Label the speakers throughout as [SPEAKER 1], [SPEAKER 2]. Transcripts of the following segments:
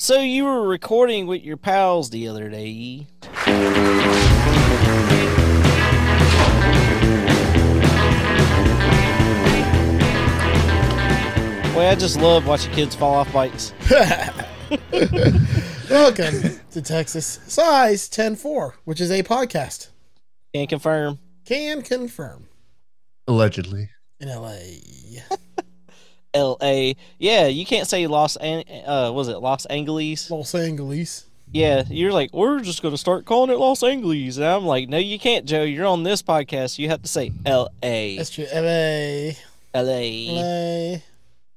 [SPEAKER 1] So you were recording with your pals the other day. Boy, I just love watching kids fall off bikes.
[SPEAKER 2] Welcome to Texas Size 10-4, which is a podcast.
[SPEAKER 1] Can confirm.
[SPEAKER 2] Can confirm
[SPEAKER 3] Allegedly.
[SPEAKER 2] in LA.
[SPEAKER 1] L.A. Yeah, you can't say Los An- uh was it Los Angeles?
[SPEAKER 2] Los Angeles.
[SPEAKER 1] Yeah, you're like we're just gonna start calling it Los Angeles, and I'm like, no, you can't, Joe. You're on this podcast. You have to say L.A.
[SPEAKER 2] That's true. LA.
[SPEAKER 1] L.A.
[SPEAKER 2] LA.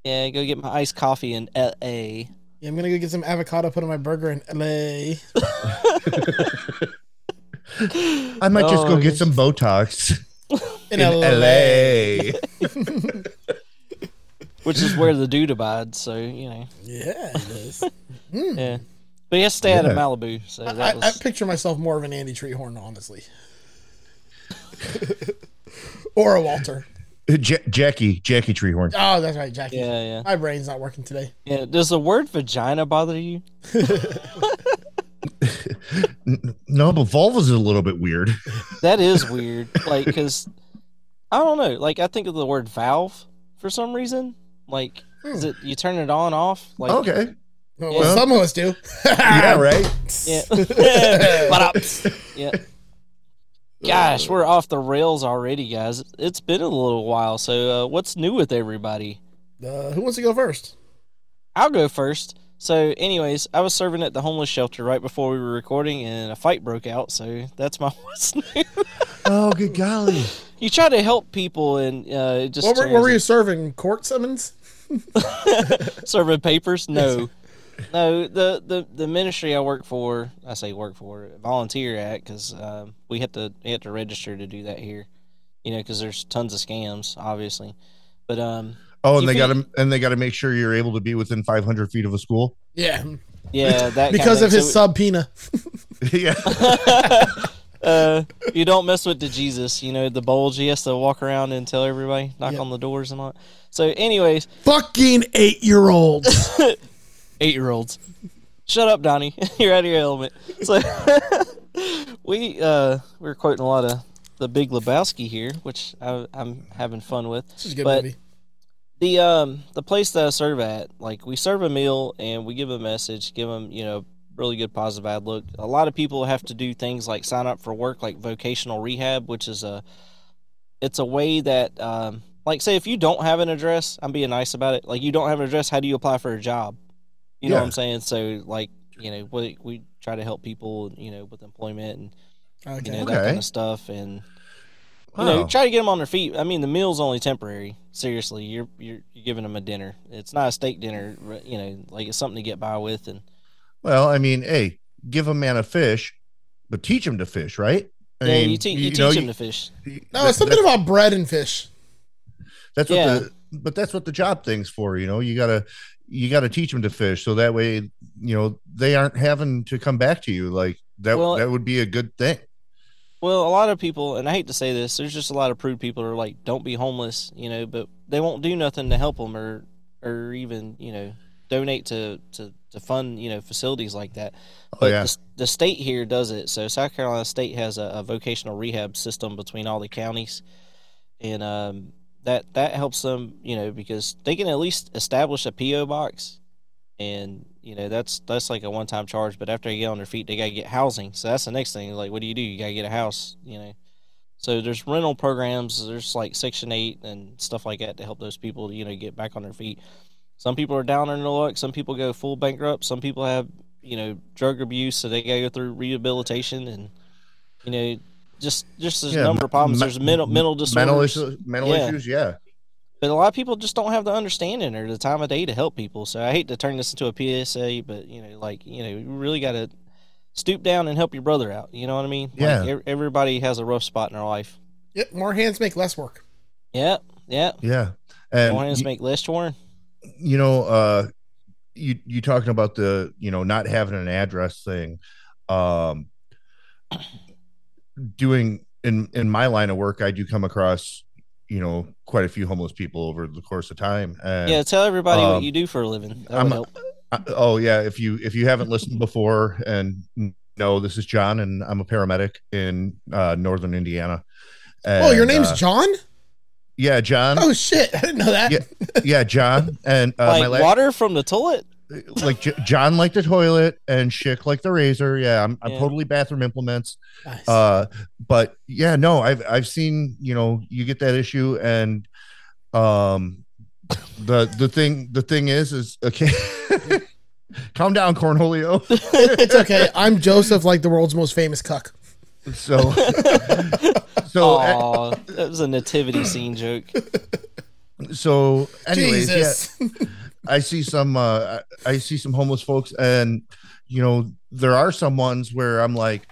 [SPEAKER 1] Yeah, go get my iced coffee in L.A.
[SPEAKER 2] Yeah, I'm gonna go get some avocado put on my burger in LA.
[SPEAKER 3] I might just
[SPEAKER 1] Oh,
[SPEAKER 3] go
[SPEAKER 1] yes.
[SPEAKER 3] get some Botox
[SPEAKER 2] In,
[SPEAKER 3] in LA.
[SPEAKER 1] which is where the dude abides. So you know,
[SPEAKER 2] Yeah, it is. Hmm.
[SPEAKER 1] yeah. But he has to stay out of
[SPEAKER 3] Yeah.
[SPEAKER 1] Malibu. So
[SPEAKER 2] I,
[SPEAKER 1] that
[SPEAKER 2] I, I
[SPEAKER 1] was
[SPEAKER 2] picture myself more of an Andy Treehorn, honestly. or a Walter.
[SPEAKER 3] Ja- Jackie, Jackie Treehorn.
[SPEAKER 2] Oh, that's right, Jackie.
[SPEAKER 1] yeah, yeah,
[SPEAKER 2] My brain's not working today.
[SPEAKER 1] yeah. Does the word vagina bother you?
[SPEAKER 3] No, but vulva's a little bit weird.
[SPEAKER 1] That is weird. like, cause I don't know. Like, I think of the word valve for some reason. Like, is it you turn it on off? Like,
[SPEAKER 3] Okay.
[SPEAKER 2] Well,
[SPEAKER 1] Yeah.
[SPEAKER 2] some of us do.
[SPEAKER 3] Yeah, right?
[SPEAKER 1] yeah. Ba-da-ps. yeah. Gosh, we're off the rails already, guys. It's been a little while. So, uh, what's new with everybody?
[SPEAKER 2] Uh, who wants to go first?
[SPEAKER 1] I'll go first. So, anyways, I was serving at the homeless shelter right before we were recording, and a fight broke out. So that's my what's new.
[SPEAKER 3] Oh, good golly.
[SPEAKER 1] you try to help people, and uh, it just
[SPEAKER 2] What were,
[SPEAKER 1] turns
[SPEAKER 2] what were you serving? Court summons?
[SPEAKER 1] out- serving papers. No, no. The, the the ministry I work for, I say work for, volunteer at, because um, we have to we have to register to do that here. You know, because there's tons of scams, obviously. But um,
[SPEAKER 3] Oh, and
[SPEAKER 1] You
[SPEAKER 3] they
[SPEAKER 1] feel-
[SPEAKER 3] got to and they got to make sure you're able to be within 500 feet of a school.
[SPEAKER 2] Yeah,
[SPEAKER 1] yeah, that
[SPEAKER 2] because
[SPEAKER 1] kinda-
[SPEAKER 2] of his
[SPEAKER 1] so-
[SPEAKER 2] subpoena.
[SPEAKER 3] yeah,
[SPEAKER 1] uh, you don't mess with the Jesus, you know, the bulge. He has to walk around and tell everybody, knock
[SPEAKER 2] Yep.
[SPEAKER 1] on the doors and all. that. So, anyways,
[SPEAKER 2] Fucking eight year olds.
[SPEAKER 1] eight year olds, shut up, Donnie. You're out of your element. So, we uh, we we're quoting a lot of the Big Lebowski here, which I, I'm having fun with.
[SPEAKER 2] This is a good
[SPEAKER 1] But-
[SPEAKER 2] movie.
[SPEAKER 1] the um the place that I serve at, like we serve a meal and we give a message, give them you know really good positive outlook. A lot of people have to do things like sign up for work, like vocational rehab, which is a it's a way that um like say if you don't have an address, I'm being nice about it. Like you don't have an address, how do you apply for a job? You know what
[SPEAKER 3] Yeah.
[SPEAKER 1] I'm saying? So like you know we we try to help people you know with employment and you
[SPEAKER 2] Okay.
[SPEAKER 1] know that
[SPEAKER 3] Okay.
[SPEAKER 1] kind of stuff and you know,
[SPEAKER 3] Wow.
[SPEAKER 1] try to get them on their feet. I mean, the meal's only temporary. Seriously, you're you're, you're giving them a dinner. It's not a steak dinner. but, You know, like it's something to get by with. And
[SPEAKER 3] Well, I mean, hey, give a man a fish, but teach him to fish, right? I
[SPEAKER 1] yeah,
[SPEAKER 3] mean,
[SPEAKER 1] you, te- you, teach them to fish.
[SPEAKER 3] to.
[SPEAKER 2] No, it's something about bread and fish.
[SPEAKER 3] That's what
[SPEAKER 1] Yeah.
[SPEAKER 3] the but that's what the job thing's for, you know. You gotta you gotta teach them to fish so that way you know they aren't having to come back to you. Like that
[SPEAKER 1] Well-
[SPEAKER 3] that would be a good thing.
[SPEAKER 1] Well, a lot of people, and I hate to say this, there's just a lot of prude people who are like, "Don't be homeless," you know, but they won't do nothing to help them or or even you know donate to to to fund you know facilities like that.
[SPEAKER 3] Oh
[SPEAKER 1] But
[SPEAKER 3] yeah,
[SPEAKER 1] the, the state here does it. So South Carolina State has a, a vocational rehab system between all the counties, and um, that that helps them, you know, because they can at least establish a PO box, and you know that's that's like a one time charge. But after they get on their feet, they gotta get housing. So that's the next thing. Like, what do you do? You gotta get a house, you know. So there's rental programs. There's like Section Eight and stuff like that to help those people, you know, get back on their feet. Some people are down on their luck. Some people go full bankrupt. Some people have you know drug abuse, so they got to go through rehabilitation and you know just just there's a
[SPEAKER 3] Yeah,
[SPEAKER 1] number of problems.
[SPEAKER 3] me-
[SPEAKER 1] there's mental mental disorders,
[SPEAKER 3] mental issues, mental
[SPEAKER 1] Yeah.
[SPEAKER 3] issues, yeah.
[SPEAKER 1] but a lot of people just don't have the understanding or the time of day to help people. So I hate to turn this into a PSA, but you know, like you know, you really got to stoop down and help your brother out. You know what I mean? Like,
[SPEAKER 3] Yeah.
[SPEAKER 1] ev- everybody has a rough spot in their life.
[SPEAKER 2] Yep, more hands make less work.
[SPEAKER 1] Yeah, yeah.
[SPEAKER 3] Yeah.
[SPEAKER 1] More
[SPEAKER 3] And
[SPEAKER 1] hands
[SPEAKER 3] you,
[SPEAKER 1] make less torn.
[SPEAKER 3] you know, uh you you talking about the, you know, not having an address thing. Um doing in in my line of work, I do come across, you know, quite a few homeless people over the course of time. And
[SPEAKER 1] Yeah, tell everybody what
[SPEAKER 3] um,
[SPEAKER 1] you do for a living. That would
[SPEAKER 3] I'm
[SPEAKER 1] help.
[SPEAKER 3] I- oh yeah, if you if you haven't listened before, and no, this is John, and I'm a paramedic in uh, Northern Indiana.
[SPEAKER 2] oh, your
[SPEAKER 3] And,
[SPEAKER 2] name's
[SPEAKER 3] uh,
[SPEAKER 2] John?
[SPEAKER 3] yeah, John.
[SPEAKER 2] Oh shit, I didn't know that.
[SPEAKER 3] Yeah, John, and uh, my
[SPEAKER 1] like
[SPEAKER 3] last
[SPEAKER 1] water from the toilet.
[SPEAKER 3] Uh, like J- John like the toilet and Schick like the razor. Yeah, I'm, I'm
[SPEAKER 1] Yeah.
[SPEAKER 3] totally bathroom implements.
[SPEAKER 2] Nice.
[SPEAKER 3] Uh, but yeah, no, I've I've seen you know you get that issue and um the the thing the thing is is okay. Calm down, Cornholio.
[SPEAKER 2] it's okay. I'm Joseph, like the world's most famous cuck.
[SPEAKER 3] So so eh, a-
[SPEAKER 1] Oh, that was a nativity scene joke.
[SPEAKER 3] so anyways, yeah,
[SPEAKER 2] Jesus.
[SPEAKER 3] I see some uh I I see some homeless folks and you know there are some ones where I'm like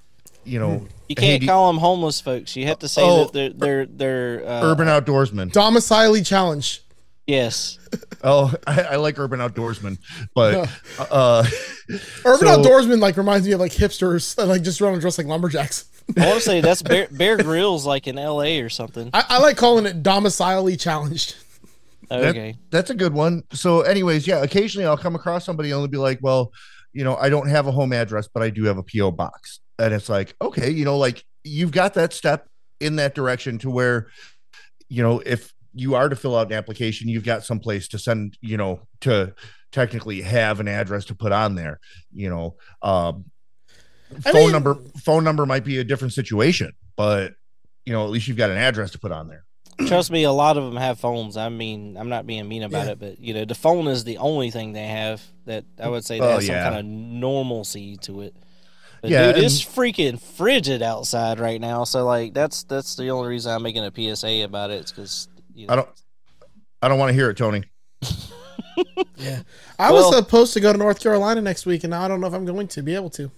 [SPEAKER 3] you know
[SPEAKER 1] You
[SPEAKER 3] Hey,
[SPEAKER 1] can't
[SPEAKER 3] do-
[SPEAKER 1] call them homeless folks. You have to say
[SPEAKER 3] Oh,
[SPEAKER 1] that they're they're they're uh,
[SPEAKER 3] urban outdoorsmen.
[SPEAKER 2] Domicile challenge.
[SPEAKER 1] Yes,
[SPEAKER 3] Oh, I, I like urban outdoorsmen, but uh,
[SPEAKER 2] Urban
[SPEAKER 3] So-
[SPEAKER 2] outdoorsman like reminds me of like hipsters that like just run and dress like lumberjacks.
[SPEAKER 1] I want to say that's Bear, Bear Grylls, like in L.A. or something.
[SPEAKER 2] I, I like calling it domicile challenged.
[SPEAKER 3] that-
[SPEAKER 1] Okay,
[SPEAKER 3] that's a good one. So, anyways, yeah, occasionally I'll come across somebody and they'll be like, "Well, you know, I don't have a home address, but I do have a PO box," and it's like, okay, you know, like you've got that step in that direction to where, you know, if you are to fill out an application, you've got some place to send, you know, to technically have an address to put on there, you know. Um,
[SPEAKER 2] I
[SPEAKER 3] phone
[SPEAKER 2] mean-
[SPEAKER 3] number phone number might be a different situation, but you know, at least you've got an address to put on there.
[SPEAKER 1] trust me, a lot of them have phones. I mean, I'm not being mean about
[SPEAKER 2] Yeah.
[SPEAKER 1] it, but you know, the phone is the only thing they have that I would say that
[SPEAKER 3] Oh,
[SPEAKER 1] has some
[SPEAKER 3] yeah.
[SPEAKER 1] kind of normalcy to it. But
[SPEAKER 3] Yeah,
[SPEAKER 1] dude, it's freaking frigid outside right now. So like, that's that's the only reason I'm making a PSA about it. It's because you know,
[SPEAKER 3] I don't I don't want to hear it, Tony.
[SPEAKER 2] Yeah. I
[SPEAKER 1] Well-
[SPEAKER 2] was supposed to go to North Carolina next week and now I don't know if I'm going to be able to.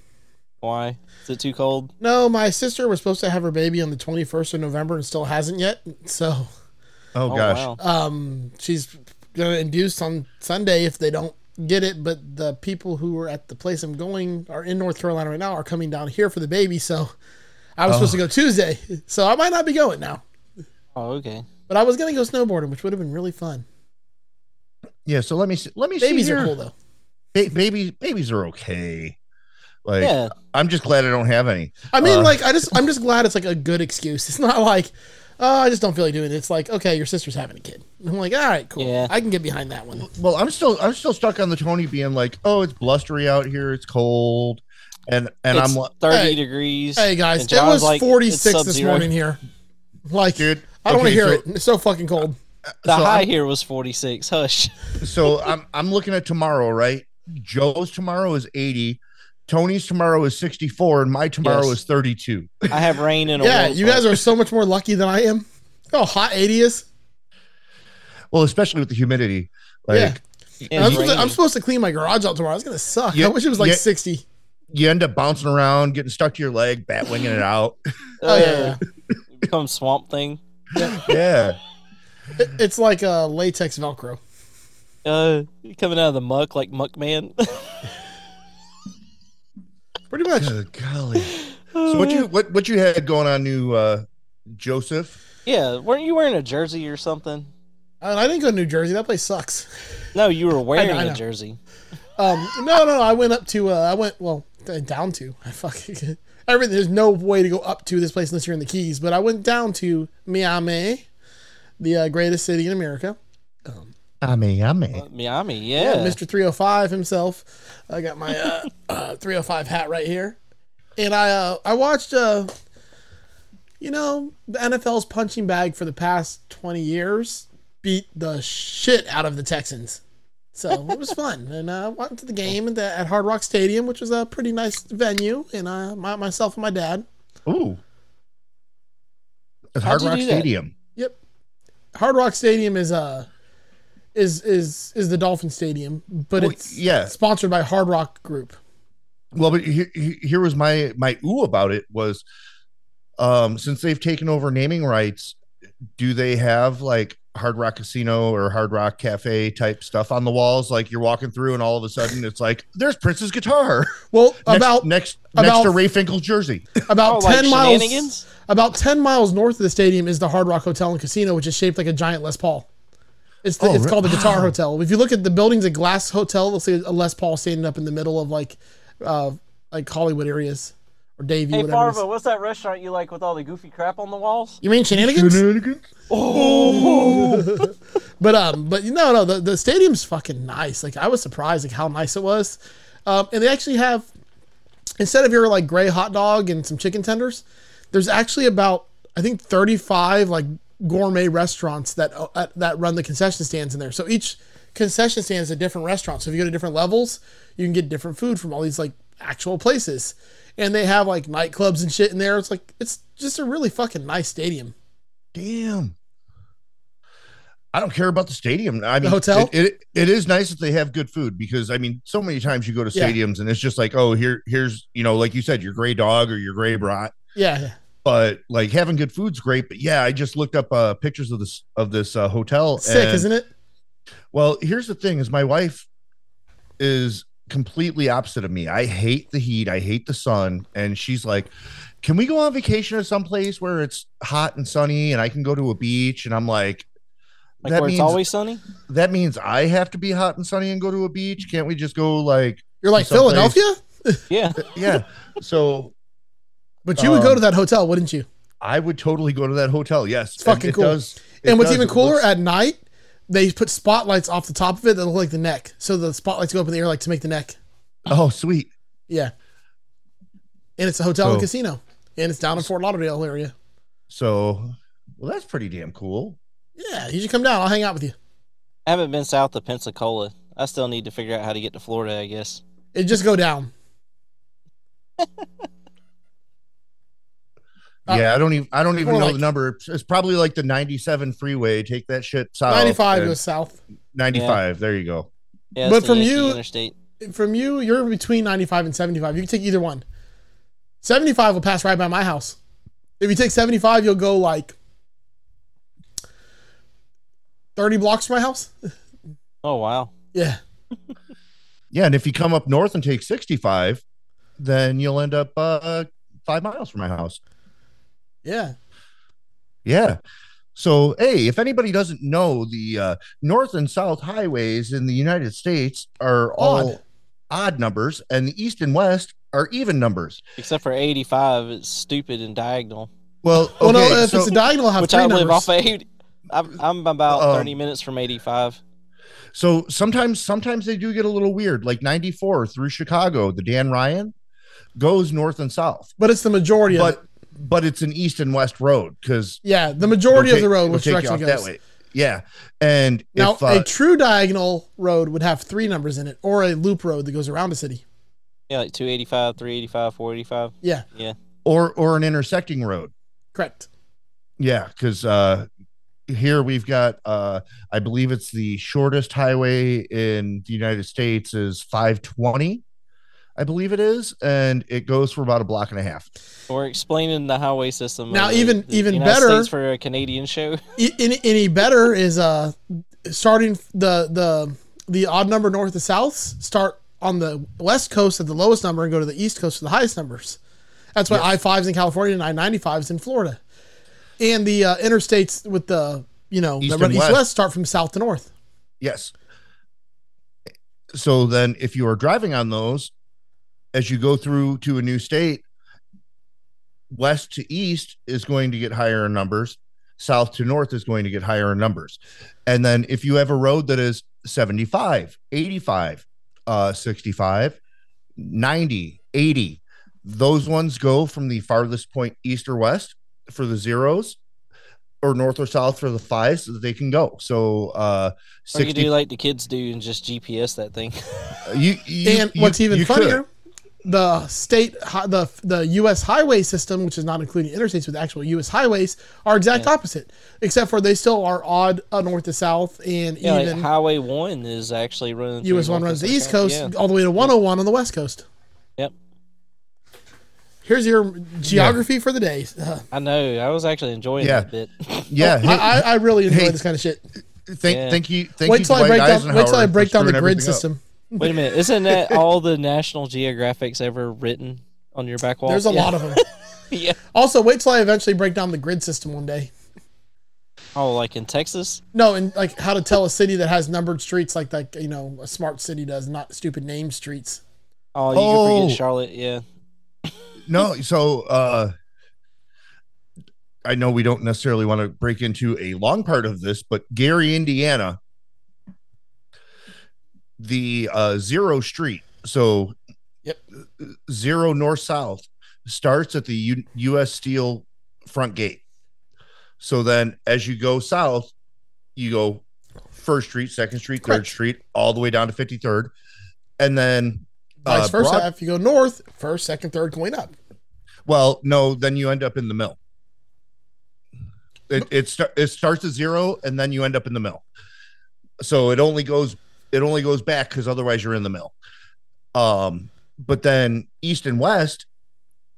[SPEAKER 1] why is it too cold?
[SPEAKER 2] No, my sister was supposed to have her baby on the 21st of November and still hasn't yet. So,
[SPEAKER 3] Oh, gosh.
[SPEAKER 1] wow.
[SPEAKER 2] um, she's going to induce on Sunday if they don't get it. But the people who are at the place I'm going are in North Carolina right now are coming down here for the baby. So, I was
[SPEAKER 3] Oh.
[SPEAKER 2] supposed to go Tuesday. So, I might not be going now.
[SPEAKER 1] Oh, okay.
[SPEAKER 2] But I was going to go snowboarding, which would have been really fun.
[SPEAKER 3] Yeah, so let me see, let me
[SPEAKER 2] Babies
[SPEAKER 3] see
[SPEAKER 2] are
[SPEAKER 3] here.
[SPEAKER 2] cool, though.
[SPEAKER 3] Ba- babies babies are okay. Like
[SPEAKER 1] Yeah.
[SPEAKER 3] I'm just glad I don't have any.
[SPEAKER 2] I mean,
[SPEAKER 3] Uh,
[SPEAKER 2] like, I just, I'm just glad it's like a good excuse. It's not like, oh, I just don't feel like doing it. It's like, okay, your sister's having a kid. I'm like, all right, cool.
[SPEAKER 1] Yeah.
[SPEAKER 2] I can get behind that one.
[SPEAKER 3] Well, I'm still I'm still stuck on the Tony being like, "Oh, it's blustery out here. It's cold." And and
[SPEAKER 1] it's
[SPEAKER 3] I'm like,
[SPEAKER 1] thirty
[SPEAKER 2] Hey.
[SPEAKER 1] degrees.
[SPEAKER 2] Hey guys,
[SPEAKER 1] and
[SPEAKER 2] it
[SPEAKER 1] John's
[SPEAKER 2] was
[SPEAKER 1] like, it's
[SPEAKER 2] 46 this
[SPEAKER 1] sub-zero.
[SPEAKER 2] morning here. Like,
[SPEAKER 3] "Dude,
[SPEAKER 2] I don't want to
[SPEAKER 3] okay,
[SPEAKER 2] hear
[SPEAKER 3] so-
[SPEAKER 2] it. It's so fucking cold.
[SPEAKER 1] The
[SPEAKER 3] so
[SPEAKER 1] high
[SPEAKER 3] I'm-
[SPEAKER 1] here was forty six. Hush.
[SPEAKER 3] so I'm I'm looking at tomorrow, right? Joe's tomorrow is 80, Tony's tomorrow is 64, and my tomorrow
[SPEAKER 1] Yes.
[SPEAKER 3] is 32.
[SPEAKER 1] I have rain in a
[SPEAKER 2] Yeah,
[SPEAKER 1] world
[SPEAKER 2] you
[SPEAKER 1] cup.
[SPEAKER 2] guys are so much more lucky than I am. Oh, hot 80 is.
[SPEAKER 3] Well, especially with the humidity. Like
[SPEAKER 2] Yeah.
[SPEAKER 1] Yeah,
[SPEAKER 2] I'm,
[SPEAKER 1] it's
[SPEAKER 2] supposed to, I'm
[SPEAKER 1] raining.
[SPEAKER 2] supposed to clean my garage out tomorrow. It's gonna suck.
[SPEAKER 3] Yeah,
[SPEAKER 2] I wish it was like
[SPEAKER 3] yeah.
[SPEAKER 2] 60.
[SPEAKER 3] you end up bouncing around, getting stuck to your leg, bat winging it out.
[SPEAKER 2] Oh yeah,
[SPEAKER 1] Uh,
[SPEAKER 2] yeah.
[SPEAKER 1] Become swamp thing.
[SPEAKER 3] yeah.
[SPEAKER 2] It- it's like uh, latex Velcro.
[SPEAKER 1] Uh, coming out of the muck like Muck Man.
[SPEAKER 2] Pretty much.
[SPEAKER 3] Good golly. So what you what what you had going on new uh Joseph?
[SPEAKER 1] Yeah, weren't you wearing a jersey or something?
[SPEAKER 2] And I didn't go to New Jersey. That place sucks.
[SPEAKER 1] No, you were wearing
[SPEAKER 2] I know.
[SPEAKER 1] a jersey.
[SPEAKER 2] Um, no, no, I went up to. Uh, I went well d- down to. I fucking everything. There's no way to go up to this place unless you're in the Keys. But I went down to Miami, the uh, greatest city in America.
[SPEAKER 3] I mean, I mean.
[SPEAKER 1] Uh, Miami,
[SPEAKER 2] Yeah,
[SPEAKER 1] yeah.
[SPEAKER 2] Mr. 305 himself. I got my uh, uh, 305 hat right here. And I uh, I watched uh you know, the NFL's punching bag for the past 20 years beat the shit out of the Texans. So it was fun, and uh, I went to the game at, the, at Hard Rock Stadium, which was a pretty nice venue, and uh, my, myself and my dad.
[SPEAKER 3] Ooh. At
[SPEAKER 1] How'd
[SPEAKER 3] Hard
[SPEAKER 1] you
[SPEAKER 3] Rock
[SPEAKER 1] do that?
[SPEAKER 3] Stadium.
[SPEAKER 2] Yep, Hard Rock Stadium is uh is is is the Dolphin Stadium, but
[SPEAKER 3] Well,
[SPEAKER 2] it's
[SPEAKER 3] yeah.
[SPEAKER 2] sponsored by Hard Rock Group.
[SPEAKER 3] Well, but here, here here was my my ooh about it was um since they've taken over naming rights, do they have like Hard Rock Casino or Hard Rock Cafe type stuff on the walls? Like you're walking through and all of a sudden it's like there's Prince's guitar.
[SPEAKER 2] Well,
[SPEAKER 3] Next-
[SPEAKER 2] about
[SPEAKER 3] next next
[SPEAKER 2] about-
[SPEAKER 3] to Ray Finkel's jersey.
[SPEAKER 1] Oh,
[SPEAKER 2] about
[SPEAKER 1] like
[SPEAKER 2] 10 miles
[SPEAKER 1] shenanigans?
[SPEAKER 2] about 10 miles north of the stadium is the hard rock hotel and casino which is shaped like a giant les paul It's the,
[SPEAKER 3] Oh,
[SPEAKER 2] it's
[SPEAKER 3] re-
[SPEAKER 2] called the Guitar
[SPEAKER 3] wow.
[SPEAKER 2] Hotel. If you look at the buildings at Glass Hotel, they'll see a Les Paul standing up in the middle of like uh like Hollywood areas or Davie.
[SPEAKER 1] Hey,
[SPEAKER 2] whatever. it is.
[SPEAKER 1] Farva, what's that restaurant you like with all the goofy crap on the walls?
[SPEAKER 2] You mean shenanigans? but um, but no, no, the, the stadium's fucking nice. Like I was surprised like how nice it was, um, and they actually have instead of your like gray hot dog and some chicken tenders, there's actually about I think 35 like gourmet restaurants that uh, that run the concession stands in there. So each concession stand is a different restaurant. So if you go to different levels, you can get different food from all these like actual places. And they have like nightclubs and shit in there. It's like it's just a really fucking nice stadium.
[SPEAKER 3] Damn. I don't care about the stadium. I mean,
[SPEAKER 2] hotel?
[SPEAKER 3] It, it it is nice that they have good food because I mean, so many times you go to
[SPEAKER 2] Yeah.
[SPEAKER 3] stadiums and it's just like, oh, here here's you know, like you said, your gray dog or your gray brat.
[SPEAKER 2] Yeah, yeah.
[SPEAKER 3] But like having good food's great. But yeah, I just looked up uh, pictures of this of this uh, hotel.
[SPEAKER 2] sick, isn't it?
[SPEAKER 3] Well, here's the thing: is my wife is completely opposite of me. I hate the heat. I hate the sun, and she's like, "Can we go on vacation to someplace where it's hot and sunny, and I can go to a beach?" And I'm like,
[SPEAKER 1] Like
[SPEAKER 3] That
[SPEAKER 1] where
[SPEAKER 3] means-
[SPEAKER 1] it's always sunny?
[SPEAKER 3] "That means I have to be hot and sunny and go to a beach. Can't we just go like,
[SPEAKER 2] You're like
[SPEAKER 3] Someplace.
[SPEAKER 2] Philadelphia,
[SPEAKER 1] Yeah.
[SPEAKER 3] yeah?" so
[SPEAKER 2] but you would go
[SPEAKER 3] Um,
[SPEAKER 2] to that hotel, wouldn't you?
[SPEAKER 3] I would totally go to that hotel. Yes,
[SPEAKER 2] It's fucking
[SPEAKER 3] And it
[SPEAKER 2] cool.
[SPEAKER 3] does- it
[SPEAKER 2] And what's
[SPEAKER 3] does.
[SPEAKER 2] even
[SPEAKER 3] It
[SPEAKER 2] cooler,
[SPEAKER 3] looks-
[SPEAKER 2] at night they put spotlights off the top of it that look like the neck, so the spotlights go up in the air like to make the neck.
[SPEAKER 3] oh, sweet.
[SPEAKER 2] Yeah, and it's a hotel and
[SPEAKER 3] So-
[SPEAKER 2] casino, and it's down in Fort Lauderdale area.
[SPEAKER 3] So, well, that's pretty damn cool.
[SPEAKER 2] Yeah, you should come down. I'll hang out with you.
[SPEAKER 1] I haven't been south of Pensacola. I still need to figure out how to get to Florida, I guess.
[SPEAKER 2] It just go down. Uh,
[SPEAKER 3] yeah, I don't even I don't even
[SPEAKER 2] more
[SPEAKER 3] know
[SPEAKER 2] like-
[SPEAKER 3] the number. It's- It's probably like the 97 freeway. Take that shit south.
[SPEAKER 2] Ninety-five
[SPEAKER 3] and-
[SPEAKER 2] goes south.
[SPEAKER 3] 95. There you go.
[SPEAKER 1] Yeah,
[SPEAKER 2] But
[SPEAKER 1] it's the
[SPEAKER 2] from
[SPEAKER 1] Yankee
[SPEAKER 2] you-
[SPEAKER 1] interstate.
[SPEAKER 2] From you, you're between ninety-five and seventy-five. You can take either one. Seventy-five will pass right by my house. If you take seventy-five, you'll go like thirty blocks from my house.
[SPEAKER 1] Oh wow.
[SPEAKER 2] Yeah.
[SPEAKER 3] Yeah, and if you come up north and take 65, then you'll end up uh 5 miles from my house.
[SPEAKER 2] Yeah.
[SPEAKER 3] Yeah. So, hey, if anybody doesn't know, the uh, north and south highways in the United States are all
[SPEAKER 2] Odd.
[SPEAKER 3] odd numbers and the east and west are even numbers.
[SPEAKER 1] Except for 85, it's stupid and diagonal.
[SPEAKER 3] Well, okay,
[SPEAKER 2] Well, no, if
[SPEAKER 3] so-
[SPEAKER 2] it's a diagonal, I'll have
[SPEAKER 1] which
[SPEAKER 2] three
[SPEAKER 1] I
[SPEAKER 2] numbers.
[SPEAKER 1] live off of 80. I'm, I'm about
[SPEAKER 3] Um,
[SPEAKER 1] 30 minutes from 85.
[SPEAKER 3] So sometimes sometimes they do get a little weird. Like 94 through Chicago, the Dan Ryan goes north and south.
[SPEAKER 2] but it's the majority of it.
[SPEAKER 3] But but it's an east and west road cuz
[SPEAKER 2] Yeah, the majority of the road, which direction it goes.
[SPEAKER 3] Yeah. And
[SPEAKER 2] Now,
[SPEAKER 3] if uh,
[SPEAKER 2] a true diagonal road would have three numbers in it, or a loop road that goes around a city.
[SPEAKER 1] Yeah, like 285, 385, 485.
[SPEAKER 2] Yeah,
[SPEAKER 3] or or an intersecting road.
[SPEAKER 2] correct.
[SPEAKER 3] Yeah, cuz uh here we've got uh I believe it's the shortest highway in the United States is 520. I believe it is and it goes for about a block and a half.
[SPEAKER 1] We're explaining the highway system. of
[SPEAKER 2] Now,
[SPEAKER 1] the-
[SPEAKER 2] even-
[SPEAKER 1] the
[SPEAKER 2] even
[SPEAKER 1] United
[SPEAKER 2] better-
[SPEAKER 1] States for a Canadian show.
[SPEAKER 2] I- E, Any, any better is uh, starting the the the odd number north to south. Start on the west coast at the lowest number and go to the east coast for the highest numbers. That's why I fives in California and I ninety fives in Florida, and the uh, interstates with the you know
[SPEAKER 3] East
[SPEAKER 2] that run
[SPEAKER 3] and
[SPEAKER 2] east
[SPEAKER 3] west.
[SPEAKER 2] west start from south to north.
[SPEAKER 3] Yes. So then, if you are driving on those, as you go through to a new state, west to east is going to get higher in numbers, south to north is going to get higher in numbers. And then, if you have a road that is 75, 85, uh, 65, 90, 80, those ones go from the farthest point east or west for the zeros. Or north or south for the fives so that they can go. So uh,
[SPEAKER 1] Or you could
[SPEAKER 3] 60
[SPEAKER 1] do like the kids do and just GPS that thing.
[SPEAKER 3] you, you
[SPEAKER 2] And what's
[SPEAKER 3] you-
[SPEAKER 2] even
[SPEAKER 3] you could.
[SPEAKER 2] funnier, the state, hi- the the U.S. highway system, which is not including interstates with actual U.S. highways, are exact
[SPEAKER 1] Yeah.
[SPEAKER 2] opposite, except for they still are odd uh, north to south, and
[SPEAKER 1] yeah, like
[SPEAKER 2] even
[SPEAKER 1] Highway 1 is actually running. through
[SPEAKER 2] U.S. one
[SPEAKER 1] North
[SPEAKER 2] runs the
[SPEAKER 1] Dakota.
[SPEAKER 2] East Coast
[SPEAKER 1] Yeah.
[SPEAKER 2] all the way to 101 on the West Coast.
[SPEAKER 1] Yep.
[SPEAKER 2] Here's your geography for the day. Uh,
[SPEAKER 1] I know. I was actually enjoying
[SPEAKER 3] Yeah.
[SPEAKER 1] that bit.
[SPEAKER 3] Yeah. hey,
[SPEAKER 2] Oh, I, I, I really enjoy
[SPEAKER 3] Hey.
[SPEAKER 2] this kind of shit.
[SPEAKER 3] thank,
[SPEAKER 1] Yeah.
[SPEAKER 3] thank you. Thank
[SPEAKER 2] Wait
[SPEAKER 3] you,
[SPEAKER 2] till I
[SPEAKER 3] Dwight
[SPEAKER 2] break down.
[SPEAKER 3] Eisenhower
[SPEAKER 2] Wait till I
[SPEAKER 3] for
[SPEAKER 2] break down the
[SPEAKER 3] screwing
[SPEAKER 2] grid
[SPEAKER 3] everything up.
[SPEAKER 2] system.
[SPEAKER 1] Wait a minute. Isn't that all the National Geographics ever written on your back wall?
[SPEAKER 2] There's a
[SPEAKER 1] Yeah.
[SPEAKER 2] lot of them.
[SPEAKER 1] Yeah.
[SPEAKER 2] Also, wait till I eventually break down the grid system one day.
[SPEAKER 1] Oh, like in Texas?
[SPEAKER 2] No, and like how to tell a city that has numbered streets, like like you know a smart city does, not stupid named streets.
[SPEAKER 1] Oh, you can
[SPEAKER 3] Oh.
[SPEAKER 1] forget Charlotte. Yeah.
[SPEAKER 3] no so uh i know we don't necessarily want to break into a long part of this but gary indiana the uh zero street so
[SPEAKER 2] Yep.
[SPEAKER 3] zero north south starts at the U- us steel front gate so then as you go south you go first street second street third
[SPEAKER 2] Correct.
[SPEAKER 3] street all the way down to 53rd and then
[SPEAKER 2] Vice
[SPEAKER 3] uh,
[SPEAKER 2] versa,
[SPEAKER 3] Broad-
[SPEAKER 2] if you go north, first, second, third, going up.
[SPEAKER 3] well, no, then you end up in the mill. It it, start, it starts at zero, and then you end up in the mill. So it only goes it only goes back because otherwise you're in the mill. Um, but then east and west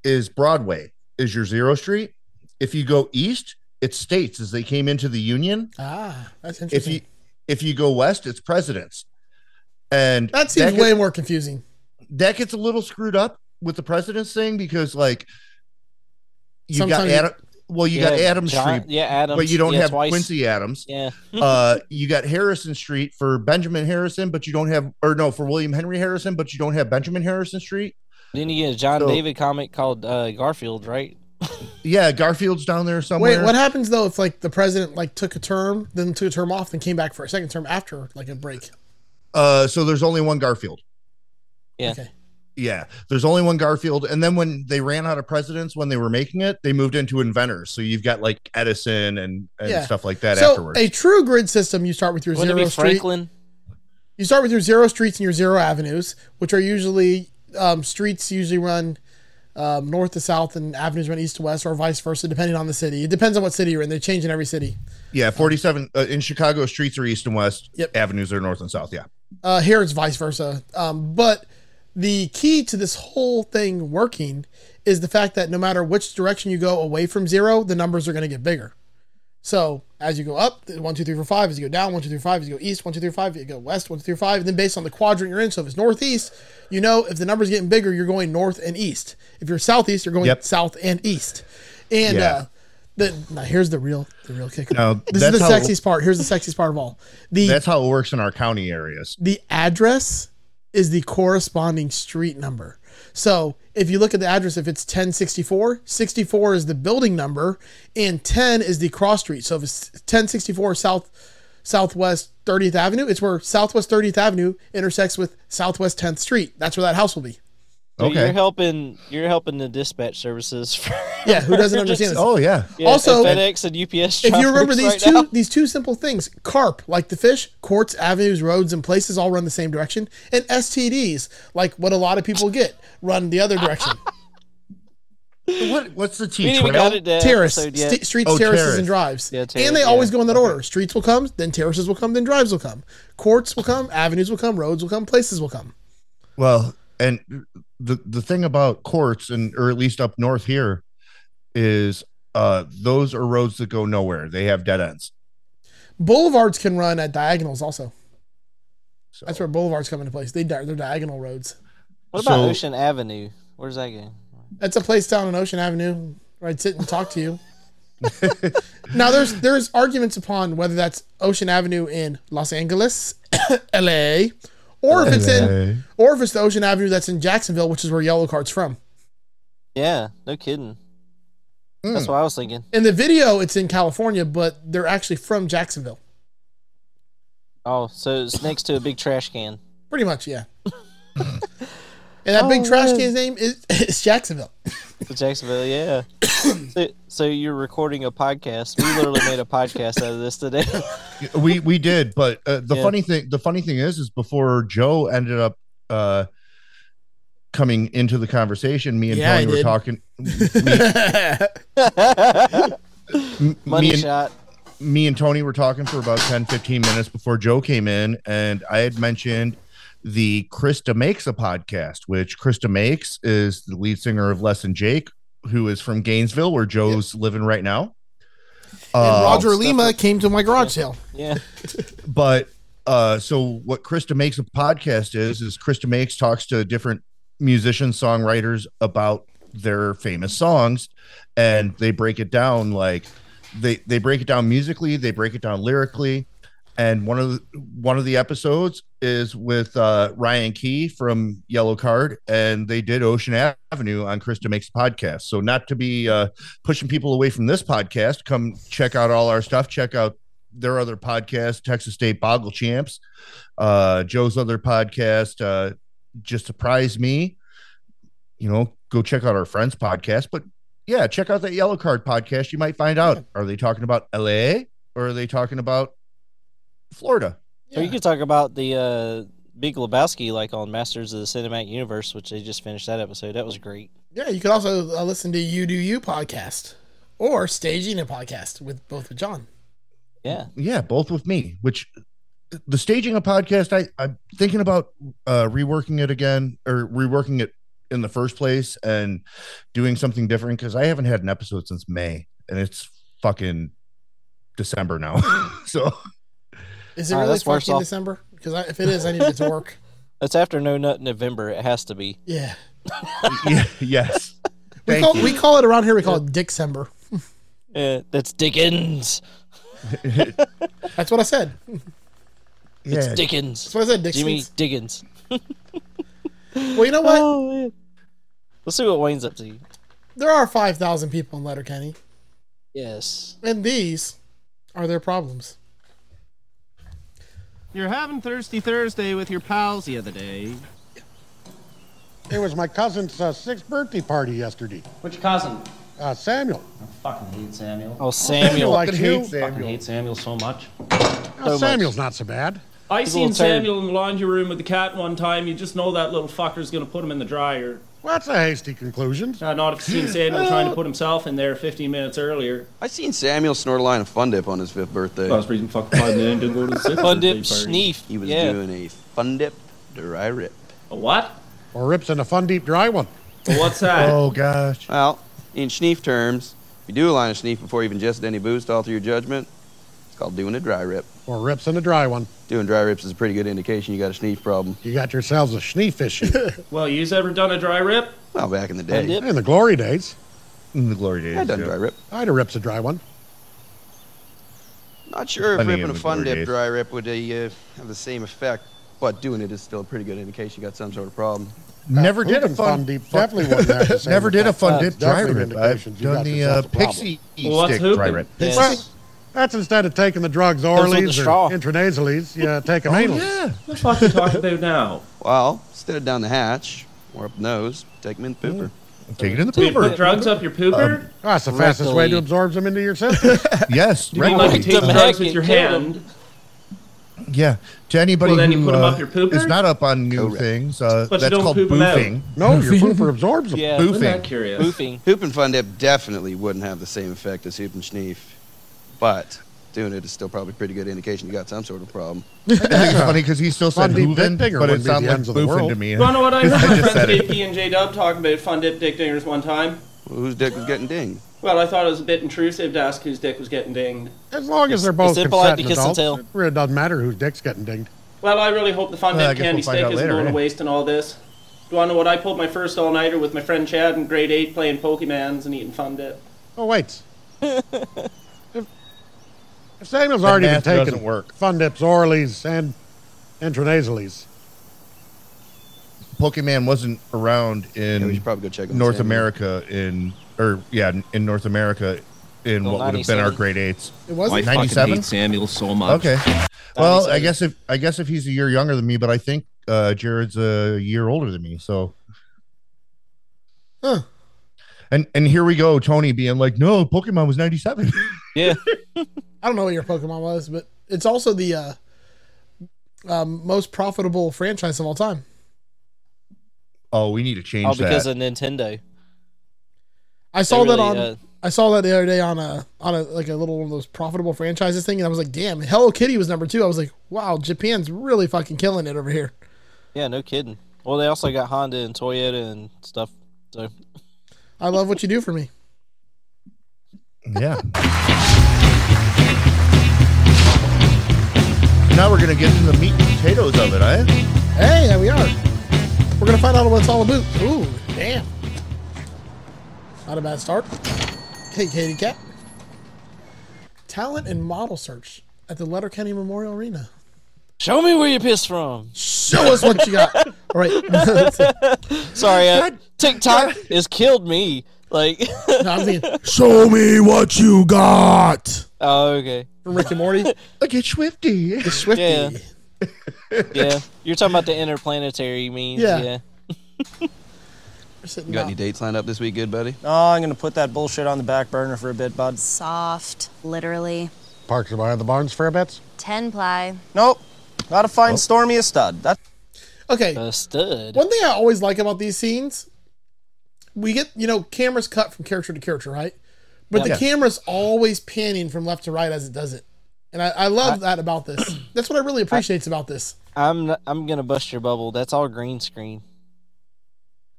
[SPEAKER 3] is Broadway is your zero street. If you go east, it's states as they came into the Union.
[SPEAKER 2] Ah, that's
[SPEAKER 3] If
[SPEAKER 2] interesting.
[SPEAKER 3] you if you go west, it's presidents. And
[SPEAKER 2] that seems
[SPEAKER 3] gets-
[SPEAKER 2] way more confusing.
[SPEAKER 3] that gets a little screwed up with the president's thing because like you
[SPEAKER 2] Sometimes-
[SPEAKER 3] got Adam well you got
[SPEAKER 1] Yeah,
[SPEAKER 3] Adams
[SPEAKER 1] John-
[SPEAKER 3] Street
[SPEAKER 1] Yeah, Adams.
[SPEAKER 3] but you don't
[SPEAKER 1] yeah,
[SPEAKER 3] have
[SPEAKER 1] twice.
[SPEAKER 3] Quincy Adams.
[SPEAKER 1] Yeah.
[SPEAKER 3] uh you got Harrison Street for Benjamin Harrison but you don't have or no for William Henry Harrison but you don't have Benjamin Harrison Street.
[SPEAKER 1] Then you get a John
[SPEAKER 3] So-
[SPEAKER 1] David comic called uh, Garfield, right?
[SPEAKER 3] Yeah, Garfield's down there somewhere.
[SPEAKER 2] Wait, what happens though if like the president like took a term, then took a term off, then came back for a second term after like a break?
[SPEAKER 3] Uh so there's only one Garfield.
[SPEAKER 1] Yeah.
[SPEAKER 2] Okay.
[SPEAKER 3] Yeah, there's only one Garfield and then when they ran out of presidents when they were making it, they moved into inventors. So you've got like Edison and and
[SPEAKER 2] Yeah.
[SPEAKER 3] stuff like that
[SPEAKER 2] so
[SPEAKER 3] afterwards.
[SPEAKER 2] a true grid system, you start with your
[SPEAKER 1] Wouldn't it
[SPEAKER 2] zero
[SPEAKER 1] be
[SPEAKER 2] street.
[SPEAKER 1] Franklin?
[SPEAKER 2] You start with your zero streets and your zero avenues, which are usually um, streets usually run um, north to south, and avenues run east to west, or vice versa, depending on the city. It depends on what city you're in. They change in every city.
[SPEAKER 3] Yeah, 47 uh, in Chicago, streets are east and west,
[SPEAKER 2] Yep.
[SPEAKER 3] avenues are north and south. Yeah.
[SPEAKER 2] Uh, here it's vice versa. Um, but the key to this whole thing working is the fact that no matter which direction you go away from zero, the numbers are going to get bigger. So as you go up, th- one, two, three, four, five. As you go down, one, two, three, four, five. As you go east, one, two, three, four, five. You go west, one, two, three, four, five. And then based on the quadrant you're in, so if it's northeast, you know if the numbers getting bigger, you're going north and east. If you're southeast, you're going
[SPEAKER 3] Yep.
[SPEAKER 2] south and east. And
[SPEAKER 3] Yeah.
[SPEAKER 2] uh, the now here's the real the real kicker.
[SPEAKER 3] Now,
[SPEAKER 2] this is
[SPEAKER 3] that's
[SPEAKER 2] the
[SPEAKER 3] how-
[SPEAKER 2] sexiest part. Here's the sexiest part of all. The
[SPEAKER 3] That's how it works in our county areas.
[SPEAKER 2] the address is the corresponding street number. So if you look at the address, if it's 1064, 64 is the building number, and 10 is the cross street. So if it's 1064 South Southwest 30th Avenue, it's where Southwest 30th Avenue intersects with Southwest 10th Street. That's where that house will be.
[SPEAKER 1] So
[SPEAKER 3] Okay.
[SPEAKER 1] You're helping. You're helping the dispatch services. For,
[SPEAKER 2] Yeah, who doesn't understand this?
[SPEAKER 3] Oh, yeah.
[SPEAKER 1] yeah,
[SPEAKER 2] Also-
[SPEAKER 1] FedEx and UPS.
[SPEAKER 2] if you remember
[SPEAKER 1] drivers
[SPEAKER 2] these
[SPEAKER 1] right
[SPEAKER 2] two
[SPEAKER 1] now.
[SPEAKER 2] these two simple things carp like the fish courts avenues roads and places all run the same direction and stds like what a lot of people get run the other direction
[SPEAKER 3] What, what's the
[SPEAKER 1] we
[SPEAKER 3] T
[SPEAKER 1] didn't even
[SPEAKER 3] trail?
[SPEAKER 1] got it to
[SPEAKER 2] terrace
[SPEAKER 1] episode yet.
[SPEAKER 2] st- streets
[SPEAKER 3] Oh,
[SPEAKER 2] terraces
[SPEAKER 3] terrace.
[SPEAKER 2] and drives
[SPEAKER 1] Yeah,
[SPEAKER 2] and
[SPEAKER 1] terrace,
[SPEAKER 2] they always
[SPEAKER 1] yeah.
[SPEAKER 2] go in that order streets will come then terraces will come then drives will come courts will come avenues will come roads will come places will come
[SPEAKER 3] Well, and the, the thing about courts, and or at least up north here, is uh, those are roads that go nowhere. They have dead ends.
[SPEAKER 2] boulevards can run at diagonals also
[SPEAKER 3] So,
[SPEAKER 2] that's where boulevards come into place they di- they're diagonal roads
[SPEAKER 1] what about
[SPEAKER 3] so-
[SPEAKER 1] Ocean Avenue? Where's that going?
[SPEAKER 2] That's a place down on Ocean Avenue where I'd sit and talk to you. now there's there's arguments upon whether that's Ocean Avenue in Los Angeles, LA, or if it's in
[SPEAKER 3] LA.
[SPEAKER 2] or if it's the Ocean Avenue that's in Jacksonville, which is where Yellow Card's from.
[SPEAKER 1] Yeah, no kidding. That's
[SPEAKER 2] Hmm.
[SPEAKER 3] Mm.
[SPEAKER 1] what I was thinking.
[SPEAKER 2] In the video, it's in California, but they're actually from Jacksonville.
[SPEAKER 1] Oh, so it's next to a big trash can.
[SPEAKER 2] Pretty much, yeah. and that big
[SPEAKER 1] Oh,
[SPEAKER 2] trash
[SPEAKER 1] man.
[SPEAKER 2] can's name is, is Jacksonville.
[SPEAKER 1] To Jacksonville, yeah. so, so you're recording a podcast. We literally made a podcast out of this today.
[SPEAKER 3] we we did but uh, the
[SPEAKER 1] Yeah.
[SPEAKER 3] funny thing the funny thing is is before joe ended up uh coming into the conversation me and
[SPEAKER 2] Yeah,
[SPEAKER 3] tony
[SPEAKER 2] I
[SPEAKER 3] were
[SPEAKER 2] did.
[SPEAKER 3] talking m-
[SPEAKER 1] Money
[SPEAKER 3] me, and,
[SPEAKER 1] shot.
[SPEAKER 3] me and tony were talking for about 10 15 minutes before joe came in and i had mentioned the krista makes a podcast which krista makes is the lead singer of less and jake who is from gainesville where joe's living right now
[SPEAKER 2] and
[SPEAKER 3] Uh,
[SPEAKER 2] Roger
[SPEAKER 1] stuff
[SPEAKER 2] Lima
[SPEAKER 1] like-
[SPEAKER 2] came to my garage sale.
[SPEAKER 1] Yeah.
[SPEAKER 3] but uh so what krista makes a podcast is is krista makes talks to different musicians songwriters about their famous songs and they break it down like they they break it down musically, they break it down lyrically, and one of the, one of the episodes is with uh, Ryan Key from Yellow Card, and they did Ocean Avenue on Krista Makes a Podcast. So not to be uh, pushing people away from this podcast, come check out all our stuff. Check out their other podcast, Texas State Boggle Champs, uh, Joe's other podcast, uh, Just Surprise Me. You know, go check out our friends' podcast, but yeah, check out that Yellow Card podcast. You might find out are they talking about LA or are they talking about Florida?
[SPEAKER 1] Or you could talk about the uh, Big Lebowski, like on Masters of the Cinematic Universe, which they just finished that episode. That was great.
[SPEAKER 2] Yeah, you could also uh, listen to You Do You podcast or Staging a podcast with both with John.
[SPEAKER 1] Yeah,
[SPEAKER 3] Yeah, both with me, which the staging a podcast, I, I'm thinking about uh, reworking it again or reworking it in the first place and doing something different because I haven't had an episode since May and it's fucking December now. so
[SPEAKER 2] Is it
[SPEAKER 1] All right,
[SPEAKER 2] really
[SPEAKER 1] that's worse
[SPEAKER 2] fucking
[SPEAKER 1] off.
[SPEAKER 2] December? Because if it is, I need to get to work.
[SPEAKER 1] it's after No Nut November. It has to be.
[SPEAKER 2] Yeah,
[SPEAKER 3] yeah, yes.
[SPEAKER 2] we
[SPEAKER 3] Thank
[SPEAKER 2] call,
[SPEAKER 3] you.
[SPEAKER 2] we call it around here. We call it Dixember.
[SPEAKER 1] Yeah, that's Dickens.
[SPEAKER 2] That's what I said.
[SPEAKER 1] It's
[SPEAKER 3] Yeah,
[SPEAKER 1] Dickens.
[SPEAKER 2] That's what I said.
[SPEAKER 1] Jimmy
[SPEAKER 2] Dixons.
[SPEAKER 1] Dickens.
[SPEAKER 2] Well, you know what?
[SPEAKER 1] Oh man. Let's see what Wayne's up to.
[SPEAKER 2] There are five thousand people in Letterkenny,
[SPEAKER 1] Yes.
[SPEAKER 2] and these are their problems.
[SPEAKER 4] You're having Thirsty Thursday with your pals the other day.
[SPEAKER 5] It was my cousin's uh, sixth birthday party yesterday.
[SPEAKER 6] Which cousin?
[SPEAKER 5] Uh, Samuel.
[SPEAKER 6] I fucking hate Samuel.
[SPEAKER 1] Oh Samuel.
[SPEAKER 5] like
[SPEAKER 3] fucking
[SPEAKER 5] you.
[SPEAKER 3] hate
[SPEAKER 6] I fucking
[SPEAKER 3] Samuel.
[SPEAKER 6] hate Samuel so much.
[SPEAKER 5] Uh, Samuel's not so bad.
[SPEAKER 6] I
[SPEAKER 1] little
[SPEAKER 6] seen
[SPEAKER 1] turd.
[SPEAKER 6] Samuel in the laundry room with the cat one time. You just know that little fucker's gonna put him in the dryer.
[SPEAKER 5] Well, that's a hasty conclusion.
[SPEAKER 6] Uh, not if you seen Samuel trying to put himself in there 15 minutes earlier.
[SPEAKER 7] I seen Samuel snort a line of Fun Dip on his fifth birthday.
[SPEAKER 6] reason fucking five million didn't go to the sixth
[SPEAKER 1] Fun dip sneef.
[SPEAKER 7] He was
[SPEAKER 1] yeah.
[SPEAKER 7] doing a Fun Dip dry rip.
[SPEAKER 6] A what?
[SPEAKER 5] Or rips in a fun, deep, dry one.
[SPEAKER 6] A what's that?
[SPEAKER 3] Oh gosh.
[SPEAKER 7] Well, in schneef terms, if you do a line of schneef before you've ingested any booze to alter your judgment, it's called doing a dry rip.
[SPEAKER 5] Or rips in a dry one.
[SPEAKER 7] Doing dry rips is a pretty good indication you got a schneef problem.
[SPEAKER 5] You got yourselves a schneef issue.
[SPEAKER 6] Well, you's ever done a dry rip?
[SPEAKER 7] Well, back in the
[SPEAKER 1] Fun
[SPEAKER 7] day,
[SPEAKER 1] dip.
[SPEAKER 5] in the glory days,
[SPEAKER 3] In the glory days.
[SPEAKER 7] I done
[SPEAKER 3] yeah.
[SPEAKER 7] dry rip.
[SPEAKER 5] I'd have rips a dry one.
[SPEAKER 7] Not sure if
[SPEAKER 3] I mean,
[SPEAKER 7] ripping
[SPEAKER 3] in
[SPEAKER 7] a
[SPEAKER 3] the
[SPEAKER 7] Fun
[SPEAKER 3] glory
[SPEAKER 7] Dip
[SPEAKER 3] days.
[SPEAKER 7] dry rip would uh, have the same effect, but doing it is still a pretty good indication you got some sort of problem.
[SPEAKER 3] Never did a
[SPEAKER 5] Pooping
[SPEAKER 3] fun,
[SPEAKER 5] Uh, deep definitely wouldn't have the same
[SPEAKER 3] Never did a
[SPEAKER 5] effect.
[SPEAKER 3] fun dip dry
[SPEAKER 5] definitely
[SPEAKER 3] rip. I've
[SPEAKER 5] indications you
[SPEAKER 3] done
[SPEAKER 5] got
[SPEAKER 3] the uh,
[SPEAKER 5] yourself a problem.
[SPEAKER 3] pixie
[SPEAKER 6] Well, what's
[SPEAKER 3] stick dry
[SPEAKER 6] hooping?
[SPEAKER 3] rip.
[SPEAKER 1] Yes.
[SPEAKER 5] Well, that's instead of taking the drugs orally or
[SPEAKER 1] with the straw.
[SPEAKER 5] intranasally, you uh, take them
[SPEAKER 3] Oh,
[SPEAKER 5] anally.
[SPEAKER 3] yeah.
[SPEAKER 6] What the fuck you talking about now?
[SPEAKER 7] Well, instead of down the hatch or up nose, take them in the pooper.
[SPEAKER 3] Mm. Take it in the
[SPEAKER 6] Do you put
[SPEAKER 3] pooper. Um, oh,
[SPEAKER 6] drugs up your pooper?
[SPEAKER 5] Um, That's the fastest way to
[SPEAKER 1] Rectally.
[SPEAKER 5] absorb them into your system.
[SPEAKER 3] Yes.
[SPEAKER 6] Do you like
[SPEAKER 3] rectally.
[SPEAKER 6] to take
[SPEAKER 1] the
[SPEAKER 6] drugs
[SPEAKER 1] heck
[SPEAKER 6] with
[SPEAKER 1] and
[SPEAKER 6] your
[SPEAKER 1] kill
[SPEAKER 6] hand?
[SPEAKER 3] Yeah, to anybody
[SPEAKER 6] Well, then you
[SPEAKER 3] who
[SPEAKER 6] put 'em
[SPEAKER 3] uh,
[SPEAKER 6] up your pooper?
[SPEAKER 3] is not up on new
[SPEAKER 7] Correct.
[SPEAKER 3] things, uh,
[SPEAKER 6] But you
[SPEAKER 3] that's
[SPEAKER 6] don't
[SPEAKER 3] called
[SPEAKER 6] poop 'em out.
[SPEAKER 3] boofing.
[SPEAKER 5] no, your pooper absorbs them.
[SPEAKER 1] Yeah.
[SPEAKER 3] Boof-
[SPEAKER 6] Isn't that
[SPEAKER 3] Boofing.
[SPEAKER 6] curious?
[SPEAKER 1] Boofing.
[SPEAKER 7] Hoop and Fun Dip definitely wouldn't have the same effect as Hoop and Schneef, but doing it is still probably a pretty good indication you got some sort of problem.
[SPEAKER 3] I think it's funny because he still said
[SPEAKER 5] Fun deep
[SPEAKER 3] hoovin,
[SPEAKER 5] dick pinger
[SPEAKER 3] but it
[SPEAKER 5] wouldn't be
[SPEAKER 3] sounded
[SPEAKER 5] the
[SPEAKER 3] like
[SPEAKER 5] ends of the
[SPEAKER 3] boofing
[SPEAKER 5] world.
[SPEAKER 3] to me.
[SPEAKER 6] You wanna know what I heard?
[SPEAKER 3] I
[SPEAKER 6] My friends
[SPEAKER 3] just said it.
[SPEAKER 6] KP and J Dub talking about fun dip dick dingers one time.
[SPEAKER 7] Well, whose dick was getting dinged?
[SPEAKER 6] Well, I thought it was a bit intrusive to ask whose dick was getting dinged.
[SPEAKER 5] As long as they're both
[SPEAKER 1] it's impolite
[SPEAKER 5] consenting
[SPEAKER 1] to kiss and
[SPEAKER 5] adults,
[SPEAKER 1] tell.
[SPEAKER 5] it really doesn't matter whose dick's getting dinged.
[SPEAKER 6] Well, I really hope the fun
[SPEAKER 3] Well, I
[SPEAKER 6] dip
[SPEAKER 3] guess
[SPEAKER 6] candy
[SPEAKER 3] we'll find
[SPEAKER 6] stick
[SPEAKER 3] out
[SPEAKER 6] isn't
[SPEAKER 3] later,
[SPEAKER 6] going
[SPEAKER 3] eh?
[SPEAKER 6] to waste in all this. Do you want to know what I pulled my first all nighter with my friend Chad in grade 8 playing Pokemans and eating fun dip?
[SPEAKER 5] Oh, wait. if, if Samuel's already been
[SPEAKER 3] math doesn't
[SPEAKER 5] taking
[SPEAKER 3] work.
[SPEAKER 5] fun dips, oralies, and intranasalies,
[SPEAKER 3] Pokemon wasn't around
[SPEAKER 7] Yeah, we
[SPEAKER 3] in
[SPEAKER 7] should probably go check on
[SPEAKER 3] North
[SPEAKER 7] Samuel.
[SPEAKER 3] America in or yeah in North America in
[SPEAKER 1] Well,
[SPEAKER 3] what would have been our
[SPEAKER 1] 97.
[SPEAKER 3] grade eights.
[SPEAKER 2] It wasn't.
[SPEAKER 3] fucking 97? hate
[SPEAKER 4] Samuel so much.
[SPEAKER 3] Okay, well
[SPEAKER 1] 97.
[SPEAKER 3] I guess if I guess if he's a year younger than me, but I think uh, Jared's a year older than me, so.
[SPEAKER 2] Huh.
[SPEAKER 3] And and here we go, Tony being like, no, Pokemon was ninety seven.
[SPEAKER 1] Yeah.
[SPEAKER 2] I don't know what your Pokemon was, but it's also the uh, um, most profitable franchise of all time.
[SPEAKER 3] oh, we need to change
[SPEAKER 1] All
[SPEAKER 3] that.
[SPEAKER 1] because of Nintendo.
[SPEAKER 2] I
[SPEAKER 1] They
[SPEAKER 2] saw that
[SPEAKER 1] really,
[SPEAKER 2] on.
[SPEAKER 1] uh,
[SPEAKER 2] I saw that the other day on a on a like a little one of those profitable franchises thing, and I was like, "Damn, Hello Kitty was number two. I was like, "Wow, Japan's really fucking killing it over here."
[SPEAKER 1] yeah, no kidding. Well, they also got Honda and Toyota and stuff. So
[SPEAKER 2] I love what you do for me.
[SPEAKER 3] Yeah. now we're gonna get into the meat and potatoes of it, eh?
[SPEAKER 2] Hey, there we are. We're gonna find out what it's all about. Ooh, damn! Not a bad start. Hey, Katie Cat. talent and model search at the Letterkenny Memorial Arena.
[SPEAKER 1] Show me where you pissed from.
[SPEAKER 2] Show us what you got. All right. no,
[SPEAKER 1] Sorry, uh, TikTok has killed me. Like,
[SPEAKER 2] I'm thinking,
[SPEAKER 3] Show me what you got.
[SPEAKER 1] oh, okay,
[SPEAKER 2] from Rick and Morty,
[SPEAKER 3] Look at Swifty.
[SPEAKER 2] the Swifty.
[SPEAKER 1] Yeah. yeah. You're talking about the interplanetary means.
[SPEAKER 2] Yeah.
[SPEAKER 1] yeah.
[SPEAKER 2] We're sitting
[SPEAKER 7] You got any
[SPEAKER 2] down.
[SPEAKER 7] dates lined up this week, good buddy?
[SPEAKER 8] Oh, I'm gonna put that bullshit on the back burner for a bit, bud.
[SPEAKER 9] Soft, literally.
[SPEAKER 5] Parked behind the barns for a bit.
[SPEAKER 9] 10 ply.
[SPEAKER 8] Nope. Gotta
[SPEAKER 7] Oh.
[SPEAKER 8] find Stormy a stud. That's
[SPEAKER 2] Okay.
[SPEAKER 1] A stud.
[SPEAKER 2] One thing I always like about these scenes, we get you know cameras cut from character to character, right? But the
[SPEAKER 3] Yeah.
[SPEAKER 2] camera's always panning from left to right as it does it, and I, I love that about this. That's what I really appreciates about this.
[SPEAKER 1] I'm n- I'm gonna bust your bubble. That's all green screen.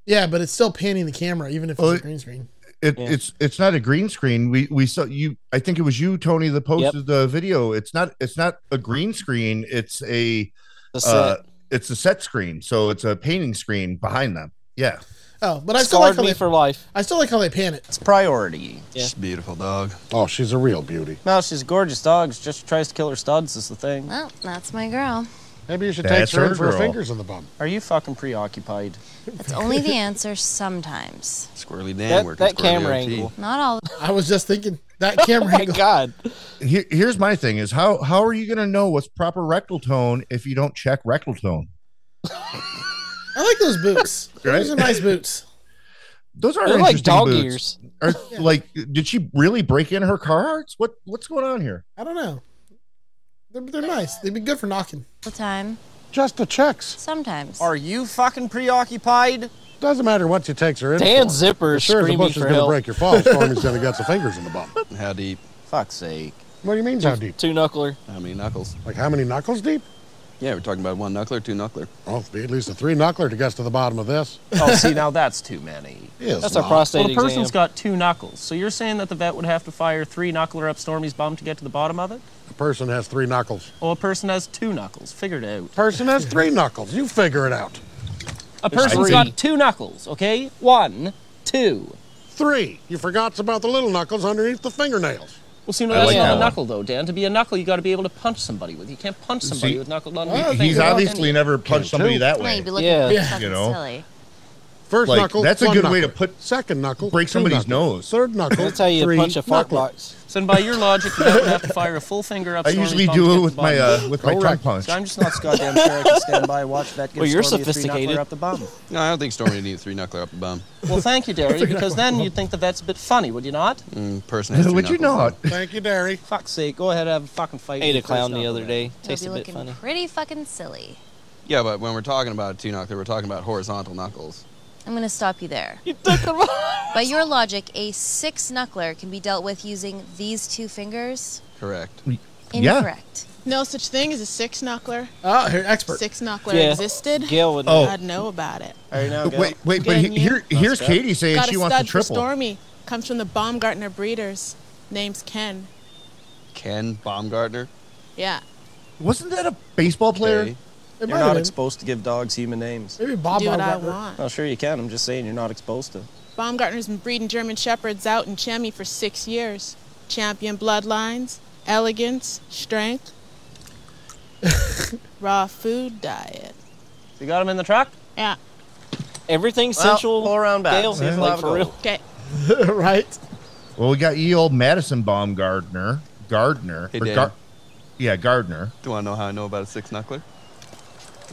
[SPEAKER 2] Yeah, but it's still panning the camera even if it's
[SPEAKER 3] Oh,
[SPEAKER 2] a
[SPEAKER 3] it-
[SPEAKER 2] green screen.
[SPEAKER 3] It,
[SPEAKER 1] Yeah.
[SPEAKER 3] It's it's not a green screen. We we saw you. I think it was you, Tony, that posted the video. It's not it's not a green screen. It's a
[SPEAKER 1] The set.
[SPEAKER 3] uh, it's a set screen. So it's a painting screen behind them. Yeah.
[SPEAKER 2] Oh, but I still like
[SPEAKER 1] Scarred
[SPEAKER 2] how
[SPEAKER 1] me
[SPEAKER 2] they
[SPEAKER 1] for life.
[SPEAKER 2] I still like how they pan it.
[SPEAKER 8] priority.
[SPEAKER 1] Yeah.
[SPEAKER 7] She's beautiful, dog.
[SPEAKER 5] Oh, she's a real beauty.
[SPEAKER 8] No, she's a gorgeous dog. She just tries to kill her studs is the thing.
[SPEAKER 9] Well, that's my girl.
[SPEAKER 5] Maybe you should
[SPEAKER 3] That's
[SPEAKER 5] take her,
[SPEAKER 3] her
[SPEAKER 5] in for her
[SPEAKER 3] girl.
[SPEAKER 5] fingers in the bum.
[SPEAKER 8] Are you fucking preoccupied?
[SPEAKER 9] That's only the answer sometimes.
[SPEAKER 7] Squirrely Dan
[SPEAKER 1] That,
[SPEAKER 7] working
[SPEAKER 1] that
[SPEAKER 7] squirrely
[SPEAKER 1] camera
[SPEAKER 7] OT.
[SPEAKER 1] angle.
[SPEAKER 9] Not all.
[SPEAKER 2] I was just thinking that camera
[SPEAKER 1] Oh My
[SPEAKER 2] angle.
[SPEAKER 1] God.
[SPEAKER 3] Here, here's my thing: is how how are you gonna know what's proper rectal tone if you don't check rectal tone?
[SPEAKER 2] I like those boots. Those
[SPEAKER 3] Right?
[SPEAKER 2] are nice boots.
[SPEAKER 3] Those are
[SPEAKER 1] They're like
[SPEAKER 3] interesting
[SPEAKER 1] dog
[SPEAKER 3] boots.
[SPEAKER 1] ears.
[SPEAKER 3] Are like, did she really break in her Carhartts? What what's going on here?
[SPEAKER 2] I don't know. They're, they're nice. They'd be good for knocking.
[SPEAKER 9] the time.
[SPEAKER 5] Just the checks.
[SPEAKER 9] Sometimes.
[SPEAKER 8] Are you fucking preoccupied?
[SPEAKER 5] Doesn't matter what you takes her in
[SPEAKER 1] Dan
[SPEAKER 5] for.
[SPEAKER 1] Zipper is
[SPEAKER 5] Sure, as the
[SPEAKER 1] screaming
[SPEAKER 5] bush is
[SPEAKER 1] for
[SPEAKER 5] going to
[SPEAKER 1] help.
[SPEAKER 5] break your fall. Stormy's going to get some fingers in the bum.
[SPEAKER 7] How deep?
[SPEAKER 8] Fuck's sake.
[SPEAKER 5] What do you mean, how deep?
[SPEAKER 1] Two knuckler.
[SPEAKER 7] How many knuckles?
[SPEAKER 5] Like how many knuckles deep?
[SPEAKER 7] Yeah, we're talking about one knuckler, two knuckler.
[SPEAKER 5] Oh, be at least a three knuckler to get to the bottom of this.
[SPEAKER 8] Oh, see, now that's too many.
[SPEAKER 5] Is
[SPEAKER 1] That's a
[SPEAKER 5] not.
[SPEAKER 1] prostate
[SPEAKER 10] well, the person's
[SPEAKER 1] exam.
[SPEAKER 10] got two knuckles. So you're saying that the vet would have to fire three knuckler up Stormy's bum to get to the bottom of it?
[SPEAKER 5] A person has three knuckles.
[SPEAKER 10] Well, a person has two knuckles. Figure it out.
[SPEAKER 5] Person has three knuckles. You figure it out.
[SPEAKER 10] A person's
[SPEAKER 1] three.
[SPEAKER 10] got two knuckles, okay? One, two.
[SPEAKER 5] Three. You forgot about the little knuckles underneath the fingernails.
[SPEAKER 10] Well, see, no,
[SPEAKER 3] I
[SPEAKER 10] that's
[SPEAKER 3] like that
[SPEAKER 10] not a
[SPEAKER 3] one.
[SPEAKER 10] knuckle, though, Dan. To be a knuckle, you got to be able to punch somebody with. You can't punch somebody
[SPEAKER 3] See,
[SPEAKER 10] with knuckles on
[SPEAKER 2] well,
[SPEAKER 10] your
[SPEAKER 3] He's
[SPEAKER 10] finger.
[SPEAKER 3] obviously never punched somebody
[SPEAKER 5] too.
[SPEAKER 3] that
[SPEAKER 9] No,
[SPEAKER 3] way.
[SPEAKER 9] you'd be looking
[SPEAKER 1] Yeah.
[SPEAKER 9] yeah.
[SPEAKER 2] Yeah.
[SPEAKER 9] fucking
[SPEAKER 3] You know.
[SPEAKER 9] silly.
[SPEAKER 5] First
[SPEAKER 3] Like,
[SPEAKER 5] knuckle.
[SPEAKER 3] that's a
[SPEAKER 5] one
[SPEAKER 3] good way to
[SPEAKER 5] knuckle.
[SPEAKER 3] put-
[SPEAKER 5] Second knuckle.
[SPEAKER 3] break
[SPEAKER 5] two
[SPEAKER 3] somebody's
[SPEAKER 5] knuckles.
[SPEAKER 3] nose.
[SPEAKER 5] Third knuckle.
[SPEAKER 1] That's how you
[SPEAKER 5] three
[SPEAKER 1] punch a fart
[SPEAKER 5] knuckle.
[SPEAKER 1] box.
[SPEAKER 10] So then by your logic, the vet would have to fire a full finger up
[SPEAKER 3] I
[SPEAKER 10] Stormy's
[SPEAKER 3] usually
[SPEAKER 10] bum to
[SPEAKER 3] do
[SPEAKER 10] get
[SPEAKER 3] it
[SPEAKER 10] to
[SPEAKER 3] with
[SPEAKER 10] the
[SPEAKER 3] my
[SPEAKER 10] bottom of
[SPEAKER 3] uh, with my tongue
[SPEAKER 5] Correct.
[SPEAKER 3] punch.
[SPEAKER 8] So I'm just not goddamn sure I can stand by and watch that. Give
[SPEAKER 1] Well, you're
[SPEAKER 8] Stormy a three
[SPEAKER 1] sophisticated.
[SPEAKER 8] knuckler up the bum.
[SPEAKER 7] No, I don't think Stormy needs three knuckler up the bum.
[SPEAKER 10] Well, thank you, Derry, because then you'd think the vet's a bit funny, would you not?
[SPEAKER 7] Mm, person has three
[SPEAKER 3] Would you
[SPEAKER 7] knuckles,
[SPEAKER 3] not?
[SPEAKER 5] Thank you, Derry.
[SPEAKER 8] Fuck's sake, go ahead and have a fucking fight.
[SPEAKER 1] Ate a
[SPEAKER 8] with your
[SPEAKER 1] clown
[SPEAKER 8] first
[SPEAKER 1] the other
[SPEAKER 8] knucklehead.
[SPEAKER 1] day.
[SPEAKER 9] You'll be
[SPEAKER 1] Tasted a bit
[SPEAKER 9] looking
[SPEAKER 1] funny.
[SPEAKER 9] pretty fucking silly.
[SPEAKER 7] though. Yeah, but when we're talking about two knuckler, we're talking about horizontal knuckles.
[SPEAKER 9] I'm going to stop you there. By your logic, a six knuckler can be dealt with using these two fingers.
[SPEAKER 7] Correct.
[SPEAKER 3] Yeah.
[SPEAKER 9] Incorrect.
[SPEAKER 11] No such thing as a six knuckler.
[SPEAKER 2] Oh, here, expert.
[SPEAKER 11] Six knuckler
[SPEAKER 1] Yeah.
[SPEAKER 11] existed.
[SPEAKER 1] Gail would.
[SPEAKER 3] Oh.
[SPEAKER 11] I'd know about it.
[SPEAKER 8] All right, now go.
[SPEAKER 3] Wait, wait, but
[SPEAKER 11] Good,
[SPEAKER 3] he-
[SPEAKER 11] yeah.
[SPEAKER 3] here here's Katie saying
[SPEAKER 11] Got
[SPEAKER 3] she
[SPEAKER 11] a
[SPEAKER 3] wants a
[SPEAKER 11] stud for
[SPEAKER 3] triple.
[SPEAKER 11] Stormy. Comes from the Baumgartner breeders. Name's Ken.
[SPEAKER 7] Ken Baumgartner.
[SPEAKER 11] Yeah.
[SPEAKER 3] Wasn't that a baseball player?
[SPEAKER 7] Okay.
[SPEAKER 2] It might
[SPEAKER 8] You're
[SPEAKER 2] have
[SPEAKER 8] not
[SPEAKER 2] been.
[SPEAKER 8] exposed to give dogs human names.
[SPEAKER 2] Maybe Bob
[SPEAKER 11] Do what I
[SPEAKER 2] Baumgartner.
[SPEAKER 11] want.
[SPEAKER 8] Well, sure you can. I'm just saying you're not exposed to.
[SPEAKER 11] Baumgartner's been breeding German Shepherds out in Chamois for six years. Champion bloodlines, elegance, strength, raw food diet.
[SPEAKER 10] You got him in the truck?
[SPEAKER 11] Yeah.
[SPEAKER 1] Everything
[SPEAKER 8] Well,
[SPEAKER 1] sensual.
[SPEAKER 8] pull around back.
[SPEAKER 1] Gail,
[SPEAKER 8] See if Lava
[SPEAKER 1] like for real.
[SPEAKER 8] goes.
[SPEAKER 11] Okay.
[SPEAKER 2] right?
[SPEAKER 3] Well, we got ye old Madison Baumgartner, Gardner,
[SPEAKER 7] Hey,
[SPEAKER 3] or
[SPEAKER 7] Dan.
[SPEAKER 3] Gar- yeah, Gardner.
[SPEAKER 7] Do you want to know how I know about a six knuckler?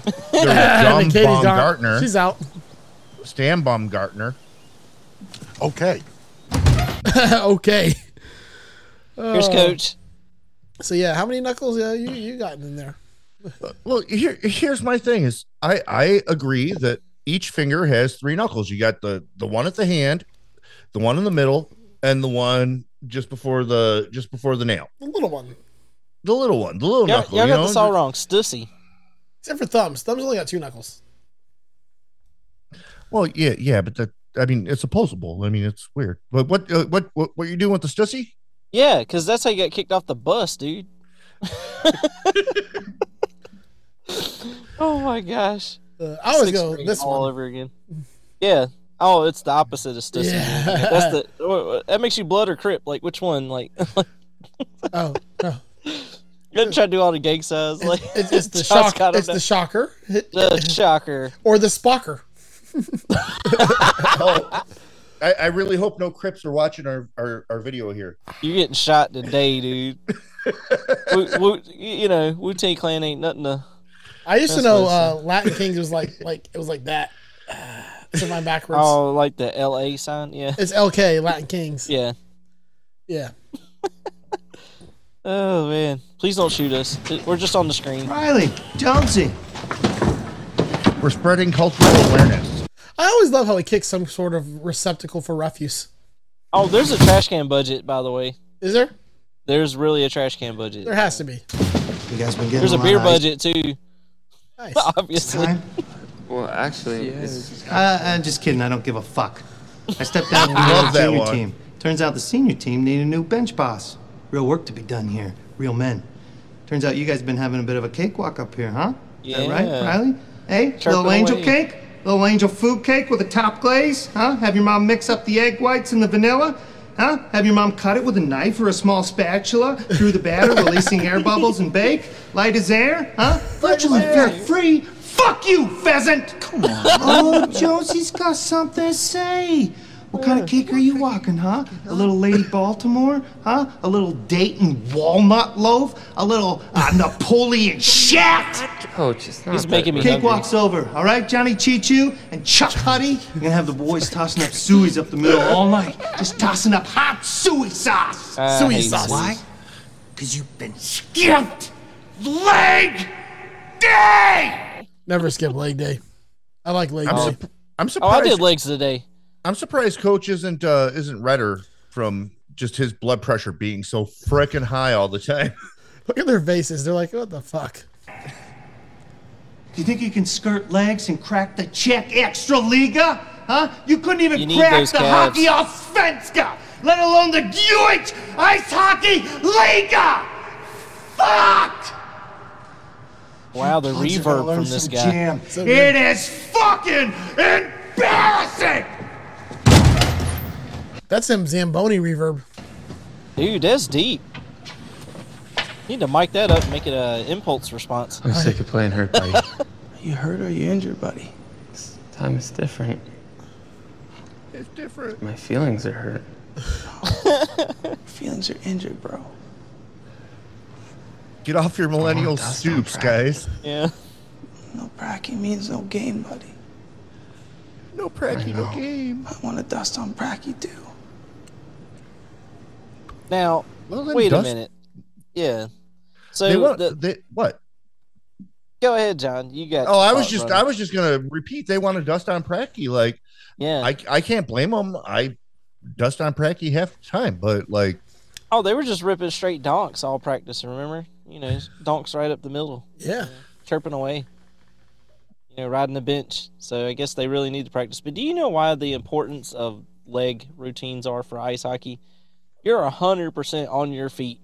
[SPEAKER 3] There was
[SPEAKER 2] And
[SPEAKER 3] John
[SPEAKER 2] then Katie's gone.
[SPEAKER 3] Baumgartner,
[SPEAKER 2] She's out.
[SPEAKER 3] Stan Baumgartner.
[SPEAKER 5] Okay.
[SPEAKER 2] okay. Oh.
[SPEAKER 1] Here's coach.
[SPEAKER 2] So yeah, how many knuckles uh, you you gotten in there?
[SPEAKER 3] Well, here here's my thing: is I I agree that each finger has three knuckles. You got the the one at the hand, the one in the middle, and the one just before the just before the nail.
[SPEAKER 2] The little one,
[SPEAKER 3] The little one, the little
[SPEAKER 1] Y'all,
[SPEAKER 3] knuckle.
[SPEAKER 1] y'all
[SPEAKER 3] you
[SPEAKER 1] got
[SPEAKER 3] know?
[SPEAKER 1] this all wrong. Stussy.
[SPEAKER 2] except for thumbs. Thumbs only got two knuckles.
[SPEAKER 3] Well, yeah, yeah, but that I mean, it's opposable. I mean, it's weird. But what uh, what what what you doing with the stussy?
[SPEAKER 1] Yeah, because that's how you got kicked off the bus, dude. oh my gosh.
[SPEAKER 2] Uh, I always
[SPEAKER 1] Sixth
[SPEAKER 2] go
[SPEAKER 1] grade
[SPEAKER 2] this
[SPEAKER 1] all
[SPEAKER 2] one.
[SPEAKER 1] over again. Yeah. Oh, it's the oh, opposite of stussy.
[SPEAKER 2] Yeah.
[SPEAKER 1] That's the that makes you blood or crip. Like which one? Like
[SPEAKER 2] Oh, no.
[SPEAKER 1] Didn't try to do all the gang signs. Like
[SPEAKER 2] It's, it's the shock. It's the shocker.
[SPEAKER 1] The shocker.
[SPEAKER 2] Or the spocker.
[SPEAKER 3] oh, I, I really hope no Crips are watching our, our, our video here.
[SPEAKER 1] You're getting shot today, dude. Wu, Wu, you know, Wu Tang Clan ain't nothing to.
[SPEAKER 2] I used to
[SPEAKER 1] mess
[SPEAKER 2] know
[SPEAKER 1] with, so-
[SPEAKER 2] uh, Latin Kings was like like it was like that. It's in my backwards.
[SPEAKER 1] Oh, like the L.A. sign, yeah.
[SPEAKER 2] It's LK Latin Kings.
[SPEAKER 1] Yeah.
[SPEAKER 2] Yeah.
[SPEAKER 1] Oh man, please don't shoot us. We're just on the screen.
[SPEAKER 3] Riley, Jonesy. We're spreading cultural awareness.
[SPEAKER 2] I always love how he kicks some sort of receptacle for refuse.
[SPEAKER 1] Oh, there's a trash can budget, by the way.
[SPEAKER 2] Is there?
[SPEAKER 1] There's really a trash can budget.
[SPEAKER 2] There has to be.
[SPEAKER 8] You guys been
[SPEAKER 1] There's a beer budget too.
[SPEAKER 2] Nice.
[SPEAKER 1] Obviously.
[SPEAKER 12] Well, actually, it's,
[SPEAKER 13] Uh, I'm just kidding. I don't give a fuck. I stepped down from the
[SPEAKER 12] Love
[SPEAKER 13] other
[SPEAKER 12] that
[SPEAKER 13] senior
[SPEAKER 12] one.
[SPEAKER 13] team. Turns out the senior team need a new bench boss. Real work to be done here. Real men. Turns out you guys been having a bit of a cakewalk up here, huh? Is that
[SPEAKER 12] Yeah.
[SPEAKER 13] right, Riley? Hey,
[SPEAKER 12] Chirping
[SPEAKER 13] little angel
[SPEAKER 12] away.
[SPEAKER 13] cake? Little angel food cake with a top glaze? Huh? Have your mom mix up the egg whites and the vanilla? Huh? Have your mom cut it with a knife or a small spatula through the batter, releasing air bubbles and bake? Light as air? Huh? Virtually fair free? Fuck you, pheasant! Come on. oh, Josie's got something to say. What kind of cake are you walking, huh? A little Lady Baltimore, huh? A little Dayton walnut loaf? A little uh, Napoleon shat?
[SPEAKER 12] coach, it's not.
[SPEAKER 13] He's making me Cakewalk's over, all right? Johnny Chichu and Chuck Huddy. We're gonna have the boys tossing up sueys up the middle all night. Just tossing up hot suey sauce.
[SPEAKER 12] I Suey hate sauce.
[SPEAKER 13] Why?
[SPEAKER 12] sueys.
[SPEAKER 13] Because you've been skipped leg day!
[SPEAKER 2] Never skip leg day. I like leg
[SPEAKER 3] I'm,
[SPEAKER 2] day.
[SPEAKER 3] sup-
[SPEAKER 1] Oh,
[SPEAKER 3] I'm surprised.
[SPEAKER 1] I did legs today.
[SPEAKER 3] I'm surprised Coach isn't uh, isn't redder from just his blood pressure being so freaking high all the time.
[SPEAKER 2] Look at their faces. They're like, what the fuck?
[SPEAKER 13] Do you think you can skirt legs and crack the Czech extra liga? Huh? You couldn't even
[SPEAKER 12] You need
[SPEAKER 13] crack
[SPEAKER 12] those
[SPEAKER 13] the
[SPEAKER 12] calves.
[SPEAKER 13] hockey offenska, let alone the Gewich ice hockey liga! Fuck!
[SPEAKER 1] Wow, the
[SPEAKER 13] Punch it, I'll
[SPEAKER 1] reverb
[SPEAKER 13] learn
[SPEAKER 1] from this
[SPEAKER 13] some
[SPEAKER 1] guy.
[SPEAKER 13] jam. it is fucking embarrassing!
[SPEAKER 2] That's him Zamboni reverb.
[SPEAKER 1] Dude, that's deep. Need to mic that up and make it a impulse response.
[SPEAKER 12] I'm sick of playing hurt, buddy. you hurt or you injured, buddy? This time is different.
[SPEAKER 3] It's different.
[SPEAKER 12] My feelings are hurt. feelings are injured, bro.
[SPEAKER 3] Get off your millennial
[SPEAKER 12] dust on
[SPEAKER 3] stoops, guys.
[SPEAKER 1] Yeah.
[SPEAKER 12] No bracky means no game, buddy.
[SPEAKER 3] No bracky, no game.
[SPEAKER 12] I want to dust on bracky too.
[SPEAKER 1] Now,
[SPEAKER 12] Well, then
[SPEAKER 1] wait
[SPEAKER 12] dust-
[SPEAKER 1] a minute. Yeah. So
[SPEAKER 3] They want-
[SPEAKER 1] the-
[SPEAKER 3] they- what?
[SPEAKER 1] Go ahead, John. You got.
[SPEAKER 3] Oh, I
[SPEAKER 1] the
[SPEAKER 3] was
[SPEAKER 1] thought,
[SPEAKER 3] just
[SPEAKER 1] brother.
[SPEAKER 3] I was just gonna repeat. They want to dust on Pracky. Like,
[SPEAKER 1] yeah,
[SPEAKER 3] I I can't blame them. I dust on Pracky half the time, but like,
[SPEAKER 1] Oh, they were just ripping straight donks all practice. Remember, you know, donks right up the middle.
[SPEAKER 2] Yeah.
[SPEAKER 1] chirping away. You know, riding the bench. So I guess they really need to practice. But do you know why the importance of leg routines are for ice hockey? You're hundred percent on your feet.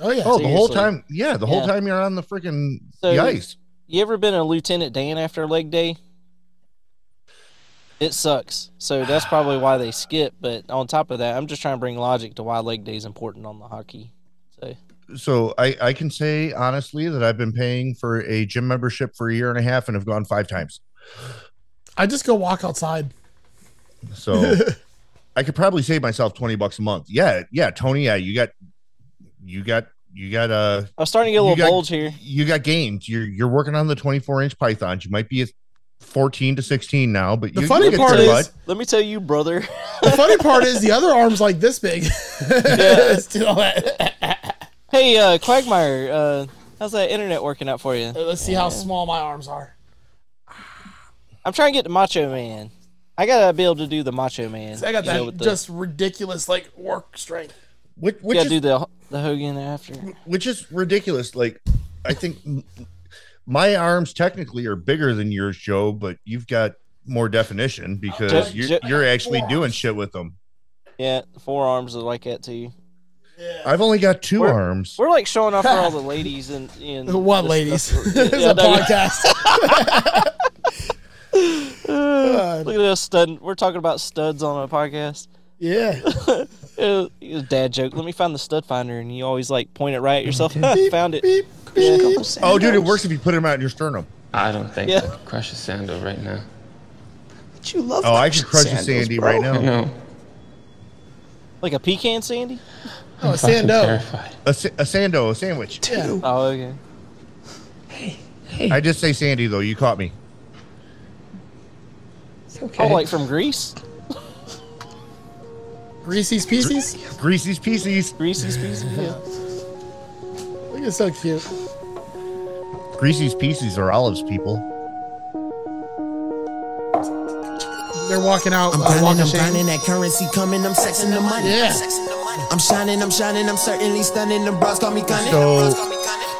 [SPEAKER 2] Oh yeah.
[SPEAKER 3] oh, the whole
[SPEAKER 1] Seriously.
[SPEAKER 3] time, yeah, the whole
[SPEAKER 1] Yeah.
[SPEAKER 3] time you're on the freaking
[SPEAKER 1] So
[SPEAKER 3] the ice.
[SPEAKER 1] You ever been a Lieutenant Dan after leg day? It sucks. So that's probably why they skip. But on top of that, I'm just trying to bring logic to why leg day is important on the hockey. So
[SPEAKER 3] So I I can say honestly that I've been paying for a gym membership for a year and a half and have gone five times.
[SPEAKER 2] I just go walk outside.
[SPEAKER 3] So I could probably save myself twenty bucks a month. Yeah, yeah, Tony. Yeah, you got you got you got uh
[SPEAKER 1] I'm starting to get a
[SPEAKER 3] You
[SPEAKER 1] little
[SPEAKER 3] got-
[SPEAKER 1] bulge here.
[SPEAKER 3] you got games. You're you're working on the 24 inch pythons. You might be at 14 to 16 now, but
[SPEAKER 2] The
[SPEAKER 3] you
[SPEAKER 2] funny
[SPEAKER 3] you get
[SPEAKER 2] part
[SPEAKER 3] there,
[SPEAKER 2] is-
[SPEAKER 3] bud.
[SPEAKER 1] Let me tell you, brother.
[SPEAKER 2] The funny part is the other arm's like this big. Let's do all that.
[SPEAKER 1] Hey, uh, Quagmire, uh, how's that internet working out for you?
[SPEAKER 2] Uh, Let's see how small my arms are.
[SPEAKER 1] I'm trying to get the Macho Man. I gotta be able to do the Macho Man.
[SPEAKER 2] See, I got
[SPEAKER 1] you know, with
[SPEAKER 2] that
[SPEAKER 1] the-
[SPEAKER 2] just ridiculous like work strength.
[SPEAKER 3] which,
[SPEAKER 1] you
[SPEAKER 3] which
[SPEAKER 1] gotta
[SPEAKER 3] is,
[SPEAKER 1] do the the Hogan after.
[SPEAKER 3] which is ridiculous. Like, I think m- my arms technically are bigger than yours, Joe, but you've got more definition because
[SPEAKER 1] Just-
[SPEAKER 3] you're,
[SPEAKER 1] ju-
[SPEAKER 3] you're actually doing shit with them.
[SPEAKER 1] Yeah, the forearms are like that too.
[SPEAKER 3] I've only got 2 arms.
[SPEAKER 1] We're like showing off for all the ladies and and
[SPEAKER 2] What
[SPEAKER 1] this-
[SPEAKER 2] ladies?
[SPEAKER 1] this-
[SPEAKER 2] It's
[SPEAKER 1] yeah,
[SPEAKER 2] a
[SPEAKER 1] no, yeah.
[SPEAKER 2] podcast.
[SPEAKER 1] Look at us stud. We're talking about studs on a podcast.
[SPEAKER 2] Yeah.
[SPEAKER 1] It was a dad joke. Let me find the stud finder, and you always like point it right at yourself. found it.
[SPEAKER 3] Oh, dude, it works if you put him out in your sternum.
[SPEAKER 12] I don't think
[SPEAKER 1] Yeah.
[SPEAKER 12] I could crush a sando right now.
[SPEAKER 1] But you love
[SPEAKER 3] Oh, I could crush a Sandy right now.
[SPEAKER 12] No.
[SPEAKER 1] Like a pecan Sandy?
[SPEAKER 2] Oh, a
[SPEAKER 12] I'm fucking
[SPEAKER 2] Sando.
[SPEAKER 12] terrified.
[SPEAKER 3] A, sa- a sando, a sandwich.
[SPEAKER 2] Yeah.
[SPEAKER 1] Oh, okay.
[SPEAKER 3] I just say Sandy though. You caught me.
[SPEAKER 1] Oh, like from Greece?
[SPEAKER 2] Reese's Pieces?
[SPEAKER 3] Greasy's pieces.
[SPEAKER 1] Reese's Pieces. Yeah.
[SPEAKER 2] Look, it's so cute.
[SPEAKER 3] Greasy's pieces are olives, people.
[SPEAKER 2] They're walking out.
[SPEAKER 14] I'm
[SPEAKER 2] uh, walk
[SPEAKER 14] grinding,
[SPEAKER 2] of
[SPEAKER 14] I'm
[SPEAKER 2] shame.
[SPEAKER 14] grinding, that currency coming, I'm sexing the money.
[SPEAKER 2] Yeah.
[SPEAKER 14] Sexing the money. I'm shining, I'm shining, I'm certainly stunning. The bros call me cunning.
[SPEAKER 3] So-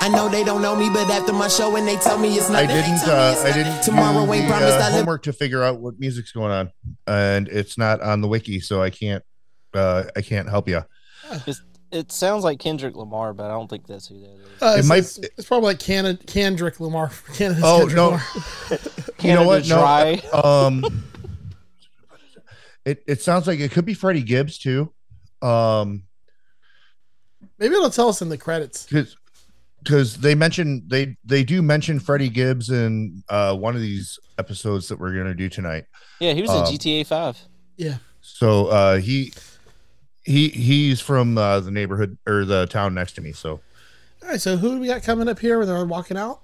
[SPEAKER 14] I know they don't know me, but after my show and they tell me it's
[SPEAKER 3] I
[SPEAKER 14] nothing.
[SPEAKER 3] didn't. Uh, I didn't do
[SPEAKER 14] Tomorrow ain't
[SPEAKER 3] the,
[SPEAKER 14] promised. I
[SPEAKER 3] uh,
[SPEAKER 14] live
[SPEAKER 3] homework to figure out what music's going on, and it's not on the wiki, so I can't. Uh, I can't help you.
[SPEAKER 1] It's, it sounds like Kendrick Lamar, but I don't think that's who that is.
[SPEAKER 2] Uh,
[SPEAKER 3] It
[SPEAKER 2] it's,
[SPEAKER 3] might-
[SPEAKER 2] it's, it's probably like Canada, Kendrick Lamar. Canada's
[SPEAKER 3] Oh,
[SPEAKER 2] Kendrick
[SPEAKER 3] no.
[SPEAKER 2] Lamar.
[SPEAKER 3] you know what? No,
[SPEAKER 1] Dry.
[SPEAKER 3] um, it it sounds like it could be Freddie Gibbs too, um,
[SPEAKER 2] Maybe it'll tell us in the credits.
[SPEAKER 3] because they mention they they do mention Freddie Gibbs in uh, one of these episodes that we're gonna do tonight.
[SPEAKER 1] Yeah, he was
[SPEAKER 3] Um,
[SPEAKER 1] in GTA 5.
[SPEAKER 2] Yeah.
[SPEAKER 3] So uh, he he he's from uh, the neighborhood or the town next to me. So
[SPEAKER 2] All right, so who do we got coming up here when they're walking out?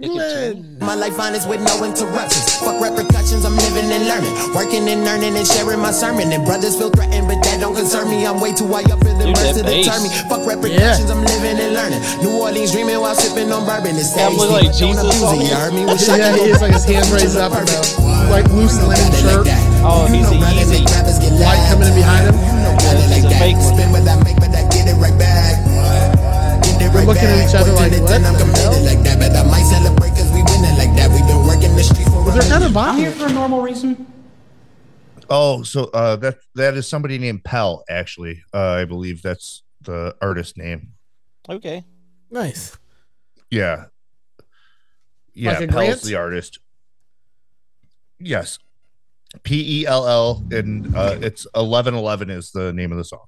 [SPEAKER 2] Glenn.
[SPEAKER 14] My life honest with no interruptions. Fuck repercussions, I'm living and learning. Working and earning and sharing my sermon. And brothers feel threatened, but that don't concern me. I'm way too high up in the
[SPEAKER 1] Dude,
[SPEAKER 14] birds to
[SPEAKER 1] that
[SPEAKER 14] deter
[SPEAKER 1] bass.
[SPEAKER 14] me. Fuck repercussions, I'm living and learning. New Orleans dreaming while sipping on bourbon. It's
[SPEAKER 1] That look like Jesus on
[SPEAKER 14] You
[SPEAKER 1] it.
[SPEAKER 14] heard me? Wish I
[SPEAKER 2] yeah,
[SPEAKER 14] could go
[SPEAKER 2] he is
[SPEAKER 14] back
[SPEAKER 2] like his
[SPEAKER 14] to
[SPEAKER 2] hands
[SPEAKER 14] the
[SPEAKER 2] raised
[SPEAKER 14] picture
[SPEAKER 2] up,
[SPEAKER 14] perfect.
[SPEAKER 2] though. Like loose linen shirt.
[SPEAKER 1] Oh, he's
[SPEAKER 14] know brothers
[SPEAKER 1] easy.
[SPEAKER 14] and rappers get
[SPEAKER 2] Light
[SPEAKER 14] loud.
[SPEAKER 2] coming in behind him.
[SPEAKER 1] It's a fake one.
[SPEAKER 14] Spin what I make, but I get it right back. Get it
[SPEAKER 2] We're
[SPEAKER 14] right
[SPEAKER 2] looking at
[SPEAKER 14] back.
[SPEAKER 2] each other
[SPEAKER 14] Work
[SPEAKER 2] like,
[SPEAKER 14] till the
[SPEAKER 2] what
[SPEAKER 14] done, I'm
[SPEAKER 2] the
[SPEAKER 14] committed like that, but I might celebrate 'cause we winning like that. We've been working the street for a
[SPEAKER 2] They're kind
[SPEAKER 14] minute.
[SPEAKER 2] of violent.
[SPEAKER 6] for a normal reason.
[SPEAKER 3] oh, so uh, that that is somebody named Pell. Actually, uh, I believe that's the artist name.
[SPEAKER 1] Okay.
[SPEAKER 2] Nice.
[SPEAKER 3] Yeah, yeah,
[SPEAKER 2] Like a Grant?
[SPEAKER 3] Pell's the artist. Yes, P E L L, and uh, it's eleven eleven is the name of the song.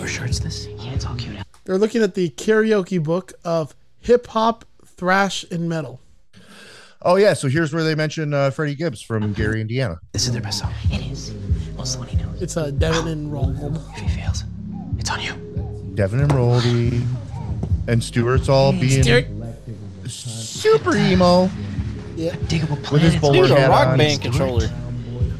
[SPEAKER 14] For sure, it's this. Yeah, it's all cute.
[SPEAKER 2] They're looking at the karaoke book of hip hop, thrash, and metal.
[SPEAKER 3] Oh yeah, so here's where they mention uh, Freddie Gibbs from Gary, Indiana.
[SPEAKER 12] This is their best song. It is. Well, Sony knows.
[SPEAKER 2] It's a Devin and Roll.
[SPEAKER 12] If he fails, it's on you.
[SPEAKER 3] Devin and Roldy, and Stewart's all being
[SPEAKER 2] Stuart.
[SPEAKER 3] super emo.
[SPEAKER 2] Yeah.
[SPEAKER 12] Diggable
[SPEAKER 3] With
[SPEAKER 12] planets.
[SPEAKER 3] his bowler
[SPEAKER 1] Dude's a
[SPEAKER 3] hat
[SPEAKER 1] rock
[SPEAKER 3] on.
[SPEAKER 1] band controller.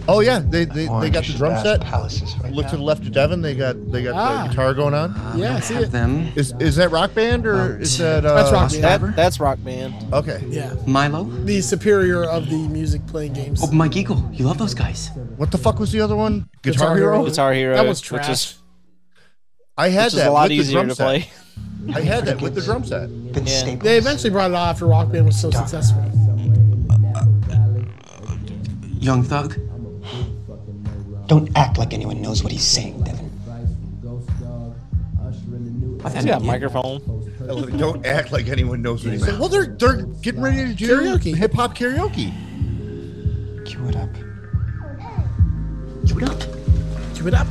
[SPEAKER 3] Oh yeah, they they, they got the drum set.
[SPEAKER 12] Palaces right
[SPEAKER 3] Look to the left of Devon. They got they got
[SPEAKER 2] Ah.
[SPEAKER 3] the guitar going on.
[SPEAKER 2] Yeah, I see it.
[SPEAKER 12] Them.
[SPEAKER 3] Is is that rock band or is that uh,
[SPEAKER 2] That's rock band.
[SPEAKER 1] That, that's rock band.
[SPEAKER 3] Okay,
[SPEAKER 2] Yeah.
[SPEAKER 12] Milo.
[SPEAKER 2] The superior of the music playing games.
[SPEAKER 12] Oh, Mike Eagle. You love those guys.
[SPEAKER 3] what the fuck was the other one? Guitar,
[SPEAKER 2] Guitar
[SPEAKER 3] Hero.
[SPEAKER 2] Hero.
[SPEAKER 1] Guitar Hero.
[SPEAKER 2] That was
[SPEAKER 1] Which is,
[SPEAKER 2] trash.
[SPEAKER 3] I
[SPEAKER 1] which
[SPEAKER 3] had
[SPEAKER 1] is
[SPEAKER 3] that
[SPEAKER 1] a lot
[SPEAKER 3] with the
[SPEAKER 1] easier
[SPEAKER 3] drum
[SPEAKER 1] to
[SPEAKER 3] set.
[SPEAKER 1] play.
[SPEAKER 3] I had that with the drum set.
[SPEAKER 12] Vince
[SPEAKER 1] Yeah.
[SPEAKER 12] Staples.
[SPEAKER 2] They eventually brought it off after Rock Band was so successful.
[SPEAKER 12] Young Thug. Don't act like anyone knows what he's saying, Devin.
[SPEAKER 1] He's got a microphone.
[SPEAKER 3] Don't act like anyone knows what he's saying. Well, they're they're getting ready to do
[SPEAKER 2] Karaoke.
[SPEAKER 3] hip hop karaoke.
[SPEAKER 12] Cue it up. Cue it up.
[SPEAKER 2] Give it up.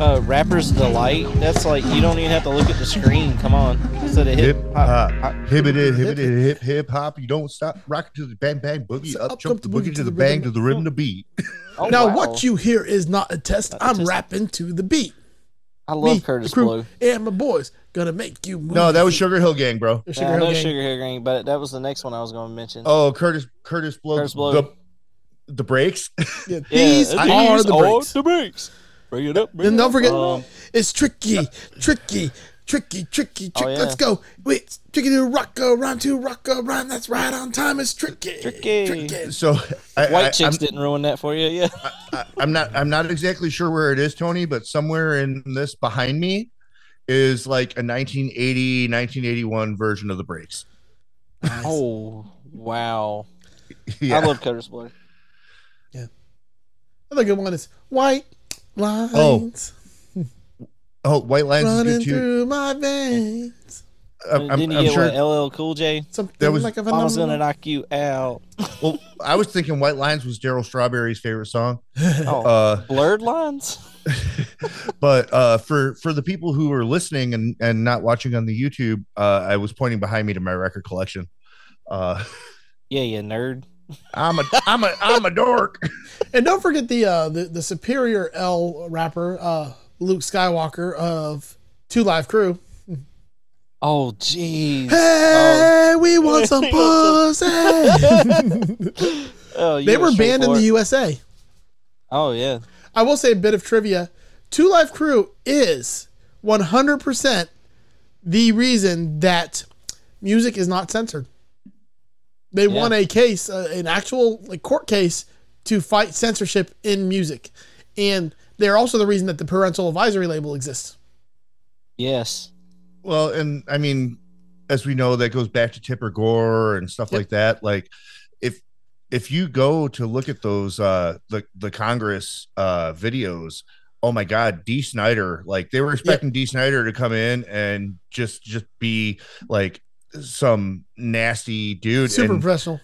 [SPEAKER 1] Uh, Rapper's Delight. That's like, you don't even have to look at the screen. Come on. Instead of hip
[SPEAKER 3] Hip
[SPEAKER 1] hop.
[SPEAKER 3] hop, hip it is, hip it is, hip hip hop. You don't stop rocking to the bang bang boogie,
[SPEAKER 2] So
[SPEAKER 3] up, jump the boogie to the bang to the rhythm to beat.
[SPEAKER 1] Oh,
[SPEAKER 2] now,
[SPEAKER 1] wow.
[SPEAKER 2] what you hear is not a test. I'm rapping to the beat.
[SPEAKER 1] I love
[SPEAKER 2] Me,
[SPEAKER 1] Curtis
[SPEAKER 2] the crew,
[SPEAKER 1] Blow.
[SPEAKER 2] and my boys gonna make you move.
[SPEAKER 3] No, that was Sugar Hill Gang, bro.
[SPEAKER 2] Sugar
[SPEAKER 1] Yeah, I
[SPEAKER 2] Hill
[SPEAKER 1] know
[SPEAKER 2] Gang.
[SPEAKER 1] Sugar Hill Gang, but that was the next one I was going to mention.
[SPEAKER 3] Oh, Curtis Curtis Blow.
[SPEAKER 1] Curtis Blow.
[SPEAKER 3] The, the breaks.
[SPEAKER 1] Yeah,
[SPEAKER 2] Yeah, these
[SPEAKER 1] these
[SPEAKER 2] are the breaks.
[SPEAKER 1] the breaks. Bring it up. bring
[SPEAKER 2] And
[SPEAKER 1] it
[SPEAKER 2] don't
[SPEAKER 1] up.
[SPEAKER 2] forget,
[SPEAKER 1] Um,
[SPEAKER 2] it's tricky, tricky, tricky, tricky, tricky.
[SPEAKER 1] Oh, yeah.
[SPEAKER 2] Let's go. Wait, tricky to rock, go rhyme to rock, go rhyme. That's right on time. It's tricky.
[SPEAKER 1] Tricky.
[SPEAKER 3] So I,
[SPEAKER 1] White
[SPEAKER 3] I,
[SPEAKER 1] chicks
[SPEAKER 3] I'm,
[SPEAKER 1] didn't ruin that for you, yeah.
[SPEAKER 3] I, I'm not I'm not exactly sure where it is, Tony, but somewhere in this behind me is like a 1980 1981 version of the breaks.
[SPEAKER 1] oh wow!
[SPEAKER 3] Yeah.
[SPEAKER 1] I love Curtis Blow.
[SPEAKER 2] Another good one is white lines
[SPEAKER 3] oh, White Lines is
[SPEAKER 2] running
[SPEAKER 3] good too.
[SPEAKER 2] through my veins.
[SPEAKER 3] I'm, I'm,
[SPEAKER 1] Didn't you
[SPEAKER 3] I'm
[SPEAKER 1] get
[SPEAKER 3] sure.
[SPEAKER 1] what, LL Cool J?
[SPEAKER 2] Something
[SPEAKER 3] That was- like a
[SPEAKER 1] I was gonna
[SPEAKER 3] phenomenon.
[SPEAKER 1] knock you out.
[SPEAKER 3] well, I was thinking White Lines was Daryl Strawberry's favorite song.
[SPEAKER 1] Oh,
[SPEAKER 3] Uh,
[SPEAKER 1] blurred lines.
[SPEAKER 3] but uh, for for the people who are listening and and not watching on the YouTube, uh, I was pointing behind me to my record collection. Uh,
[SPEAKER 1] yeah, you nerd.
[SPEAKER 3] I'm a I'm a I'm a dork.
[SPEAKER 2] And don't forget the uh, the, the superior L rapper, uh, Luke Skywalker of Two Live Crew.
[SPEAKER 1] Oh, jeez.
[SPEAKER 2] Hey, we want some pussy.
[SPEAKER 1] Oh, you
[SPEAKER 2] they
[SPEAKER 1] were
[SPEAKER 2] were banned in
[SPEAKER 1] straightforward.
[SPEAKER 2] the USA.
[SPEAKER 1] Oh yeah.
[SPEAKER 2] I will say a bit of trivia. Two Life Crew is 100% the reason that music is not censored. They
[SPEAKER 1] Yeah.
[SPEAKER 2] won a case, uh, an actual like court case to fight censorship in music. And they're also the reason that the parental advisory label exists.
[SPEAKER 1] Yes.
[SPEAKER 3] Well, and I mean, as we know, that goes back to Tipper Gore and stuff like that. Like, if if you go to look at those uh the the Congress uh videos, oh my God, D. Snyder, like they were expecting D. Snyder to come in and just just be like some nasty dude.
[SPEAKER 2] Super
[SPEAKER 3] and
[SPEAKER 2] professional.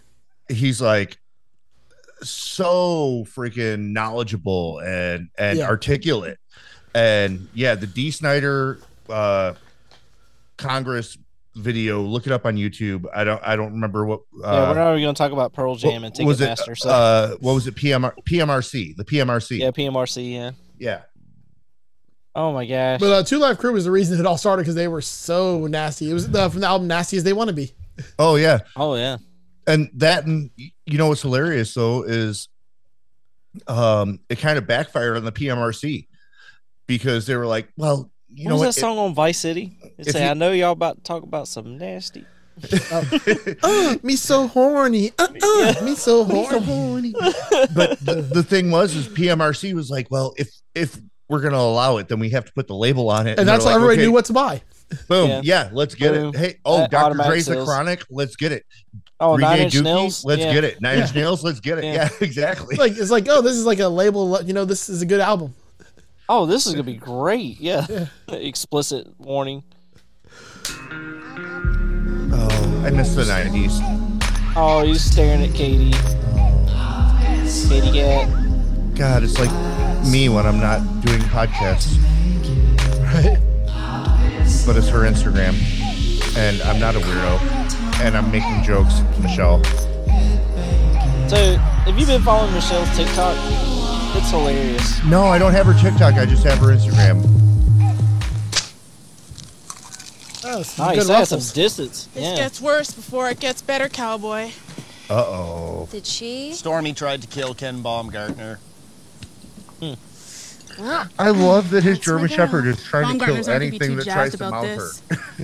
[SPEAKER 3] he's like so freaking knowledgeable and and
[SPEAKER 2] Yeah.
[SPEAKER 3] articulate and yeah the d snyder uh congress video look it up on youtube i don't i don't remember what uh,
[SPEAKER 1] yeah, we're not even gonna talk about Pearl
[SPEAKER 3] what-
[SPEAKER 1] Jam and
[SPEAKER 3] what was it
[SPEAKER 1] Ticketmaster. So
[SPEAKER 3] uh what was it pmr pmrc the pmrc
[SPEAKER 1] yeah, PMRC. Yeah.
[SPEAKER 3] Yeah.
[SPEAKER 1] Oh my gosh.
[SPEAKER 2] But uh, Two Life Crew was the reason it all started because they were so nasty. It was uh, from the album Nasty as They Want to Be.
[SPEAKER 3] oh yeah
[SPEAKER 1] oh yeah
[SPEAKER 3] and that and you know what's hilarious though is um it kind of backfired on the pmrc because they were like well you
[SPEAKER 1] what
[SPEAKER 3] know
[SPEAKER 1] was
[SPEAKER 3] what?
[SPEAKER 1] that song on Vice City? It
[SPEAKER 3] if
[SPEAKER 1] said,
[SPEAKER 3] you-
[SPEAKER 1] "I know y'all about to talk about some nasty."
[SPEAKER 2] Uh, me so horny. Uh, uh, me so horny.
[SPEAKER 3] but the, the thing was is PMRC was like, well, if if we're gonna allow it, then we have to put the label on it.
[SPEAKER 2] And that's
[SPEAKER 3] they're
[SPEAKER 2] how
[SPEAKER 3] like,
[SPEAKER 2] everybody
[SPEAKER 3] okay,
[SPEAKER 2] knew what to buy.
[SPEAKER 3] Boom,
[SPEAKER 2] Yeah.
[SPEAKER 3] yeah, let's get
[SPEAKER 2] Boom.
[SPEAKER 3] it. Hey, oh,
[SPEAKER 2] That
[SPEAKER 3] Dr.
[SPEAKER 2] automatic
[SPEAKER 3] Dre's the
[SPEAKER 2] sales.
[SPEAKER 3] Chronic, let's get it.
[SPEAKER 1] Oh,
[SPEAKER 3] Green
[SPEAKER 1] Nine
[SPEAKER 3] Day
[SPEAKER 1] Inch
[SPEAKER 3] Dookie,
[SPEAKER 1] Nails?
[SPEAKER 3] let's
[SPEAKER 1] Yeah.
[SPEAKER 3] get it. Nine Inch
[SPEAKER 1] Yeah.
[SPEAKER 3] Nails, let's get it.
[SPEAKER 1] Yeah.
[SPEAKER 3] Yeah, exactly.
[SPEAKER 2] like it's like oh this is like a label you know this is a good album
[SPEAKER 1] Oh, this is gonna be great. Yeah. Explicit warning.
[SPEAKER 3] oh, I miss the nineties.
[SPEAKER 1] Oh, he's staring at Katie. Katie cat.
[SPEAKER 3] God, it's like me when I'm not doing podcasts. Right. But it's her Instagram, and I'm not a weirdo, and I'm making jokes, Michelle.
[SPEAKER 1] So, have you been following Michelle's TikTok? It's hilarious.
[SPEAKER 3] No, I don't have her TikTok. I just have her Instagram.
[SPEAKER 2] Oh,
[SPEAKER 1] Nice. That has some distance.
[SPEAKER 11] This
[SPEAKER 1] yeah.
[SPEAKER 11] gets worse before it gets better, cowboy.
[SPEAKER 3] Uh oh.
[SPEAKER 9] Did she?
[SPEAKER 15] Stormy tried to kill Ken Baumgartner.
[SPEAKER 10] Hmm.
[SPEAKER 3] I love that his German
[SPEAKER 11] girl.
[SPEAKER 3] Shepherd is trying to
[SPEAKER 11] Baumgartner's
[SPEAKER 3] kill
[SPEAKER 11] not gonna be
[SPEAKER 3] anything
[SPEAKER 11] too
[SPEAKER 3] that
[SPEAKER 11] jazzed
[SPEAKER 3] tries to
[SPEAKER 11] about
[SPEAKER 3] mount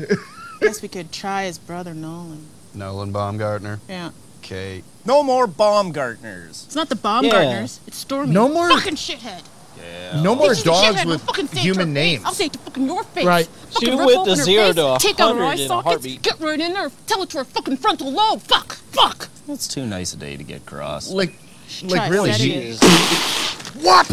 [SPEAKER 11] this. Guess we could try his brother Nolan.
[SPEAKER 7] Nolan Baumgartner.
[SPEAKER 11] Yeah.
[SPEAKER 7] Okay.
[SPEAKER 15] No more Baumgartners.
[SPEAKER 11] It's not the Baumgartners. It's Stormy.
[SPEAKER 15] No more-
[SPEAKER 11] fucking shithead.
[SPEAKER 15] Yeah.
[SPEAKER 3] No more
[SPEAKER 11] Bitch, you
[SPEAKER 3] dogs
[SPEAKER 11] shithead,
[SPEAKER 3] with
[SPEAKER 11] I'll fucking Oh, say it to
[SPEAKER 3] human
[SPEAKER 11] her face.
[SPEAKER 3] names.
[SPEAKER 11] I'll say it to fucking your face.
[SPEAKER 3] Right.
[SPEAKER 11] Fucking
[SPEAKER 3] She
[SPEAKER 11] rip
[SPEAKER 3] went
[SPEAKER 11] open
[SPEAKER 3] to
[SPEAKER 11] her
[SPEAKER 3] zero
[SPEAKER 11] face,
[SPEAKER 3] to a
[SPEAKER 11] Take out her
[SPEAKER 3] hundred
[SPEAKER 11] eye
[SPEAKER 3] in a
[SPEAKER 11] sockets.
[SPEAKER 3] heartbeat.
[SPEAKER 11] Get right in there. Tell it to her fucking frontal lobe. Fuck. Fuck.
[SPEAKER 15] It's too nice a day to get cross.
[SPEAKER 3] Like,
[SPEAKER 11] like, Try really, she-
[SPEAKER 5] What?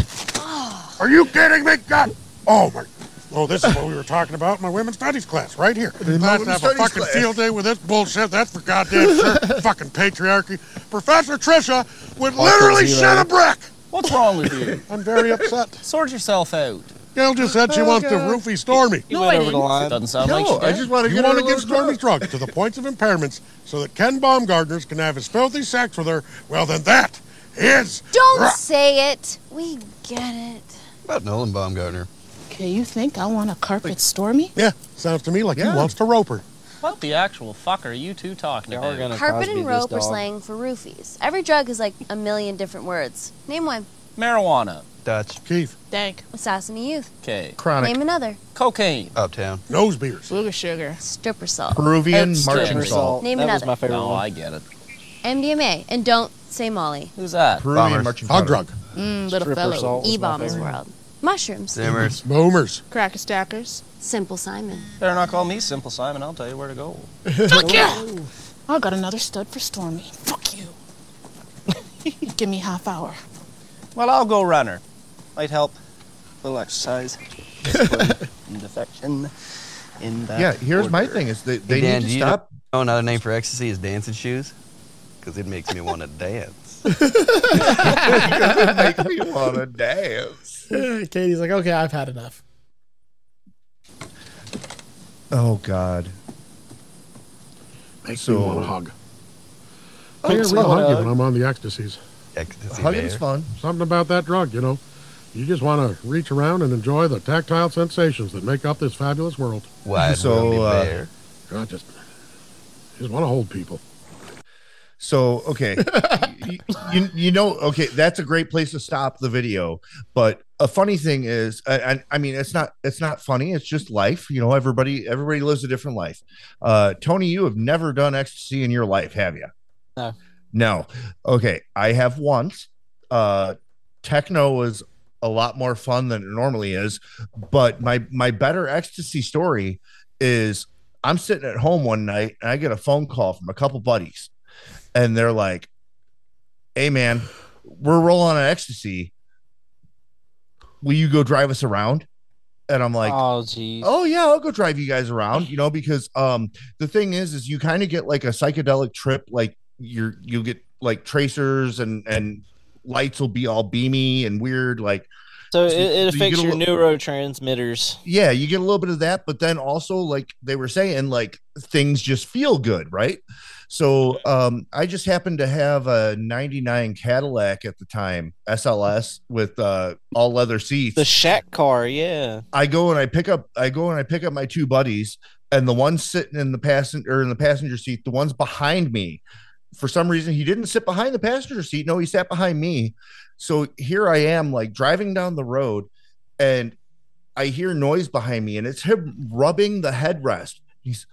[SPEAKER 5] Are you kidding me? God! Oh my! Oh, this is what we were talking about in my women's studies class, right here.
[SPEAKER 3] In my
[SPEAKER 5] Class
[SPEAKER 3] women's
[SPEAKER 5] have a
[SPEAKER 3] studies
[SPEAKER 5] fucking
[SPEAKER 3] class.
[SPEAKER 5] field day with this bullshit. That's for goddamn sure. fucking patriarchy. Professor Trisha would
[SPEAKER 15] Awful
[SPEAKER 5] literally
[SPEAKER 15] zero.
[SPEAKER 5] shed a brick.
[SPEAKER 15] What's wrong with you?
[SPEAKER 5] I'm very upset.
[SPEAKER 15] Sort yourself out.
[SPEAKER 5] Gail just said she
[SPEAKER 15] Oh,
[SPEAKER 5] wants to
[SPEAKER 15] God.
[SPEAKER 5] roofie Stormy.
[SPEAKER 15] You No, went I over the didn't. line. Doesn't sound like she did.
[SPEAKER 5] wanna
[SPEAKER 15] You
[SPEAKER 5] get
[SPEAKER 15] wanna
[SPEAKER 5] her
[SPEAKER 15] get
[SPEAKER 5] give Stormy drugs to the points of impairments so that Ken Baumgartner's can have his filthy sex with her. Well, then that is.
[SPEAKER 9] Don't
[SPEAKER 5] Ra-
[SPEAKER 9] say it. We get it.
[SPEAKER 7] About Nolan Baumgartner.
[SPEAKER 11] Okay, you think I want to carpet Stormy?
[SPEAKER 5] Yeah, sounds to me like
[SPEAKER 11] Yeah.
[SPEAKER 5] he wants to rope her.
[SPEAKER 10] What the actual fuck are you two talking about?
[SPEAKER 9] Carpet and rope are slang for roofies. Every drug is like a million different words. Name one.
[SPEAKER 15] Marijuana.
[SPEAKER 7] Dutch.
[SPEAKER 5] Keith.
[SPEAKER 11] Dank.
[SPEAKER 9] Assassin of youth.
[SPEAKER 15] Okay.
[SPEAKER 9] Name another.
[SPEAKER 15] Cocaine.
[SPEAKER 7] Uptown.
[SPEAKER 5] Nose beers.
[SPEAKER 11] Luger sugar.
[SPEAKER 9] Stripper salt.
[SPEAKER 3] Peruvian
[SPEAKER 9] Oat
[SPEAKER 3] marching
[SPEAKER 9] stripper
[SPEAKER 3] salt.
[SPEAKER 9] Name another.
[SPEAKER 15] no, I get it.
[SPEAKER 9] MDMA. And don't say Molly.
[SPEAKER 15] Who's that?
[SPEAKER 3] Peruvian marching
[SPEAKER 5] Hog drug.
[SPEAKER 9] Mm, little fellow. E-bombers world. Mushrooms.
[SPEAKER 7] Zimmers.
[SPEAKER 5] Boomers.
[SPEAKER 11] Cracker stackers.
[SPEAKER 9] Simple Simon.
[SPEAKER 15] Better not call me Simple Simon. I'll tell you where to go.
[SPEAKER 11] Fuck you! Oh. I got another stud for Stormy. Fuck you. Give me half hour.
[SPEAKER 15] Well, I'll go runner. Might help. A little exercise. Discipline and affection. in that.
[SPEAKER 3] yeah, here's my
[SPEAKER 15] order.
[SPEAKER 3] thing is they,
[SPEAKER 7] Hey,
[SPEAKER 3] they
[SPEAKER 7] Dan,
[SPEAKER 3] need
[SPEAKER 7] do
[SPEAKER 3] to
[SPEAKER 7] you know-
[SPEAKER 3] stop.
[SPEAKER 7] know another name for ecstasy is dancing shoes, because it makes me want to dance.
[SPEAKER 3] Make me wanna dance.
[SPEAKER 2] Katie's like, okay, I've had enough.
[SPEAKER 3] Oh God.
[SPEAKER 5] Makes
[SPEAKER 3] So-
[SPEAKER 5] me want to hug.
[SPEAKER 3] Oh,
[SPEAKER 5] Makes
[SPEAKER 3] yeah,
[SPEAKER 5] me
[SPEAKER 3] well,
[SPEAKER 5] hug you
[SPEAKER 3] uh,
[SPEAKER 5] when I'm on the ecstasies.
[SPEAKER 7] Ecstasy
[SPEAKER 3] Hugging's
[SPEAKER 7] bear.
[SPEAKER 3] fun.
[SPEAKER 5] Something about that drug, you know. You just want to reach around and enjoy the tactile sensations that make up this fabulous world.
[SPEAKER 3] Wide So, world uh, affair.
[SPEAKER 5] I just, just want to hold people.
[SPEAKER 3] So okay, you, you you know okay that's a great place to stop the video. But a funny thing is, I, I, I mean it's not it's not funny. It's just life. You know everybody everybody lives a different life. Uh, Tony, you have never done ecstasy in your life, have you?
[SPEAKER 1] No.
[SPEAKER 3] No. Okay, I have once. Uh, techno was a lot more fun than it normally is, but my my better ecstasy story is I'm sitting at home one night and I get a phone call from a couple buddies, and they're like, "Hey man, we're rolling on ecstasy. Will you go drive us around?" And I'm like,
[SPEAKER 1] oh, geez.
[SPEAKER 3] Oh yeah, I'll go drive you guys around, you know, because um the thing is is you kind of get like a psychedelic trip like you're you'll get like tracers and and lights will be all beamy and weird like
[SPEAKER 1] So it,
[SPEAKER 3] so
[SPEAKER 1] it
[SPEAKER 3] you get
[SPEAKER 1] affects
[SPEAKER 3] a
[SPEAKER 1] your
[SPEAKER 3] lo-
[SPEAKER 1] neurotransmitters.
[SPEAKER 3] yeah, you get a little bit of that, but then also like they were saying, like things just feel good, right? So um, I just happened to have a '99 Cadillac at the time, SLS with uh, all leather seats. The
[SPEAKER 1] shack car, yeah.
[SPEAKER 3] I go and I pick up, I go and I pick up my two buddies, and the one sitting in the passenger in the passenger seat, the one's behind me. For some reason, he didn't sit behind the passenger seat. No, he sat behind me. So here I am, like driving down the road, and I hear noise behind me, and it's him rubbing the headrest. He's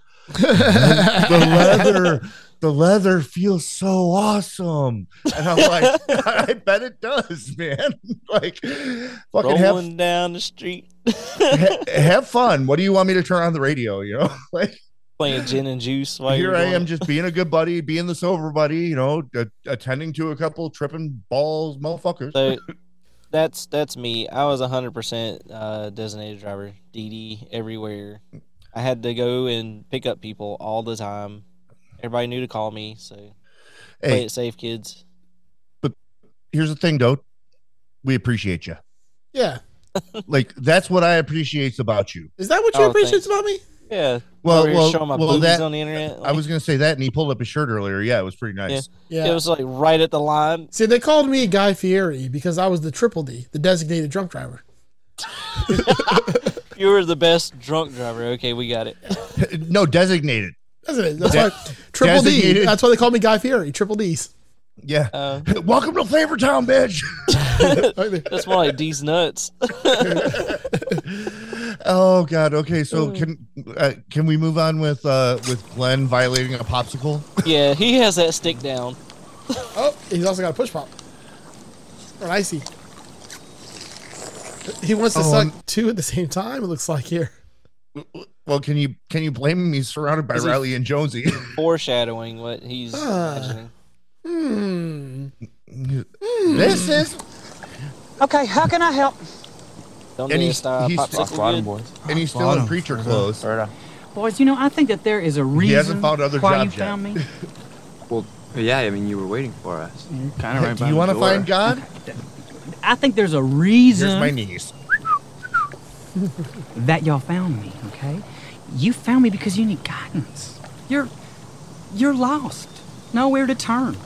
[SPEAKER 3] the leather, the leather feels so awesome, and I'm like, I bet it does, man. like, fucking
[SPEAKER 1] Rolling
[SPEAKER 3] have
[SPEAKER 1] down the street,
[SPEAKER 3] ha- have fun. What do you want me to turn on the radio? You know, like
[SPEAKER 1] playing gin and juice. While
[SPEAKER 3] here
[SPEAKER 1] you're
[SPEAKER 3] I
[SPEAKER 1] doing
[SPEAKER 3] am,
[SPEAKER 1] it.
[SPEAKER 3] just being a good buddy, being the sober buddy. You know, a- attending to a couple tripping balls, motherfuckers.
[SPEAKER 1] So that's that's me. I was hundred percent uh, designated driver, DD everywhere. I had to go and pick up people all the time. Everybody knew to call me, so play
[SPEAKER 3] Hey.
[SPEAKER 1] it safe, kids.
[SPEAKER 3] Here's the thing, though. We appreciate you.
[SPEAKER 2] Yeah.
[SPEAKER 3] Like that's what I appreciate about you.
[SPEAKER 2] Is that what you
[SPEAKER 1] Oh,
[SPEAKER 2] appreciate
[SPEAKER 1] thanks.
[SPEAKER 2] about me?
[SPEAKER 1] Yeah.
[SPEAKER 3] Well,
[SPEAKER 1] Over here
[SPEAKER 3] well,
[SPEAKER 1] showing my
[SPEAKER 3] well,
[SPEAKER 1] boobies
[SPEAKER 3] that-
[SPEAKER 1] on the internet.
[SPEAKER 3] I was gonna say that, and he pulled up his shirt earlier. Yeah, it was pretty
[SPEAKER 1] yeah.
[SPEAKER 3] nice.
[SPEAKER 2] Yeah.
[SPEAKER 1] It was like right at the line.
[SPEAKER 2] See, they called me Guy Fieri because I was the triple D, the designated drunk driver.
[SPEAKER 1] You were the best drunk driver. Okay, we got it.
[SPEAKER 3] No, designated.
[SPEAKER 2] Isn't it? That's
[SPEAKER 3] De-
[SPEAKER 2] why triple D.
[SPEAKER 3] designated-
[SPEAKER 2] That's why they call me Guy Fieri. Triple D's.
[SPEAKER 3] Yeah.
[SPEAKER 1] Uh,
[SPEAKER 3] Welcome to Flavor Town, bitch.
[SPEAKER 1] that's more like D's nuts.
[SPEAKER 3] oh God. Okay. So can uh, can we move on with uh, with Glenn violating a popsicle?
[SPEAKER 1] yeah, he has that stick down.
[SPEAKER 2] Oh, he's also got a push pop. Or an icy. He wants to
[SPEAKER 3] Oh,
[SPEAKER 2] suck
[SPEAKER 3] um,
[SPEAKER 2] two at the same time. It looks like here.
[SPEAKER 3] Well, can you can you blame him? He's surrounded by
[SPEAKER 1] Is he-
[SPEAKER 3] Riley and Jonesy. Ah.
[SPEAKER 1] Foreshadowing what he's imagining.
[SPEAKER 2] Hmm.
[SPEAKER 3] this is
[SPEAKER 16] Okay, how can I help?
[SPEAKER 1] Don't
[SPEAKER 3] and
[SPEAKER 1] need
[SPEAKER 3] he's,
[SPEAKER 1] to stop.
[SPEAKER 3] he's
[SPEAKER 1] Popsicle
[SPEAKER 3] still,
[SPEAKER 1] good.
[SPEAKER 3] and he's still in
[SPEAKER 16] Bottom.
[SPEAKER 3] preacher clothes.
[SPEAKER 16] Boys, you know, I think that there is a reason
[SPEAKER 3] He hasn't found other
[SPEAKER 16] why
[SPEAKER 3] job
[SPEAKER 16] you
[SPEAKER 3] yet.
[SPEAKER 16] found me.
[SPEAKER 17] Well, yeah, I mean, you were waiting for us. Kind
[SPEAKER 3] Hey, do you want to find God?
[SPEAKER 16] I think there's a reason
[SPEAKER 3] Here's my niece.
[SPEAKER 16] that y'all found me, okay? You found me because you need guidance. You're you're lost. Nowhere to turn.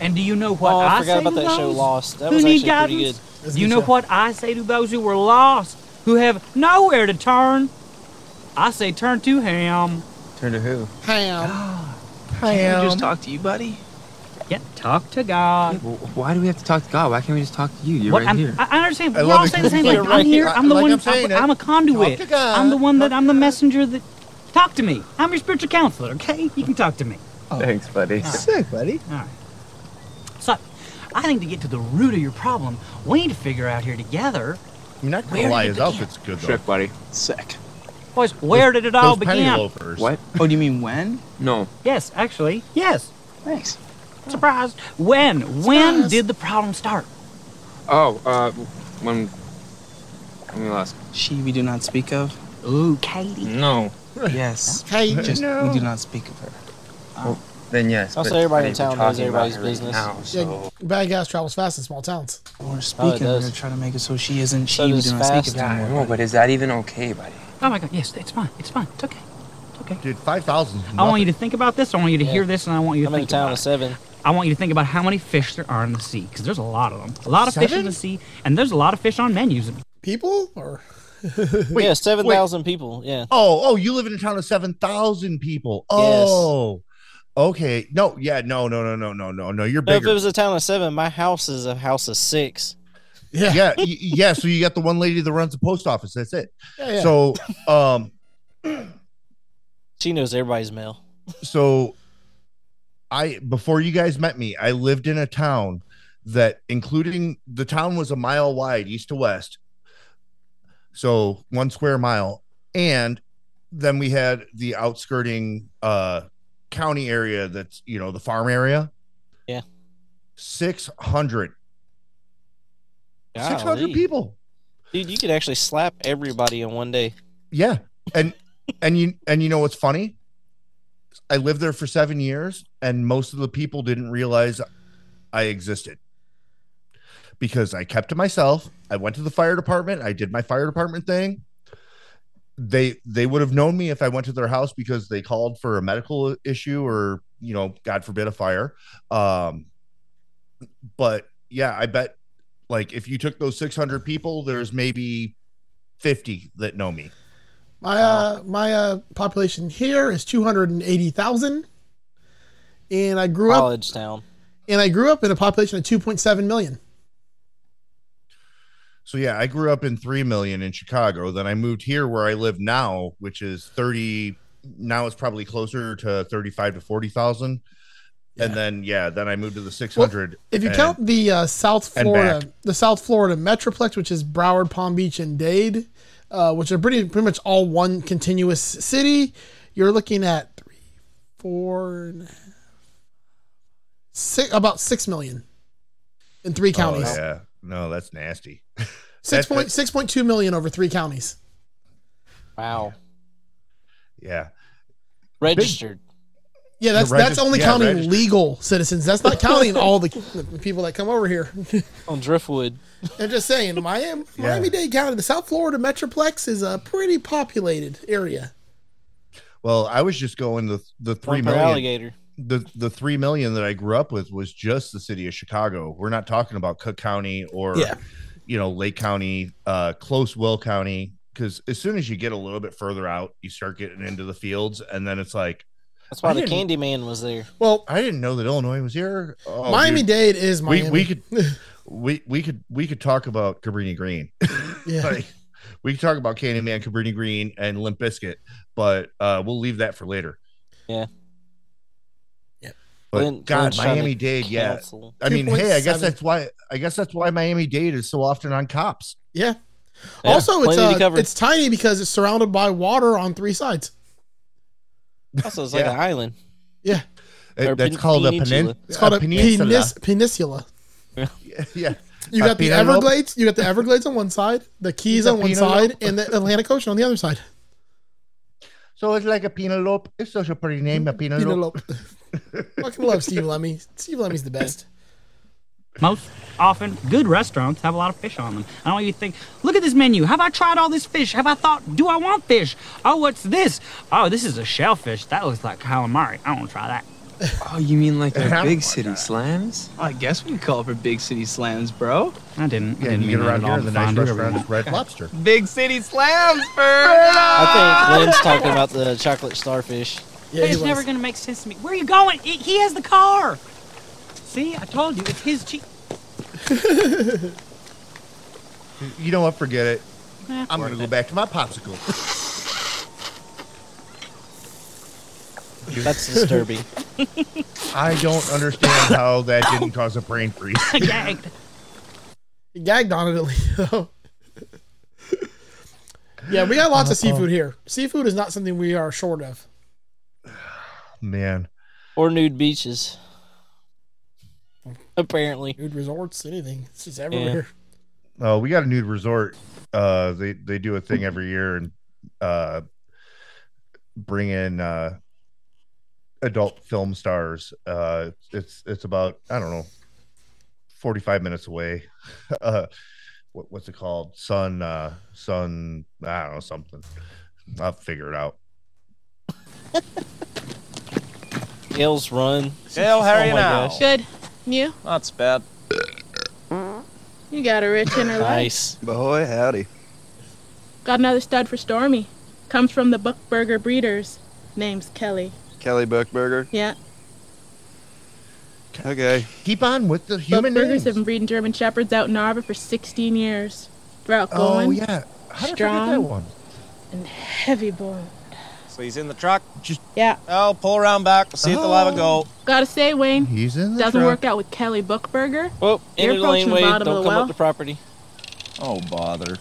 [SPEAKER 16] And do you know what
[SPEAKER 1] Oh, I
[SPEAKER 16] I,
[SPEAKER 1] forgot
[SPEAKER 16] say
[SPEAKER 1] about
[SPEAKER 16] to
[SPEAKER 1] that show
[SPEAKER 16] those
[SPEAKER 1] Lost. That
[SPEAKER 16] who
[SPEAKER 1] was actually pretty
[SPEAKER 16] need guidance?
[SPEAKER 1] good. That's a
[SPEAKER 16] Do you
[SPEAKER 1] good
[SPEAKER 16] know
[SPEAKER 1] show.
[SPEAKER 16] what I say to those who were lost, who have nowhere to turn? I say turn to him.
[SPEAKER 15] Turn to who?
[SPEAKER 2] Ham.
[SPEAKER 15] Can't we just talk to you, buddy?
[SPEAKER 16] Yeah, talk to God.
[SPEAKER 17] Well, why do we have to talk to God? Why can't we just talk to you? You're
[SPEAKER 16] What-
[SPEAKER 17] right
[SPEAKER 16] I'm-
[SPEAKER 17] here.
[SPEAKER 16] I, I understand.
[SPEAKER 17] I
[SPEAKER 16] We're
[SPEAKER 17] love
[SPEAKER 16] all
[SPEAKER 17] it
[SPEAKER 16] saying the
[SPEAKER 17] 'cause
[SPEAKER 16] same
[SPEAKER 17] it's
[SPEAKER 16] thing.
[SPEAKER 17] like-
[SPEAKER 16] I'm here.
[SPEAKER 17] like-
[SPEAKER 16] I'm the
[SPEAKER 17] like
[SPEAKER 16] one.
[SPEAKER 17] I'm saying
[SPEAKER 16] I'm,
[SPEAKER 17] it.
[SPEAKER 16] I'm a conduit.
[SPEAKER 17] Talk to God.
[SPEAKER 16] I'm the one that. I'm the messenger that. Talk to me. I'm your spiritual counselor. Okay, you can talk to me.
[SPEAKER 17] Thanks, Oh. buddy.
[SPEAKER 16] Sick, buddy. All right. So, I think to get to the root of your problem, we need to figure out here together.
[SPEAKER 3] You're not
[SPEAKER 16] Where
[SPEAKER 3] gonna
[SPEAKER 16] did
[SPEAKER 3] lie,
[SPEAKER 16] it
[SPEAKER 3] his
[SPEAKER 16] begin?
[SPEAKER 3] outfit's good though.
[SPEAKER 17] Sick, buddy. Sick.
[SPEAKER 16] Boys, where did it all begin?
[SPEAKER 17] What?
[SPEAKER 15] Oh, do you mean when?
[SPEAKER 17] No.
[SPEAKER 16] Yes, actually, yes. Thanks. Surprise. When? When did the problem start?
[SPEAKER 17] Oh, uh, when. When we lost.
[SPEAKER 15] She we do not speak of?
[SPEAKER 16] Ooh, Katie.
[SPEAKER 17] No.
[SPEAKER 15] Yes.
[SPEAKER 2] Hey,
[SPEAKER 15] Just,
[SPEAKER 2] no.
[SPEAKER 15] We do not speak of her.
[SPEAKER 17] Well, then yes.
[SPEAKER 1] Also,
[SPEAKER 17] but
[SPEAKER 1] everybody in
[SPEAKER 17] I didn't
[SPEAKER 1] town
[SPEAKER 17] talk
[SPEAKER 1] knows
[SPEAKER 17] about
[SPEAKER 1] everybody's
[SPEAKER 17] her right
[SPEAKER 1] business.
[SPEAKER 17] now, so-
[SPEAKER 2] Yeah, bad gas travels fast in small towns.
[SPEAKER 15] We're
[SPEAKER 1] Oh, it
[SPEAKER 15] speaking of
[SPEAKER 1] does.
[SPEAKER 15] her, trying to make it so she isn't she.
[SPEAKER 1] So
[SPEAKER 15] we
[SPEAKER 1] does
[SPEAKER 15] do not speak
[SPEAKER 1] fast.
[SPEAKER 15] of her
[SPEAKER 1] Yeah, I
[SPEAKER 15] anymore.
[SPEAKER 17] No, but is that even okay, buddy?
[SPEAKER 16] Oh my god, yes, it's fine. It's fine. It's okay. It's okay.
[SPEAKER 3] Dude, five thousand.
[SPEAKER 16] I want you to think about this. I want you to
[SPEAKER 1] Yeah.
[SPEAKER 16] hear this, and I want you to
[SPEAKER 1] I'm in
[SPEAKER 16] think
[SPEAKER 1] town
[SPEAKER 16] about
[SPEAKER 1] at
[SPEAKER 16] it.
[SPEAKER 1] seven.
[SPEAKER 16] I want you to think about how many fish there are in the sea, because there's a lot of them. A lot of fish in
[SPEAKER 1] Seven?
[SPEAKER 16] the sea, and there's a lot of fish on menus.
[SPEAKER 2] People or
[SPEAKER 1] yeah, seven thousand people. Yeah.
[SPEAKER 3] Oh, oh, you live in a town of seven thousand people. Oh, okay. No, yeah, no, no, no, no, no, no, no. You're
[SPEAKER 1] No, if it
[SPEAKER 3] bigger.
[SPEAKER 1] was a town of seven, my house is a house of six.
[SPEAKER 2] Yeah,
[SPEAKER 3] yeah, y- yeah. So you got the one lady that runs the post office. That's it.
[SPEAKER 1] Yeah, yeah.
[SPEAKER 3] So, um,
[SPEAKER 1] She knows everybody's mail.
[SPEAKER 3] so I before you guys met me, I lived in a town that, including the town, was a mile wide east to west, so one square mile, and then we had the outskirting uh county area that's you know the farm area.
[SPEAKER 1] Yeah.
[SPEAKER 3] Six hundred. Six hundred
[SPEAKER 1] Golly.
[SPEAKER 3] people.
[SPEAKER 1] Dude, you could actually slap everybody in one day.
[SPEAKER 3] Yeah. And and you and you know what's funny? I lived there for 7 years and most of the people didn't realize I existed. Because I kept to myself. I went to the fire department, I did my fire department thing. They they would have known me if I went to their house because they called for a medical issue or, you know, god forbid a fire. Um but yeah, I bet like if you took those 600 people, there's maybe 50 that know me.
[SPEAKER 2] My uh, my uh, population here is two hundred and eighty thousand, and I grew up
[SPEAKER 1] College town.
[SPEAKER 2] and I grew up in a population of two point seven million.
[SPEAKER 3] So yeah, I grew up in 3 million in Chicago, then I moved here where I live now, which is 30 now it's probably closer to 35 to 40,000. And then yeah, then I moved to the 600.
[SPEAKER 2] If you
[SPEAKER 3] and-
[SPEAKER 2] count the uh, South
[SPEAKER 3] and
[SPEAKER 2] Florida, the South Florida Metroplex, which is Broward, Palm Beach, and Dade, uh, which are pretty pretty much all one continuous city, you're looking at three, four, and a half, six, about six million in three counties.
[SPEAKER 3] Oh, yeah. No, that's nasty.
[SPEAKER 2] Six
[SPEAKER 3] That's-
[SPEAKER 2] point six point two million over three counties.
[SPEAKER 1] Wow.
[SPEAKER 3] Yeah.
[SPEAKER 1] Registered.
[SPEAKER 2] Yeah, that's
[SPEAKER 1] The
[SPEAKER 2] that's
[SPEAKER 1] regis-
[SPEAKER 2] only
[SPEAKER 1] yeah,
[SPEAKER 2] counting
[SPEAKER 1] registered.
[SPEAKER 2] legal citizens. That's not counting all the, the people that come over here.
[SPEAKER 1] On Driftwood.
[SPEAKER 2] I'm just saying, Miami,
[SPEAKER 1] Yeah.
[SPEAKER 2] Miami Dade County, the South Florida Metroplex is a pretty populated area.
[SPEAKER 3] Well, I was just going the the 3
[SPEAKER 1] One per
[SPEAKER 3] million.
[SPEAKER 1] alligator.
[SPEAKER 3] The the 3 million that I grew up with was just the city of Chicago. We're not talking about Cook County or
[SPEAKER 2] Yeah.
[SPEAKER 3] you know, Lake County, uh close Will County cuz as soon as you get a little bit further out, you start getting into the fields and then it's like
[SPEAKER 1] That's why
[SPEAKER 3] I
[SPEAKER 1] the
[SPEAKER 3] didn't-
[SPEAKER 1] candy man was there.
[SPEAKER 2] Well,
[SPEAKER 3] I didn't know that Illinois was here. Oh,
[SPEAKER 2] Miami
[SPEAKER 3] dude.
[SPEAKER 2] Dade is Miami.
[SPEAKER 3] We, we could we we could we could talk about Cabrini Green.
[SPEAKER 2] Yeah.
[SPEAKER 3] Like, we could talk about Candyman, Cabrini Green, and Limp Biscuit, but uh, we'll leave that for later.
[SPEAKER 1] Yeah.
[SPEAKER 2] Yep.
[SPEAKER 3] But
[SPEAKER 1] Clint-
[SPEAKER 3] God,
[SPEAKER 1] Clint's trying to
[SPEAKER 3] Miami Dade, yeah.
[SPEAKER 1] cancel.
[SPEAKER 3] I mean, hey, I
[SPEAKER 2] 2.7.
[SPEAKER 3] guess that's why I guess that's why Miami Dade is so often on cops.
[SPEAKER 2] yeah.
[SPEAKER 3] Yeah,
[SPEAKER 2] Also, it's
[SPEAKER 3] plenty to
[SPEAKER 2] uh,
[SPEAKER 3] cover.
[SPEAKER 2] it's tiny because it's surrounded by water on three sides.
[SPEAKER 1] Also, it's like
[SPEAKER 3] Yeah.
[SPEAKER 1] an island.
[SPEAKER 2] Yeah,
[SPEAKER 3] It-
[SPEAKER 1] Or
[SPEAKER 3] that's
[SPEAKER 1] pen-
[SPEAKER 3] called a,
[SPEAKER 1] peninsula.
[SPEAKER 3] penin-
[SPEAKER 2] it's called a,
[SPEAKER 3] peninsula.
[SPEAKER 2] penis, peninsula.
[SPEAKER 3] yeah.
[SPEAKER 2] You
[SPEAKER 3] A
[SPEAKER 2] got the
[SPEAKER 3] penin-
[SPEAKER 2] Everglades. You got the Everglades on one side, the Keys
[SPEAKER 3] a
[SPEAKER 2] on one
[SPEAKER 3] penis-
[SPEAKER 2] side, and the Atlantic Ocean on the other side.
[SPEAKER 3] So it's like a penelope. It's such a pretty name, a penelope.
[SPEAKER 2] Penelope. Fucking love Steve Lemmy. Steve Lemmy's the best.
[SPEAKER 16] Most often, good restaurants have a lot of fish on them. I don't even think, look at this menu. Have I tried all this fish? Have I thought, do I want fish? Oh, what's this? Oh, this is a shellfish. That looks like calamari. I don't try that.
[SPEAKER 15] Oh, you mean like
[SPEAKER 16] Yeah.
[SPEAKER 15] the big city slams? I guess we call for big city slams, bro.
[SPEAKER 16] I didn't.
[SPEAKER 15] I
[SPEAKER 3] Yeah,
[SPEAKER 15] didn't
[SPEAKER 3] you get
[SPEAKER 15] mean that
[SPEAKER 3] around
[SPEAKER 15] at
[SPEAKER 3] here,
[SPEAKER 15] all.
[SPEAKER 3] the
[SPEAKER 15] Fine,
[SPEAKER 3] nice
[SPEAKER 15] whatever you
[SPEAKER 3] restaurant is
[SPEAKER 15] want.
[SPEAKER 3] Red Lobster.
[SPEAKER 15] Big city slams, bro.
[SPEAKER 1] I think Lynn's talking about the chocolate starfish.
[SPEAKER 2] Yeah,
[SPEAKER 16] it's never going to make sense to me. Where are you going? I- he has the car. See, I told you, it's his Jeep.
[SPEAKER 3] You know what? Forget it.
[SPEAKER 16] Eh,
[SPEAKER 3] I'm gonna go back to my popsicle.
[SPEAKER 1] That's disturbing.
[SPEAKER 3] I don't understand how that didn't cause a brain freeze.
[SPEAKER 16] Gagged.
[SPEAKER 2] He gagged on it at least. though. yeah, we got lots of
[SPEAKER 3] Uh-huh.
[SPEAKER 2] seafood here. Seafood is not something we are short of.
[SPEAKER 3] Man,
[SPEAKER 1] Or nude beaches. Apparently.
[SPEAKER 2] Nude resorts, anything. It's just everywhere.
[SPEAKER 3] oh, we got a nude resort. Uh, they they do a thing every year, and uh, bring in uh, adult film stars. Uh, it's it's about I don't know, forty five minutes away. uh, what, what's it called? Sun uh, Sun. I don't know something. I'll figure it out.
[SPEAKER 1] Gales run.
[SPEAKER 8] Gail,
[SPEAKER 3] Oh
[SPEAKER 8] how are you now?
[SPEAKER 11] Good. You?
[SPEAKER 8] That's bad.
[SPEAKER 11] You got a rich inner life.
[SPEAKER 7] Boy, howdy.
[SPEAKER 11] Got another stud for Stormy. Comes from the Buckburger Breeders. Name's Kelly.
[SPEAKER 7] Kelly Buckberger.
[SPEAKER 11] Yeah.
[SPEAKER 7] Okay.
[SPEAKER 3] Keep on with the human
[SPEAKER 11] Buckburgers
[SPEAKER 3] names.
[SPEAKER 11] have been breeding German Shepherds out in Arbor for 16 years. They're outgoing.
[SPEAKER 3] Oh yeah. How did I forget that
[SPEAKER 11] strong
[SPEAKER 3] one?
[SPEAKER 11] and heavy bone.
[SPEAKER 8] So he's in the truck.
[SPEAKER 3] Just
[SPEAKER 11] Yeah.
[SPEAKER 8] I'll pull around back. We'll see if they'll have a go.
[SPEAKER 11] Gotta say, Wayne,
[SPEAKER 3] Oh. He's in the
[SPEAKER 11] doesn't
[SPEAKER 8] truck.
[SPEAKER 11] work out with Kelly Buckburger.
[SPEAKER 1] Well,
[SPEAKER 11] You're
[SPEAKER 1] enter the
[SPEAKER 11] approaching the
[SPEAKER 1] laneway. Don't
[SPEAKER 11] bottom of
[SPEAKER 1] come
[SPEAKER 11] the well.
[SPEAKER 1] up the property.
[SPEAKER 7] Oh bother.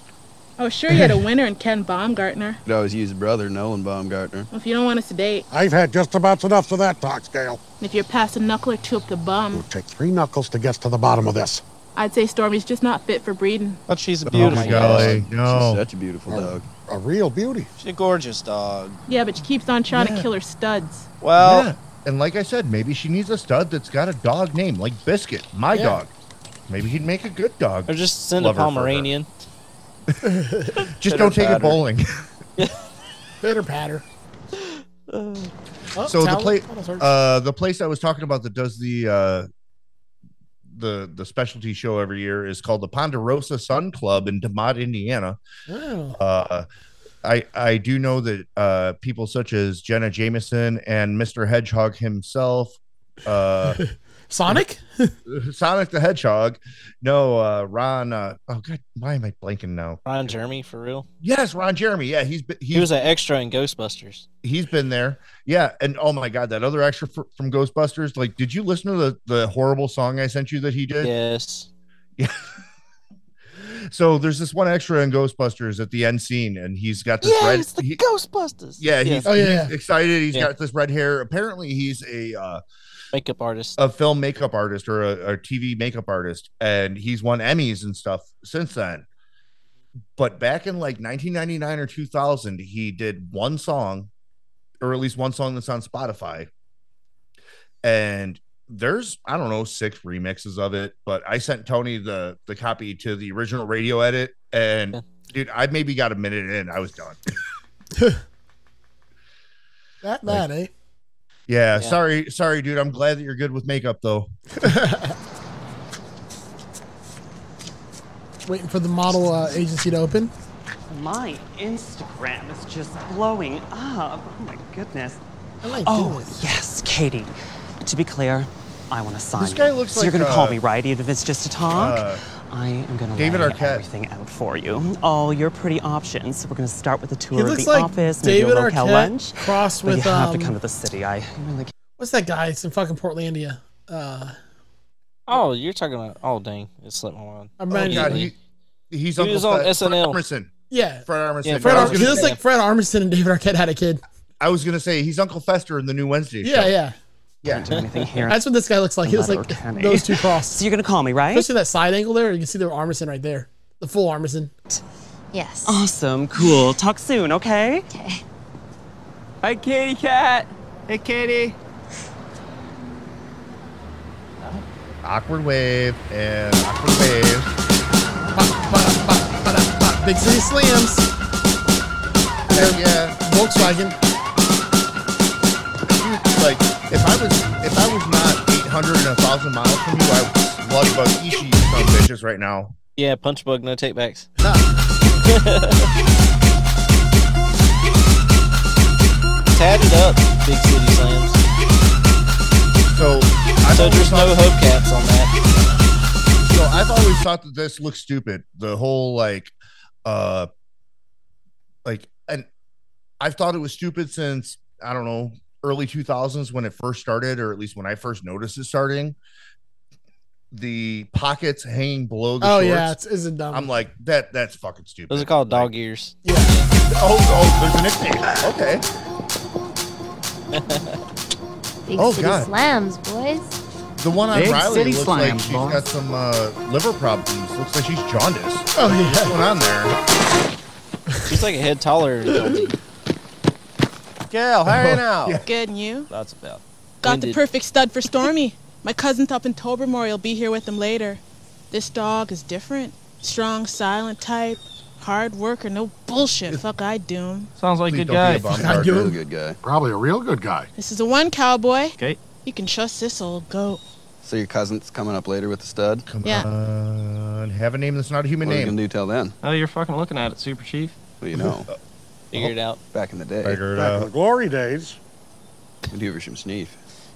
[SPEAKER 11] I was Oh, sure you had a winner in Ken Baumgartner.
[SPEAKER 7] Could always use brother Nolan Baumgartner.
[SPEAKER 11] If you don't want us to date,
[SPEAKER 5] I've had just about enough of that talk, Gale.
[SPEAKER 11] and if you're passing a knuckle or two up the bum,
[SPEAKER 5] Take three knuckles to get to the bottom of this.
[SPEAKER 11] I'd say Stormy's just not fit for breeding.
[SPEAKER 8] But she's
[SPEAKER 3] Oh,
[SPEAKER 8] a
[SPEAKER 5] beautiful
[SPEAKER 8] beautiful dog.
[SPEAKER 5] golly, no.
[SPEAKER 7] She's such a beautiful dog.
[SPEAKER 5] A real beauty.
[SPEAKER 8] She's a gorgeous dog.
[SPEAKER 11] Yeah, but she keeps on trying
[SPEAKER 3] Yeah.
[SPEAKER 11] to kill her studs.
[SPEAKER 8] Well,
[SPEAKER 3] yeah. and like I said, maybe she needs a stud that's got a dog name, like Biscuit, my
[SPEAKER 11] Yeah.
[SPEAKER 3] dog. Maybe he'd make a good dog.
[SPEAKER 1] Or just send a
[SPEAKER 3] lover for her.
[SPEAKER 1] Pomeranian.
[SPEAKER 3] Just don't take it bowling.
[SPEAKER 2] Bitter patter. Oh,
[SPEAKER 3] Uh, so the
[SPEAKER 2] towel-
[SPEAKER 3] place,
[SPEAKER 2] towel's hurt.
[SPEAKER 3] uh, the place I was talking about that does the uh, the the specialty show every year is called the Ponderosa Sun Club in DeMott, Indiana.
[SPEAKER 2] Oh.
[SPEAKER 3] Uh, I I do know that uh, people such as Jenna Jameson and Mr. Hedgehog himself, uh,
[SPEAKER 2] Sonic?
[SPEAKER 3] Sonic the Hedgehog, no uh, Ron. Uh, oh God, why am I blanking now?
[SPEAKER 1] Ron Jeremy for real.
[SPEAKER 3] Yes, Ron Jeremy. Yeah, he's been,
[SPEAKER 1] He was an extra in Ghostbusters.
[SPEAKER 3] he's been there. Yeah, and oh my god, that other extra fr- from Ghostbusters. Like, did you listen to the the horrible song I sent you that he did?
[SPEAKER 1] Yes.
[SPEAKER 3] Yeah. so there's this one extra in Ghostbusters at the end scene, and he's got this red. he-
[SPEAKER 1] Ghostbusters.
[SPEAKER 3] yeah, he's,
[SPEAKER 2] Oh, yeah,
[SPEAKER 3] he's excited. He's
[SPEAKER 1] Yeah.
[SPEAKER 3] got this red hair. Apparently, he's a uh,
[SPEAKER 1] makeup artist,
[SPEAKER 3] a film makeup artist, or a, a TV makeup artist, and he's won Emmys and stuff since then. But back in like 1999 or 2000, he did one song, or at least one song that's on Spotify, and there's I don't know six remixes of it. But I sent Tony the the copy to the original radio edit, and dude, I maybe got a minute in, I was done.
[SPEAKER 2] That bad, eh? Yeah.
[SPEAKER 3] Yeah, sorry, sorry, dude. I'm glad that you're good with makeup though.
[SPEAKER 2] Waiting for the model uh, agency to open.
[SPEAKER 18] My Instagram is just blowing up. Oh my goodness.
[SPEAKER 2] like
[SPEAKER 18] oh
[SPEAKER 2] doing this.
[SPEAKER 18] yes, Katie. To be clear, I want to sign.
[SPEAKER 3] This guy
[SPEAKER 18] you.
[SPEAKER 3] looks
[SPEAKER 18] so you're
[SPEAKER 3] like,
[SPEAKER 18] gonna call
[SPEAKER 3] uh,
[SPEAKER 18] me, right? Even if it's just to talk.
[SPEAKER 3] uh,
[SPEAKER 18] I am gonna
[SPEAKER 3] David
[SPEAKER 18] lay
[SPEAKER 3] Arquette.
[SPEAKER 18] everything out for you. All your pretty options. We're gonna start with a tour of
[SPEAKER 2] looks
[SPEAKER 18] the
[SPEAKER 2] like
[SPEAKER 18] office, maybe
[SPEAKER 2] David
[SPEAKER 18] a locale
[SPEAKER 2] Arquette
[SPEAKER 18] lunch.
[SPEAKER 2] crossed
[SPEAKER 18] but
[SPEAKER 2] with,
[SPEAKER 18] you have
[SPEAKER 2] um,
[SPEAKER 18] to come to the city. I really can't
[SPEAKER 2] What's that guy? It's in fucking Portlandia. Uh,
[SPEAKER 1] Oh, you're talking about. Oh, dang, it slipped my mind.
[SPEAKER 2] I'm Oh, God,
[SPEAKER 3] he- he's
[SPEAKER 1] he
[SPEAKER 3] Uncle
[SPEAKER 1] was on
[SPEAKER 3] Fred- Fred
[SPEAKER 1] SNL.
[SPEAKER 3] Armisen.
[SPEAKER 2] yeah.
[SPEAKER 3] Fred Armisen.
[SPEAKER 1] Yeah,
[SPEAKER 2] Fred
[SPEAKER 3] I,
[SPEAKER 2] Ar- he
[SPEAKER 3] was gonna,
[SPEAKER 2] looks like Fred Armisen and David Arquette had a kid.
[SPEAKER 3] I was gonna say he's Uncle Fester in the new Wednesday show.
[SPEAKER 2] Yeah, yeah.
[SPEAKER 18] do anything here.
[SPEAKER 2] That's what this guy looks like. He looks
[SPEAKER 18] Letter
[SPEAKER 2] like
[SPEAKER 18] Kenny.
[SPEAKER 2] those two crossed.
[SPEAKER 18] So you're gonna call me, right?
[SPEAKER 2] Especially that side angle there. You can see the Armisen right there. The full Armisen.
[SPEAKER 9] Yes.
[SPEAKER 18] Awesome, cool. Talk soon, okay?
[SPEAKER 15] Hi, Katie Cat. Hey, Katie.
[SPEAKER 3] Awkward wave and awkward wave.
[SPEAKER 2] Big City Slams.
[SPEAKER 3] Hell yeah.
[SPEAKER 2] Volkswagen.
[SPEAKER 3] Like if I was if I was not 800 and 1,000 miles from you, I would slug bug each of you some bitches right now.
[SPEAKER 1] Yeah, punch bug, no takebacks. Tatted up, big city slams.
[SPEAKER 3] So, I
[SPEAKER 1] so there's no hubcaps on that.
[SPEAKER 3] So I've always thought that this looks stupid. The whole like, uh, like, and I've thought it was stupid since I don't know early 2000s when it first started, or at least when I first noticed it starting. The pockets hanging below the
[SPEAKER 2] Oh
[SPEAKER 3] shorts.
[SPEAKER 2] yeah, it's, it's a dumb.
[SPEAKER 3] I'm like that. That's fucking stupid.
[SPEAKER 1] Those are called dog ears.
[SPEAKER 3] Oh, oh, there's a nickname. Okay.
[SPEAKER 9] Big
[SPEAKER 3] Oh,
[SPEAKER 9] city
[SPEAKER 3] God.
[SPEAKER 9] slams, boys.
[SPEAKER 3] The one on
[SPEAKER 15] Big
[SPEAKER 3] Riley
[SPEAKER 15] city
[SPEAKER 3] looks
[SPEAKER 15] slam,
[SPEAKER 3] like she's
[SPEAKER 15] boy.
[SPEAKER 3] got some uh, liver problems. Looks like she's jaundiced.
[SPEAKER 2] Oh,
[SPEAKER 3] Like, What's
[SPEAKER 2] yeah.
[SPEAKER 3] going on there?
[SPEAKER 1] She's like a head taller. than Delty.
[SPEAKER 19] Gail, how are you now?
[SPEAKER 11] Good, and you?
[SPEAKER 19] That's about.
[SPEAKER 11] Got
[SPEAKER 19] When
[SPEAKER 11] the
[SPEAKER 19] did-
[SPEAKER 11] perfect stud for Stormy. My cousin's up in Tobermore. You'll be here with him later. This dog is different. Strong, silent type. Hard worker, no bullshit. Fuck, I do him.
[SPEAKER 20] Sounds like a
[SPEAKER 5] Please
[SPEAKER 20] good
[SPEAKER 5] don't be
[SPEAKER 20] guy.
[SPEAKER 5] a bum card, really good guy. Probably a real good guy.
[SPEAKER 11] This is the one cowboy.
[SPEAKER 20] Okay.
[SPEAKER 11] You can trust this old goat.
[SPEAKER 7] So your cousin's coming up later with the stud.
[SPEAKER 3] Come
[SPEAKER 11] Yeah.
[SPEAKER 3] on, Uh, have a name that's not a human
[SPEAKER 7] what are you
[SPEAKER 3] name.
[SPEAKER 7] gonna do till then?
[SPEAKER 10] Oh, you're fucking looking at it, Super Chief.
[SPEAKER 7] Well, you know,
[SPEAKER 1] Figure it out.
[SPEAKER 7] back in the day,
[SPEAKER 3] Figure it
[SPEAKER 7] back
[SPEAKER 3] out.
[SPEAKER 7] in the glory days, we do for some sneef.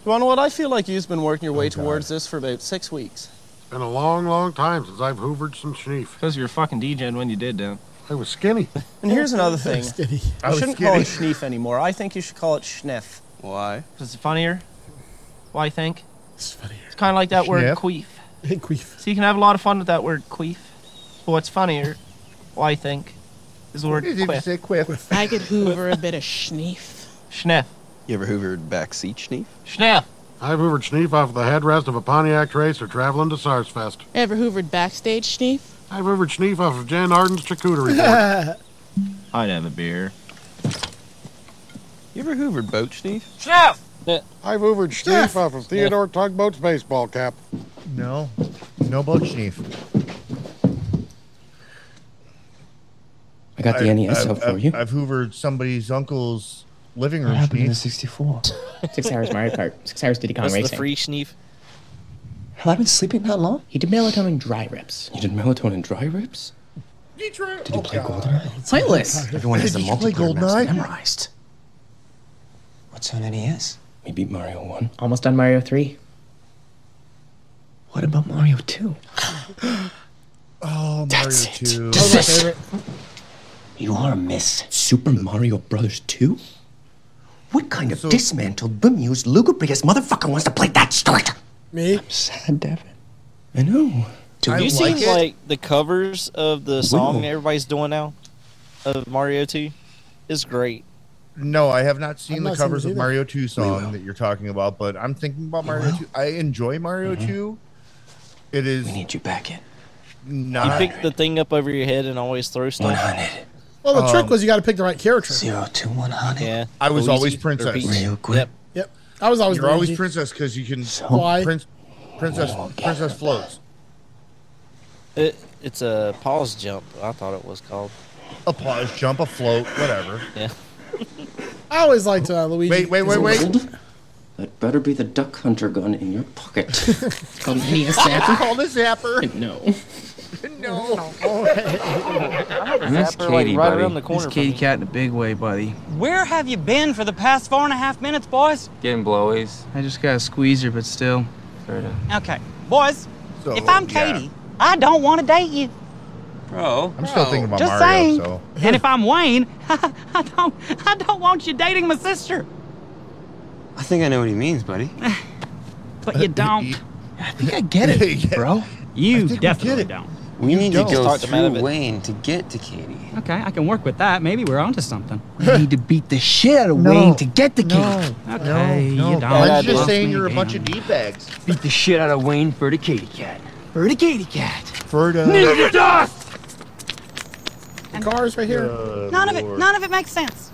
[SPEAKER 21] You want to know what? I feel like you've been working
[SPEAKER 7] Oh,
[SPEAKER 21] your way towards this for about six weeks.
[SPEAKER 5] It's been a long, long time since I've hoovered some schneef.
[SPEAKER 10] Because you're fucking DJing when you did, Dan.
[SPEAKER 5] I was skinny.
[SPEAKER 21] And here's another thing.
[SPEAKER 5] I
[SPEAKER 21] I
[SPEAKER 5] was
[SPEAKER 21] shouldn't call it
[SPEAKER 5] skinny.
[SPEAKER 21] schneef anymore. I think you should call it schniff.
[SPEAKER 7] Why?
[SPEAKER 10] Because it's funnier. Why think? It's funnier. It's kind of like that word
[SPEAKER 21] Schniff.
[SPEAKER 10] queef. queef. So you can have a lot of fun with that word queef. But what's funnier, why think, is the word quiff.
[SPEAKER 11] I could hoover a bit of schneef.
[SPEAKER 10] Schniff.
[SPEAKER 7] You ever hoovered backseat schneef?
[SPEAKER 10] Schniff.
[SPEAKER 5] I've hoovered schneef off the headrest of a Pontiac Tracer traveling to SARS Fest.
[SPEAKER 11] Ever hoovered backstage schneef?
[SPEAKER 5] I've hoovered schneef off of Jan Arden's charcuterie board.
[SPEAKER 10] I'd have a beer.
[SPEAKER 7] You ever hoovered boat schneef?
[SPEAKER 10] Schniff.
[SPEAKER 5] I've hoovered schneef off of Theodore Tugboat's baseball cap.
[SPEAKER 3] No, no boat schneef.
[SPEAKER 12] I got the NES out for
[SPEAKER 3] I've,
[SPEAKER 12] you.
[SPEAKER 3] I've hoovered somebody's uncle's living room
[SPEAKER 12] What happened in the
[SPEAKER 3] schneef.
[SPEAKER 12] 64? Six hours Mario Kart. Six hours Diddy Kong
[SPEAKER 1] What's
[SPEAKER 12] Racing.
[SPEAKER 1] the free schneef?
[SPEAKER 12] Have I been sleeping that long? He did melatonin dry rips. You did melatonin dry rips?
[SPEAKER 3] Detroit.
[SPEAKER 2] Oh,
[SPEAKER 12] Did you play Goldeneye? Pointless. Everyone has the
[SPEAKER 3] Did you play
[SPEAKER 12] multiplayer maps
[SPEAKER 3] Goldeneye?
[SPEAKER 12] memorized. What's on NES? Maybe Mario 1. Almost on Mario 3. What about Mario 2?
[SPEAKER 3] Oh,
[SPEAKER 12] That's
[SPEAKER 3] Mario
[SPEAKER 12] it.
[SPEAKER 3] 2.
[SPEAKER 12] That was my favorite. You are a miss. Super Mario Brothers 2? What kind of dismantled, bemused, lugubrious motherfucker wants to play that short?
[SPEAKER 2] Me?
[SPEAKER 12] I'm sad, Devin. I know.
[SPEAKER 1] Do you
[SPEAKER 12] like
[SPEAKER 1] see
[SPEAKER 12] it?
[SPEAKER 1] like the covers of the song
[SPEAKER 12] Wow.
[SPEAKER 1] everybody's doing now of Mario Two? It's great.
[SPEAKER 3] No, I have not seen
[SPEAKER 1] I've
[SPEAKER 3] the
[SPEAKER 1] not seen
[SPEAKER 3] covers
[SPEAKER 1] this
[SPEAKER 3] of
[SPEAKER 1] either.
[SPEAKER 3] Mario 2 song that you're talking about, but I'm thinking about Mario 2. I enjoy Mario 2. It is. We
[SPEAKER 12] Uh-huh. need you back in.
[SPEAKER 1] You
[SPEAKER 3] Not.
[SPEAKER 1] pick the thing up over your head and always throw stuff.
[SPEAKER 2] Well, the trick
[SPEAKER 1] Um,
[SPEAKER 2] was you got to pick the right character.
[SPEAKER 12] Zero to one hundred.
[SPEAKER 1] Yeah.
[SPEAKER 3] I was
[SPEAKER 1] Luigi
[SPEAKER 3] always
[SPEAKER 1] or
[SPEAKER 3] princess.
[SPEAKER 1] Peach.
[SPEAKER 3] Real
[SPEAKER 1] Yep.
[SPEAKER 2] Yep. I was always
[SPEAKER 3] You're always
[SPEAKER 2] Luigi.
[SPEAKER 3] princess because you can.
[SPEAKER 2] Why?
[SPEAKER 3] Prince, princess, princess floats.
[SPEAKER 1] It, it's a pause jump. I thought it was called.
[SPEAKER 3] A pause jump, a float, whatever.
[SPEAKER 1] Yeah.
[SPEAKER 2] I always liked uh, Luigi.
[SPEAKER 3] Wait, wait, wait, wait.
[SPEAKER 12] That better be the duck hunter gun in your pocket. it's called an NES
[SPEAKER 3] It's
[SPEAKER 12] zapper.
[SPEAKER 3] called a zapper.
[SPEAKER 12] No.
[SPEAKER 15] That's
[SPEAKER 1] Zapper, like,
[SPEAKER 15] Katie,
[SPEAKER 1] right
[SPEAKER 15] buddy.
[SPEAKER 1] around the corner
[SPEAKER 15] It's
[SPEAKER 1] from
[SPEAKER 15] Katie
[SPEAKER 1] me.
[SPEAKER 15] Cat in a big way, buddy.
[SPEAKER 16] Where have you been for the past four and a half minutes, boys?
[SPEAKER 15] Getting blowies. I just got a squeezer, but still. Sorta.
[SPEAKER 16] Okay, boys,
[SPEAKER 15] So,
[SPEAKER 16] if I'm
[SPEAKER 15] yeah.
[SPEAKER 16] Katie, I don't want to date you.
[SPEAKER 15] Bro.
[SPEAKER 3] I'm still thinking about
[SPEAKER 16] Just
[SPEAKER 3] Mario,
[SPEAKER 16] saying.
[SPEAKER 3] so.
[SPEAKER 16] And if I'm Wayne, I don't, I don't want you dating my sister.
[SPEAKER 17] I think I know what he means, buddy.
[SPEAKER 16] But you don't.
[SPEAKER 17] I think I get it, bro.
[SPEAKER 20] You definitely don't.
[SPEAKER 17] We
[SPEAKER 20] You
[SPEAKER 17] need
[SPEAKER 20] don't.
[SPEAKER 17] to go
[SPEAKER 20] Talked him out of
[SPEAKER 17] through
[SPEAKER 20] it.
[SPEAKER 17] Wayne to get to Katie.
[SPEAKER 20] Okay, I can work with that. Maybe we're onto something.
[SPEAKER 15] We need to beat the shit out of
[SPEAKER 20] No.
[SPEAKER 15] Wayne to get the Katie.
[SPEAKER 20] No. Okay,
[SPEAKER 15] no,
[SPEAKER 20] you
[SPEAKER 15] no.
[SPEAKER 20] don't.
[SPEAKER 15] Why'd you
[SPEAKER 20] love
[SPEAKER 15] say
[SPEAKER 20] me
[SPEAKER 15] you're a
[SPEAKER 20] again.
[SPEAKER 15] bunch of
[SPEAKER 3] D bags?
[SPEAKER 15] Beat the shit out of Wayne for the Katie Cat. For the Katie Cat.
[SPEAKER 3] For the.
[SPEAKER 15] Ninja dust!
[SPEAKER 2] The car's right here.
[SPEAKER 16] None of it. None of it makes sense.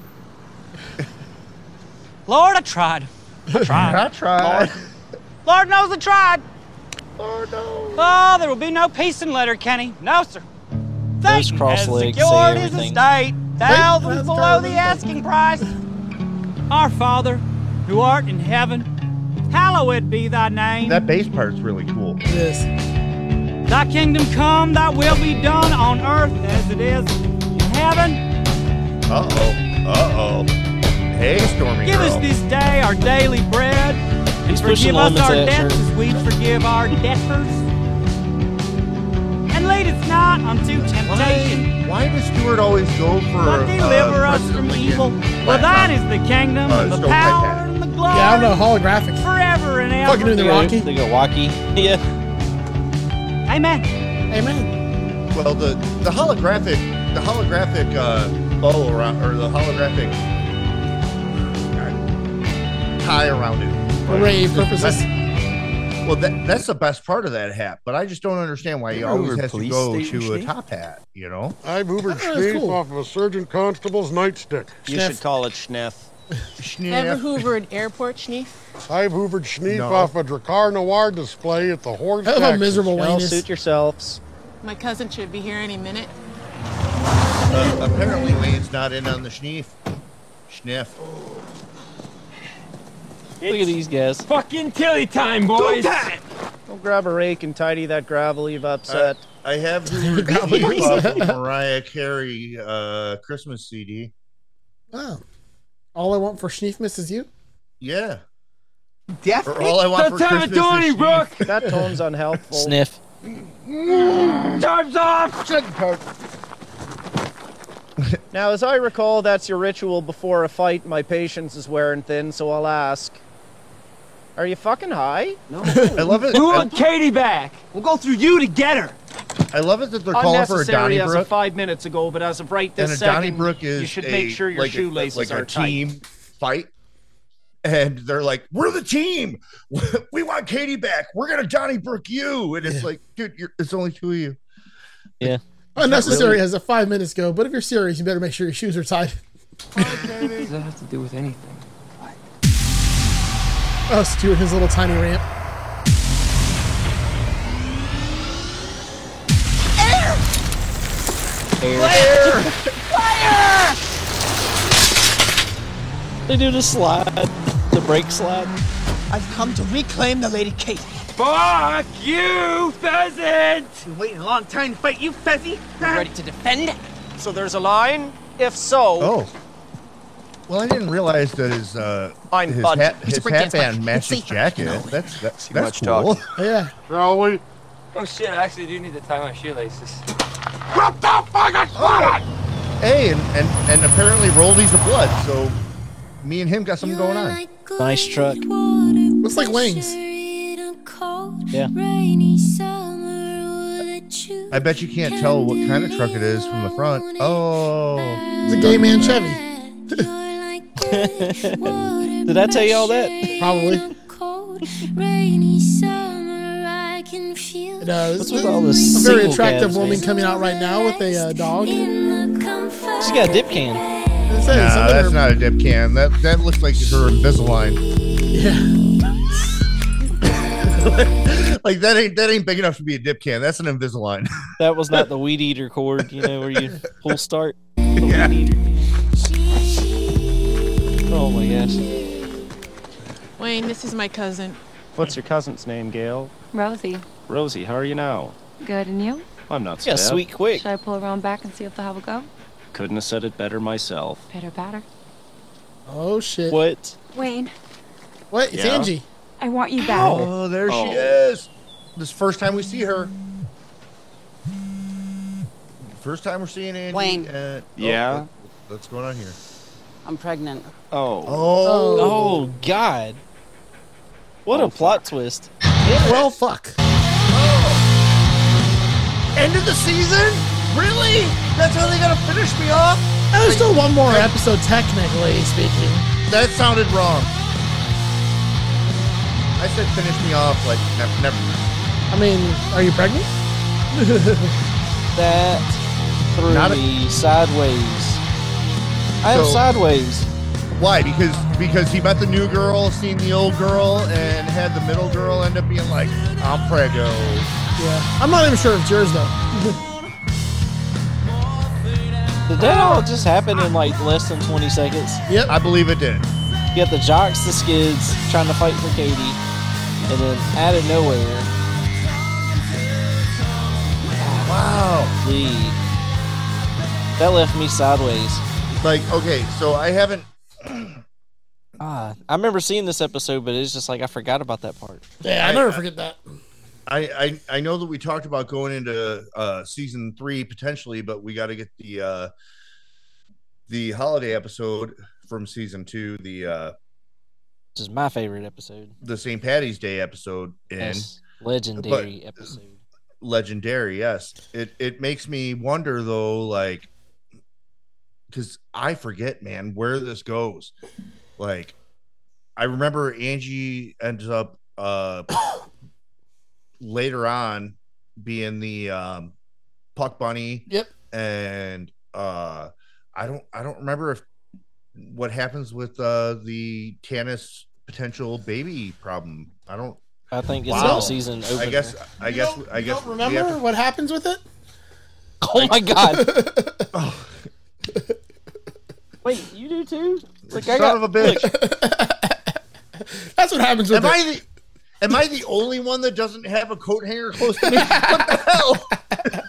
[SPEAKER 16] Lord, I tried.
[SPEAKER 20] I tried.
[SPEAKER 3] I tried.
[SPEAKER 16] Lord knows I tried. Lord knows. Oh, there will be no peace in Letterkenny. No, sir.
[SPEAKER 1] Those cross
[SPEAKER 16] As
[SPEAKER 1] legs say
[SPEAKER 16] secured his
[SPEAKER 1] everything.
[SPEAKER 16] estate, thousands
[SPEAKER 1] that's
[SPEAKER 16] below the asking price. Our Father, who art in heaven, hallowed be thy name.
[SPEAKER 3] That bass part's really cool. Yes.
[SPEAKER 16] Thy kingdom come, thy will be done on earth as it is in heaven.
[SPEAKER 3] Uh oh. Uh oh. Hey, Stormy
[SPEAKER 16] Give us
[SPEAKER 3] girl.
[SPEAKER 16] this day our daily bread. And
[SPEAKER 3] He's pushing
[SPEAKER 16] forgive us
[SPEAKER 3] lemons
[SPEAKER 16] our
[SPEAKER 3] at
[SPEAKER 16] debts
[SPEAKER 3] her.
[SPEAKER 16] as we forgive our debtors. And lead us not unto temptation,
[SPEAKER 3] Why does Stewart always go for?
[SPEAKER 16] but deliver
[SPEAKER 3] uh,
[SPEAKER 16] us from
[SPEAKER 3] President
[SPEAKER 16] evil.
[SPEAKER 3] Lincoln?
[SPEAKER 16] For thine is the kingdom,
[SPEAKER 3] Uh,
[SPEAKER 16] and the
[SPEAKER 3] Stone
[SPEAKER 16] power,
[SPEAKER 3] Pepper.
[SPEAKER 16] and the glory.
[SPEAKER 2] Yeah, I don't know. Holographic.
[SPEAKER 16] Forever and ever.
[SPEAKER 2] Fucking doing the Rocky.
[SPEAKER 1] They go Rocky. Yeah.
[SPEAKER 16] Amen.
[SPEAKER 2] Amen.
[SPEAKER 3] Well, the the holographic, the holographic uh, bow around, or the holographic tie around it.
[SPEAKER 2] Array purposes.
[SPEAKER 3] Well, that, that's the best part of that hat, but I just don't understand why he always has to go to a top hat. You know,
[SPEAKER 5] I've hoovered
[SPEAKER 3] Oh, that's
[SPEAKER 5] schneef
[SPEAKER 3] cool.
[SPEAKER 5] off of a surgeon constable's nightstick.
[SPEAKER 19] You should call it schniff.
[SPEAKER 11] Ever hoovered airport schneef?
[SPEAKER 5] I've hoovered Schneef
[SPEAKER 11] No.
[SPEAKER 5] off a Drakkar Noir display at the Horse
[SPEAKER 11] Oh,
[SPEAKER 5] Taxi.
[SPEAKER 11] miserable Y'all anus.
[SPEAKER 22] suit yourselves.
[SPEAKER 11] My cousin should be here any minute.
[SPEAKER 3] Uh, apparently, Wayne's not in on the schneef. Schniff.
[SPEAKER 10] Look at these guys.
[SPEAKER 22] Fucking tilly time,
[SPEAKER 10] boys. Go
[SPEAKER 22] Go grab a rake and tidy that gravel you've upset.
[SPEAKER 3] I have the Schneef off of Mariah Carey uh, Christmas CD.
[SPEAKER 2] Wow. All I want for Schneefmas is you?
[SPEAKER 3] Yeah.
[SPEAKER 2] Definitely.
[SPEAKER 3] Or all I want for Christmas is Schneef.
[SPEAKER 22] That tone's unhelpful.
[SPEAKER 1] Sniff.
[SPEAKER 22] Time's off! now, as I recall, that's your ritual before a fight. My patience is wearing thin, so I'll ask. Are you fucking high?
[SPEAKER 17] No.
[SPEAKER 3] I love it.
[SPEAKER 22] Who
[SPEAKER 3] want
[SPEAKER 22] Katie back? We'll go through you to get her.
[SPEAKER 3] I love it that they're calling for a
[SPEAKER 10] Unnecessary as of
[SPEAKER 3] Donnybrook.
[SPEAKER 10] five minutes ago, but as of right
[SPEAKER 3] And
[SPEAKER 10] this
[SPEAKER 3] a
[SPEAKER 10] second,
[SPEAKER 3] Donnybrook is
[SPEAKER 10] you should
[SPEAKER 3] a,
[SPEAKER 10] make sure your
[SPEAKER 3] like a-
[SPEAKER 10] shoelaces
[SPEAKER 3] like
[SPEAKER 10] are
[SPEAKER 3] a team fight. And they're like, "We're the team. We want Katie back. We're gonna Donnybrook you." And it's like, dude, you're, it's only two of you.
[SPEAKER 1] Yeah.
[SPEAKER 2] Unnecessary as a five minutes go, but if you're serious, you better make sure your shoes are tied.
[SPEAKER 17] What does that have to do with anything?
[SPEAKER 2] Oh, Stuart, his little tiny ramp.
[SPEAKER 1] Fire! They do the slide, the brake slide.
[SPEAKER 23] I've come to reclaim the Lady Kate. Fuck you, pheasant! Been waiting a long time to fight you, pheasy. ready to defend?
[SPEAKER 22] So there's a line? If so,
[SPEAKER 3] Oh. Well, I didn't realize that his uh,
[SPEAKER 22] I'm
[SPEAKER 3] his
[SPEAKER 22] Bud.
[SPEAKER 3] hat,
[SPEAKER 22] He's a
[SPEAKER 3] his
[SPEAKER 22] breakdance
[SPEAKER 3] hat
[SPEAKER 22] man.
[SPEAKER 3] band matched
[SPEAKER 22] He's
[SPEAKER 3] his jacket. That's that, that's
[SPEAKER 22] much
[SPEAKER 3] cool.
[SPEAKER 22] talking.
[SPEAKER 2] Yeah.
[SPEAKER 5] Shall we?
[SPEAKER 17] Oh shit, I actually do need to tie my shoelaces.
[SPEAKER 5] What the
[SPEAKER 2] Oh,
[SPEAKER 5] fuck is
[SPEAKER 3] Oh. Hey, and, and and apparently Roldy's a blood, so me and him got something going on.
[SPEAKER 1] Nice truck.
[SPEAKER 2] Looks like wings.
[SPEAKER 1] Yeah.
[SPEAKER 3] I bet you can't tell what kind of truck it is from the front. Oh,
[SPEAKER 2] It's a gay man Chevy.
[SPEAKER 1] Did I tell you all that?
[SPEAKER 2] Probably.
[SPEAKER 24] Rainy summer, I can feel
[SPEAKER 2] No,
[SPEAKER 1] What's with all this
[SPEAKER 2] uh, a very
[SPEAKER 1] single
[SPEAKER 2] attractive
[SPEAKER 1] cabs,
[SPEAKER 2] woman
[SPEAKER 1] man?
[SPEAKER 2] coming out right now with a uh, dog.
[SPEAKER 1] She got a dip can.
[SPEAKER 2] That's it.
[SPEAKER 3] Nah,
[SPEAKER 2] Some of
[SPEAKER 3] that's
[SPEAKER 2] her-
[SPEAKER 3] not a dip can. That that looks like her Invisalign.
[SPEAKER 2] Yeah.
[SPEAKER 3] Like that ain't that ain't big enough to be a dip can. That's an Invisalign.
[SPEAKER 1] That was not the weed eater cord, you know, where you pull start.
[SPEAKER 3] yeah.
[SPEAKER 1] Oh my gosh.
[SPEAKER 11] Wayne, this is my cousin.
[SPEAKER 22] What's your cousin's name, Gail?
[SPEAKER 25] Rosie,
[SPEAKER 22] Rosie, how are you now?
[SPEAKER 25] good, and you?
[SPEAKER 22] I'm not
[SPEAKER 1] Yeah,
[SPEAKER 22] bad.
[SPEAKER 1] sweet quick.
[SPEAKER 25] Should I pull around back and see if they'll have a go?
[SPEAKER 22] Couldn't have said it better myself.
[SPEAKER 25] Pitter patter.
[SPEAKER 2] Oh shit.
[SPEAKER 1] What?
[SPEAKER 25] Wayne,
[SPEAKER 2] What? It's
[SPEAKER 22] Yeah.
[SPEAKER 2] Angie.
[SPEAKER 25] I want you back.
[SPEAKER 3] Oh, there
[SPEAKER 22] Oh.
[SPEAKER 3] she is. This first time we see her. First time we're seeing Angie.
[SPEAKER 26] Wayne.
[SPEAKER 3] uh, oh,
[SPEAKER 22] Yeah?
[SPEAKER 3] what- what's going on here?
[SPEAKER 26] I'm pregnant.
[SPEAKER 22] Oh.
[SPEAKER 1] Oh. God. What a plot twist.
[SPEAKER 2] well, fuck.
[SPEAKER 3] Oh. End of the season? Really? That's how they gotta finish me off?
[SPEAKER 2] There's still one more episode, technically speaking.
[SPEAKER 3] That sounded wrong. I said finish me off like never. never.
[SPEAKER 2] I mean, are you pregnant?
[SPEAKER 1] That threw
[SPEAKER 3] Not a-
[SPEAKER 1] me sideways. I am
[SPEAKER 3] So-
[SPEAKER 1] sideways.
[SPEAKER 3] Why? Because because he met the new girl, seen the old girl, and had the middle girl end up being like, I'm prego.
[SPEAKER 2] Yeah. I'm not even sure if it's yours though.
[SPEAKER 1] Did that all just happen in like less than 20 seconds?
[SPEAKER 2] Yep.
[SPEAKER 3] I believe it did.
[SPEAKER 1] You got the jocks, the skids, trying to fight for Katie, and then out of nowhere,
[SPEAKER 3] Wow.
[SPEAKER 1] Lee. That left me sideways.
[SPEAKER 3] Like, okay, so I haven't.
[SPEAKER 1] Ah, I remember seeing this episode, but it's just like I forgot about that part.
[SPEAKER 2] Yeah, I never forget that.
[SPEAKER 3] I, I I know that we talked about going into uh, season three potentially, but we got to get the uh, the holiday episode from season two, the uh,
[SPEAKER 1] This is my favorite episode.
[SPEAKER 3] the St. Patty's Day episode in
[SPEAKER 1] Yes, legendary episode.
[SPEAKER 3] Legendary, yes. It it makes me wonder though, like, because I forget, man, where this goes. Like, I remember Angie ends up uh later on being the um Puck Bunny.
[SPEAKER 2] Yep.
[SPEAKER 3] And uh I don't I don't remember if what happens with uh, the Tannis potential baby problem. I don't.
[SPEAKER 1] I think
[SPEAKER 2] it's
[SPEAKER 1] a season
[SPEAKER 3] I
[SPEAKER 1] opener.
[SPEAKER 3] guess. I
[SPEAKER 2] You
[SPEAKER 3] guess.
[SPEAKER 2] don't-
[SPEAKER 3] I
[SPEAKER 2] you
[SPEAKER 3] guess.
[SPEAKER 2] don't
[SPEAKER 3] we have
[SPEAKER 2] remember
[SPEAKER 3] to-
[SPEAKER 2] what happens with it?
[SPEAKER 1] Oh my god!
[SPEAKER 10] Wait, you do too?
[SPEAKER 3] Son of a bitch.
[SPEAKER 2] That's what happens with
[SPEAKER 3] am I
[SPEAKER 2] it.
[SPEAKER 3] the, Am I the only one that doesn't have a coat hanger close to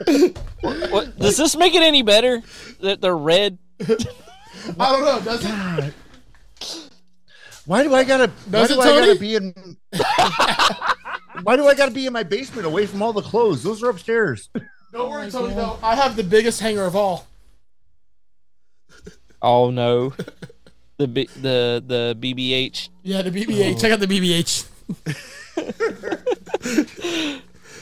[SPEAKER 3] me?
[SPEAKER 1] What, does this make it any better that they're red?
[SPEAKER 2] I don't know. Does it?
[SPEAKER 3] Why do I gotta? why
[SPEAKER 2] Does
[SPEAKER 3] do
[SPEAKER 2] it,
[SPEAKER 3] I
[SPEAKER 2] Tony?
[SPEAKER 3] gotta be in? why do I gotta be in my basement away from all the clothes? Those are upstairs.
[SPEAKER 2] Don't worry, Tony. Though I have the biggest hanger of all.
[SPEAKER 1] Oh no. The B, the the BBH.
[SPEAKER 2] Yeah, the BBH. Check out the BBH.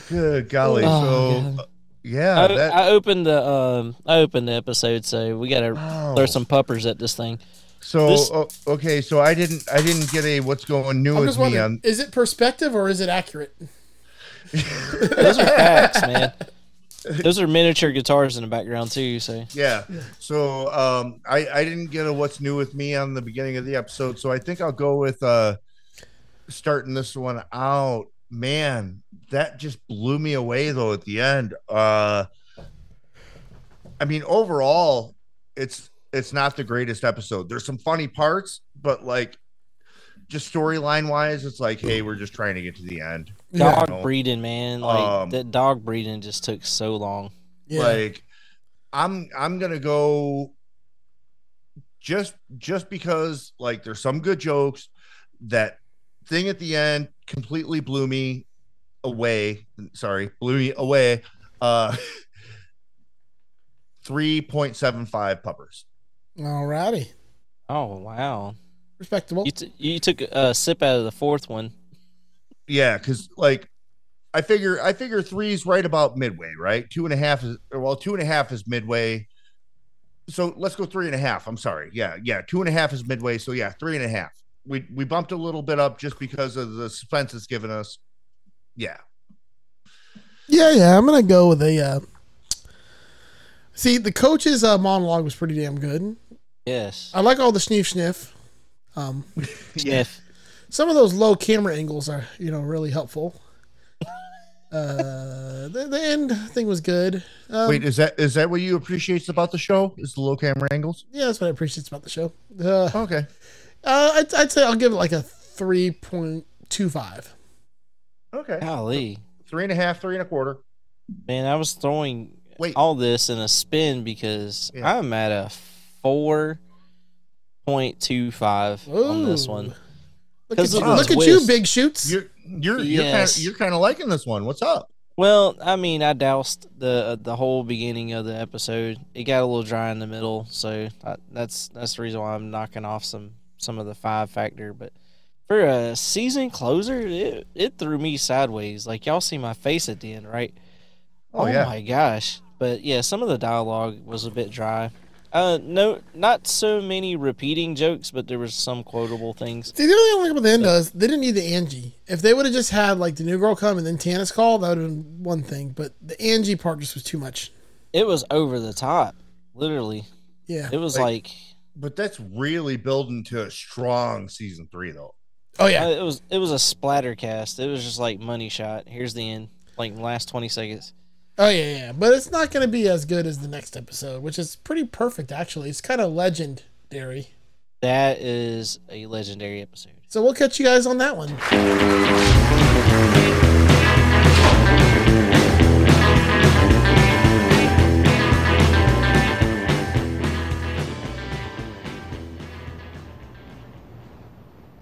[SPEAKER 3] Good golly.
[SPEAKER 2] Oh,
[SPEAKER 3] so, uh, yeah,
[SPEAKER 1] I,
[SPEAKER 3] that,
[SPEAKER 1] I opened the um I opened the episode, so we gotta
[SPEAKER 3] Wow.
[SPEAKER 1] throw some puppers at this thing.
[SPEAKER 3] so
[SPEAKER 1] this-
[SPEAKER 3] oh, okay. So I didn't. I didn't get a what's going new
[SPEAKER 2] I'm
[SPEAKER 3] with
[SPEAKER 2] just
[SPEAKER 3] me
[SPEAKER 2] wondering,
[SPEAKER 3] on.
[SPEAKER 2] is it perspective or is it accurate?
[SPEAKER 1] Those are facts, man. Those are miniature guitars in the background too. So
[SPEAKER 3] Yeah. So um, I I didn't get a what's new with me on the beginning of the episode. So I think I'll go with uh, starting this one out. Man, that just blew me away though at the end. Uh, I mean, overall, it's it's not the greatest episode. There's some funny parts, but like just storyline wise, it's like, hey, we're just trying to get to the end.
[SPEAKER 1] dog
[SPEAKER 3] You know?
[SPEAKER 1] breeding, man. Like
[SPEAKER 3] Um,
[SPEAKER 1] that dog breeding just took so long.
[SPEAKER 3] Like I'm I'm gonna go just just because like there's some good jokes. That thing at the end completely blew me away. Sorry, blew me away. Uh 3.75 puppers.
[SPEAKER 2] Alrighty,
[SPEAKER 1] Oh wow.
[SPEAKER 2] respectable.
[SPEAKER 1] You, t- you took a sip out of the fourth one.
[SPEAKER 3] Yeah, because like I figure I figure three is right about midway, right? Two and a half is well, two and a half is midway. So let's go three and a half. I'm sorry. Yeah, yeah. Two and a half is midway. So yeah, three and a half. We we bumped a little bit up just because of the suspense it's given us. Yeah.
[SPEAKER 2] Yeah, yeah. I'm gonna go with a. Uh... See, the coach's uh, monologue was pretty damn good.
[SPEAKER 1] Yes.
[SPEAKER 2] I like all the sniff sniff. Um,
[SPEAKER 1] Sniff.
[SPEAKER 2] some of those low camera angles are you know really helpful. Uh, the, the end thing was good. Um,
[SPEAKER 3] Wait, is that is that what you appreciate about the show? Is the low camera angles?
[SPEAKER 2] yeah, that's what I appreciate about the show. Uh,
[SPEAKER 3] okay.
[SPEAKER 2] Uh, I'd, I'd say I'll give it like a three point two five.
[SPEAKER 3] Okay.
[SPEAKER 1] Golly.
[SPEAKER 3] Three and a half, three and a quarter.
[SPEAKER 1] Man, I was throwing all this in a spin because I'm at a four point two five on this
[SPEAKER 2] Ooh.
[SPEAKER 1] one.
[SPEAKER 2] Look
[SPEAKER 1] 'Cause
[SPEAKER 2] at you,
[SPEAKER 1] it was
[SPEAKER 2] look at you,
[SPEAKER 1] whisked.
[SPEAKER 2] big shoots.
[SPEAKER 3] You're you're
[SPEAKER 1] Yes.
[SPEAKER 3] you're kind of you're kind of liking this one. What's up?
[SPEAKER 1] Well, I mean, I doused the the whole beginning of the episode. It got a little dry in the middle, so I, that's that's the reason why I'm knocking off some some of the five factor. But for a season closer, it it threw me sideways. Like y'all see my face at the end, right?
[SPEAKER 3] Oh, yeah.
[SPEAKER 1] my gosh! But yeah, some of the dialogue was a bit dry. Uh, no, not so many repeating jokes, but there was some quotable things.
[SPEAKER 2] See, the only thing I like about the end is they didn't need the Angie. If they would have just had like the new girl come and then Tannis call, that would have been one thing. But the Angie part just was too much.
[SPEAKER 1] It was over the top, literally.
[SPEAKER 2] Yeah.
[SPEAKER 1] it was
[SPEAKER 3] Like-
[SPEAKER 1] like
[SPEAKER 3] But that's really building to a strong season three though.
[SPEAKER 2] Oh yeah,
[SPEAKER 1] Uh, it was it was a splatter cast. It was just like money shot. Here's the end, like last twenty seconds.
[SPEAKER 2] Oh yeah, yeah. But it's not going to be as good as the next episode, which is pretty perfect actually. It's kind of legendary.
[SPEAKER 1] That is a legendary episode.
[SPEAKER 2] So we'll catch you guys on that one.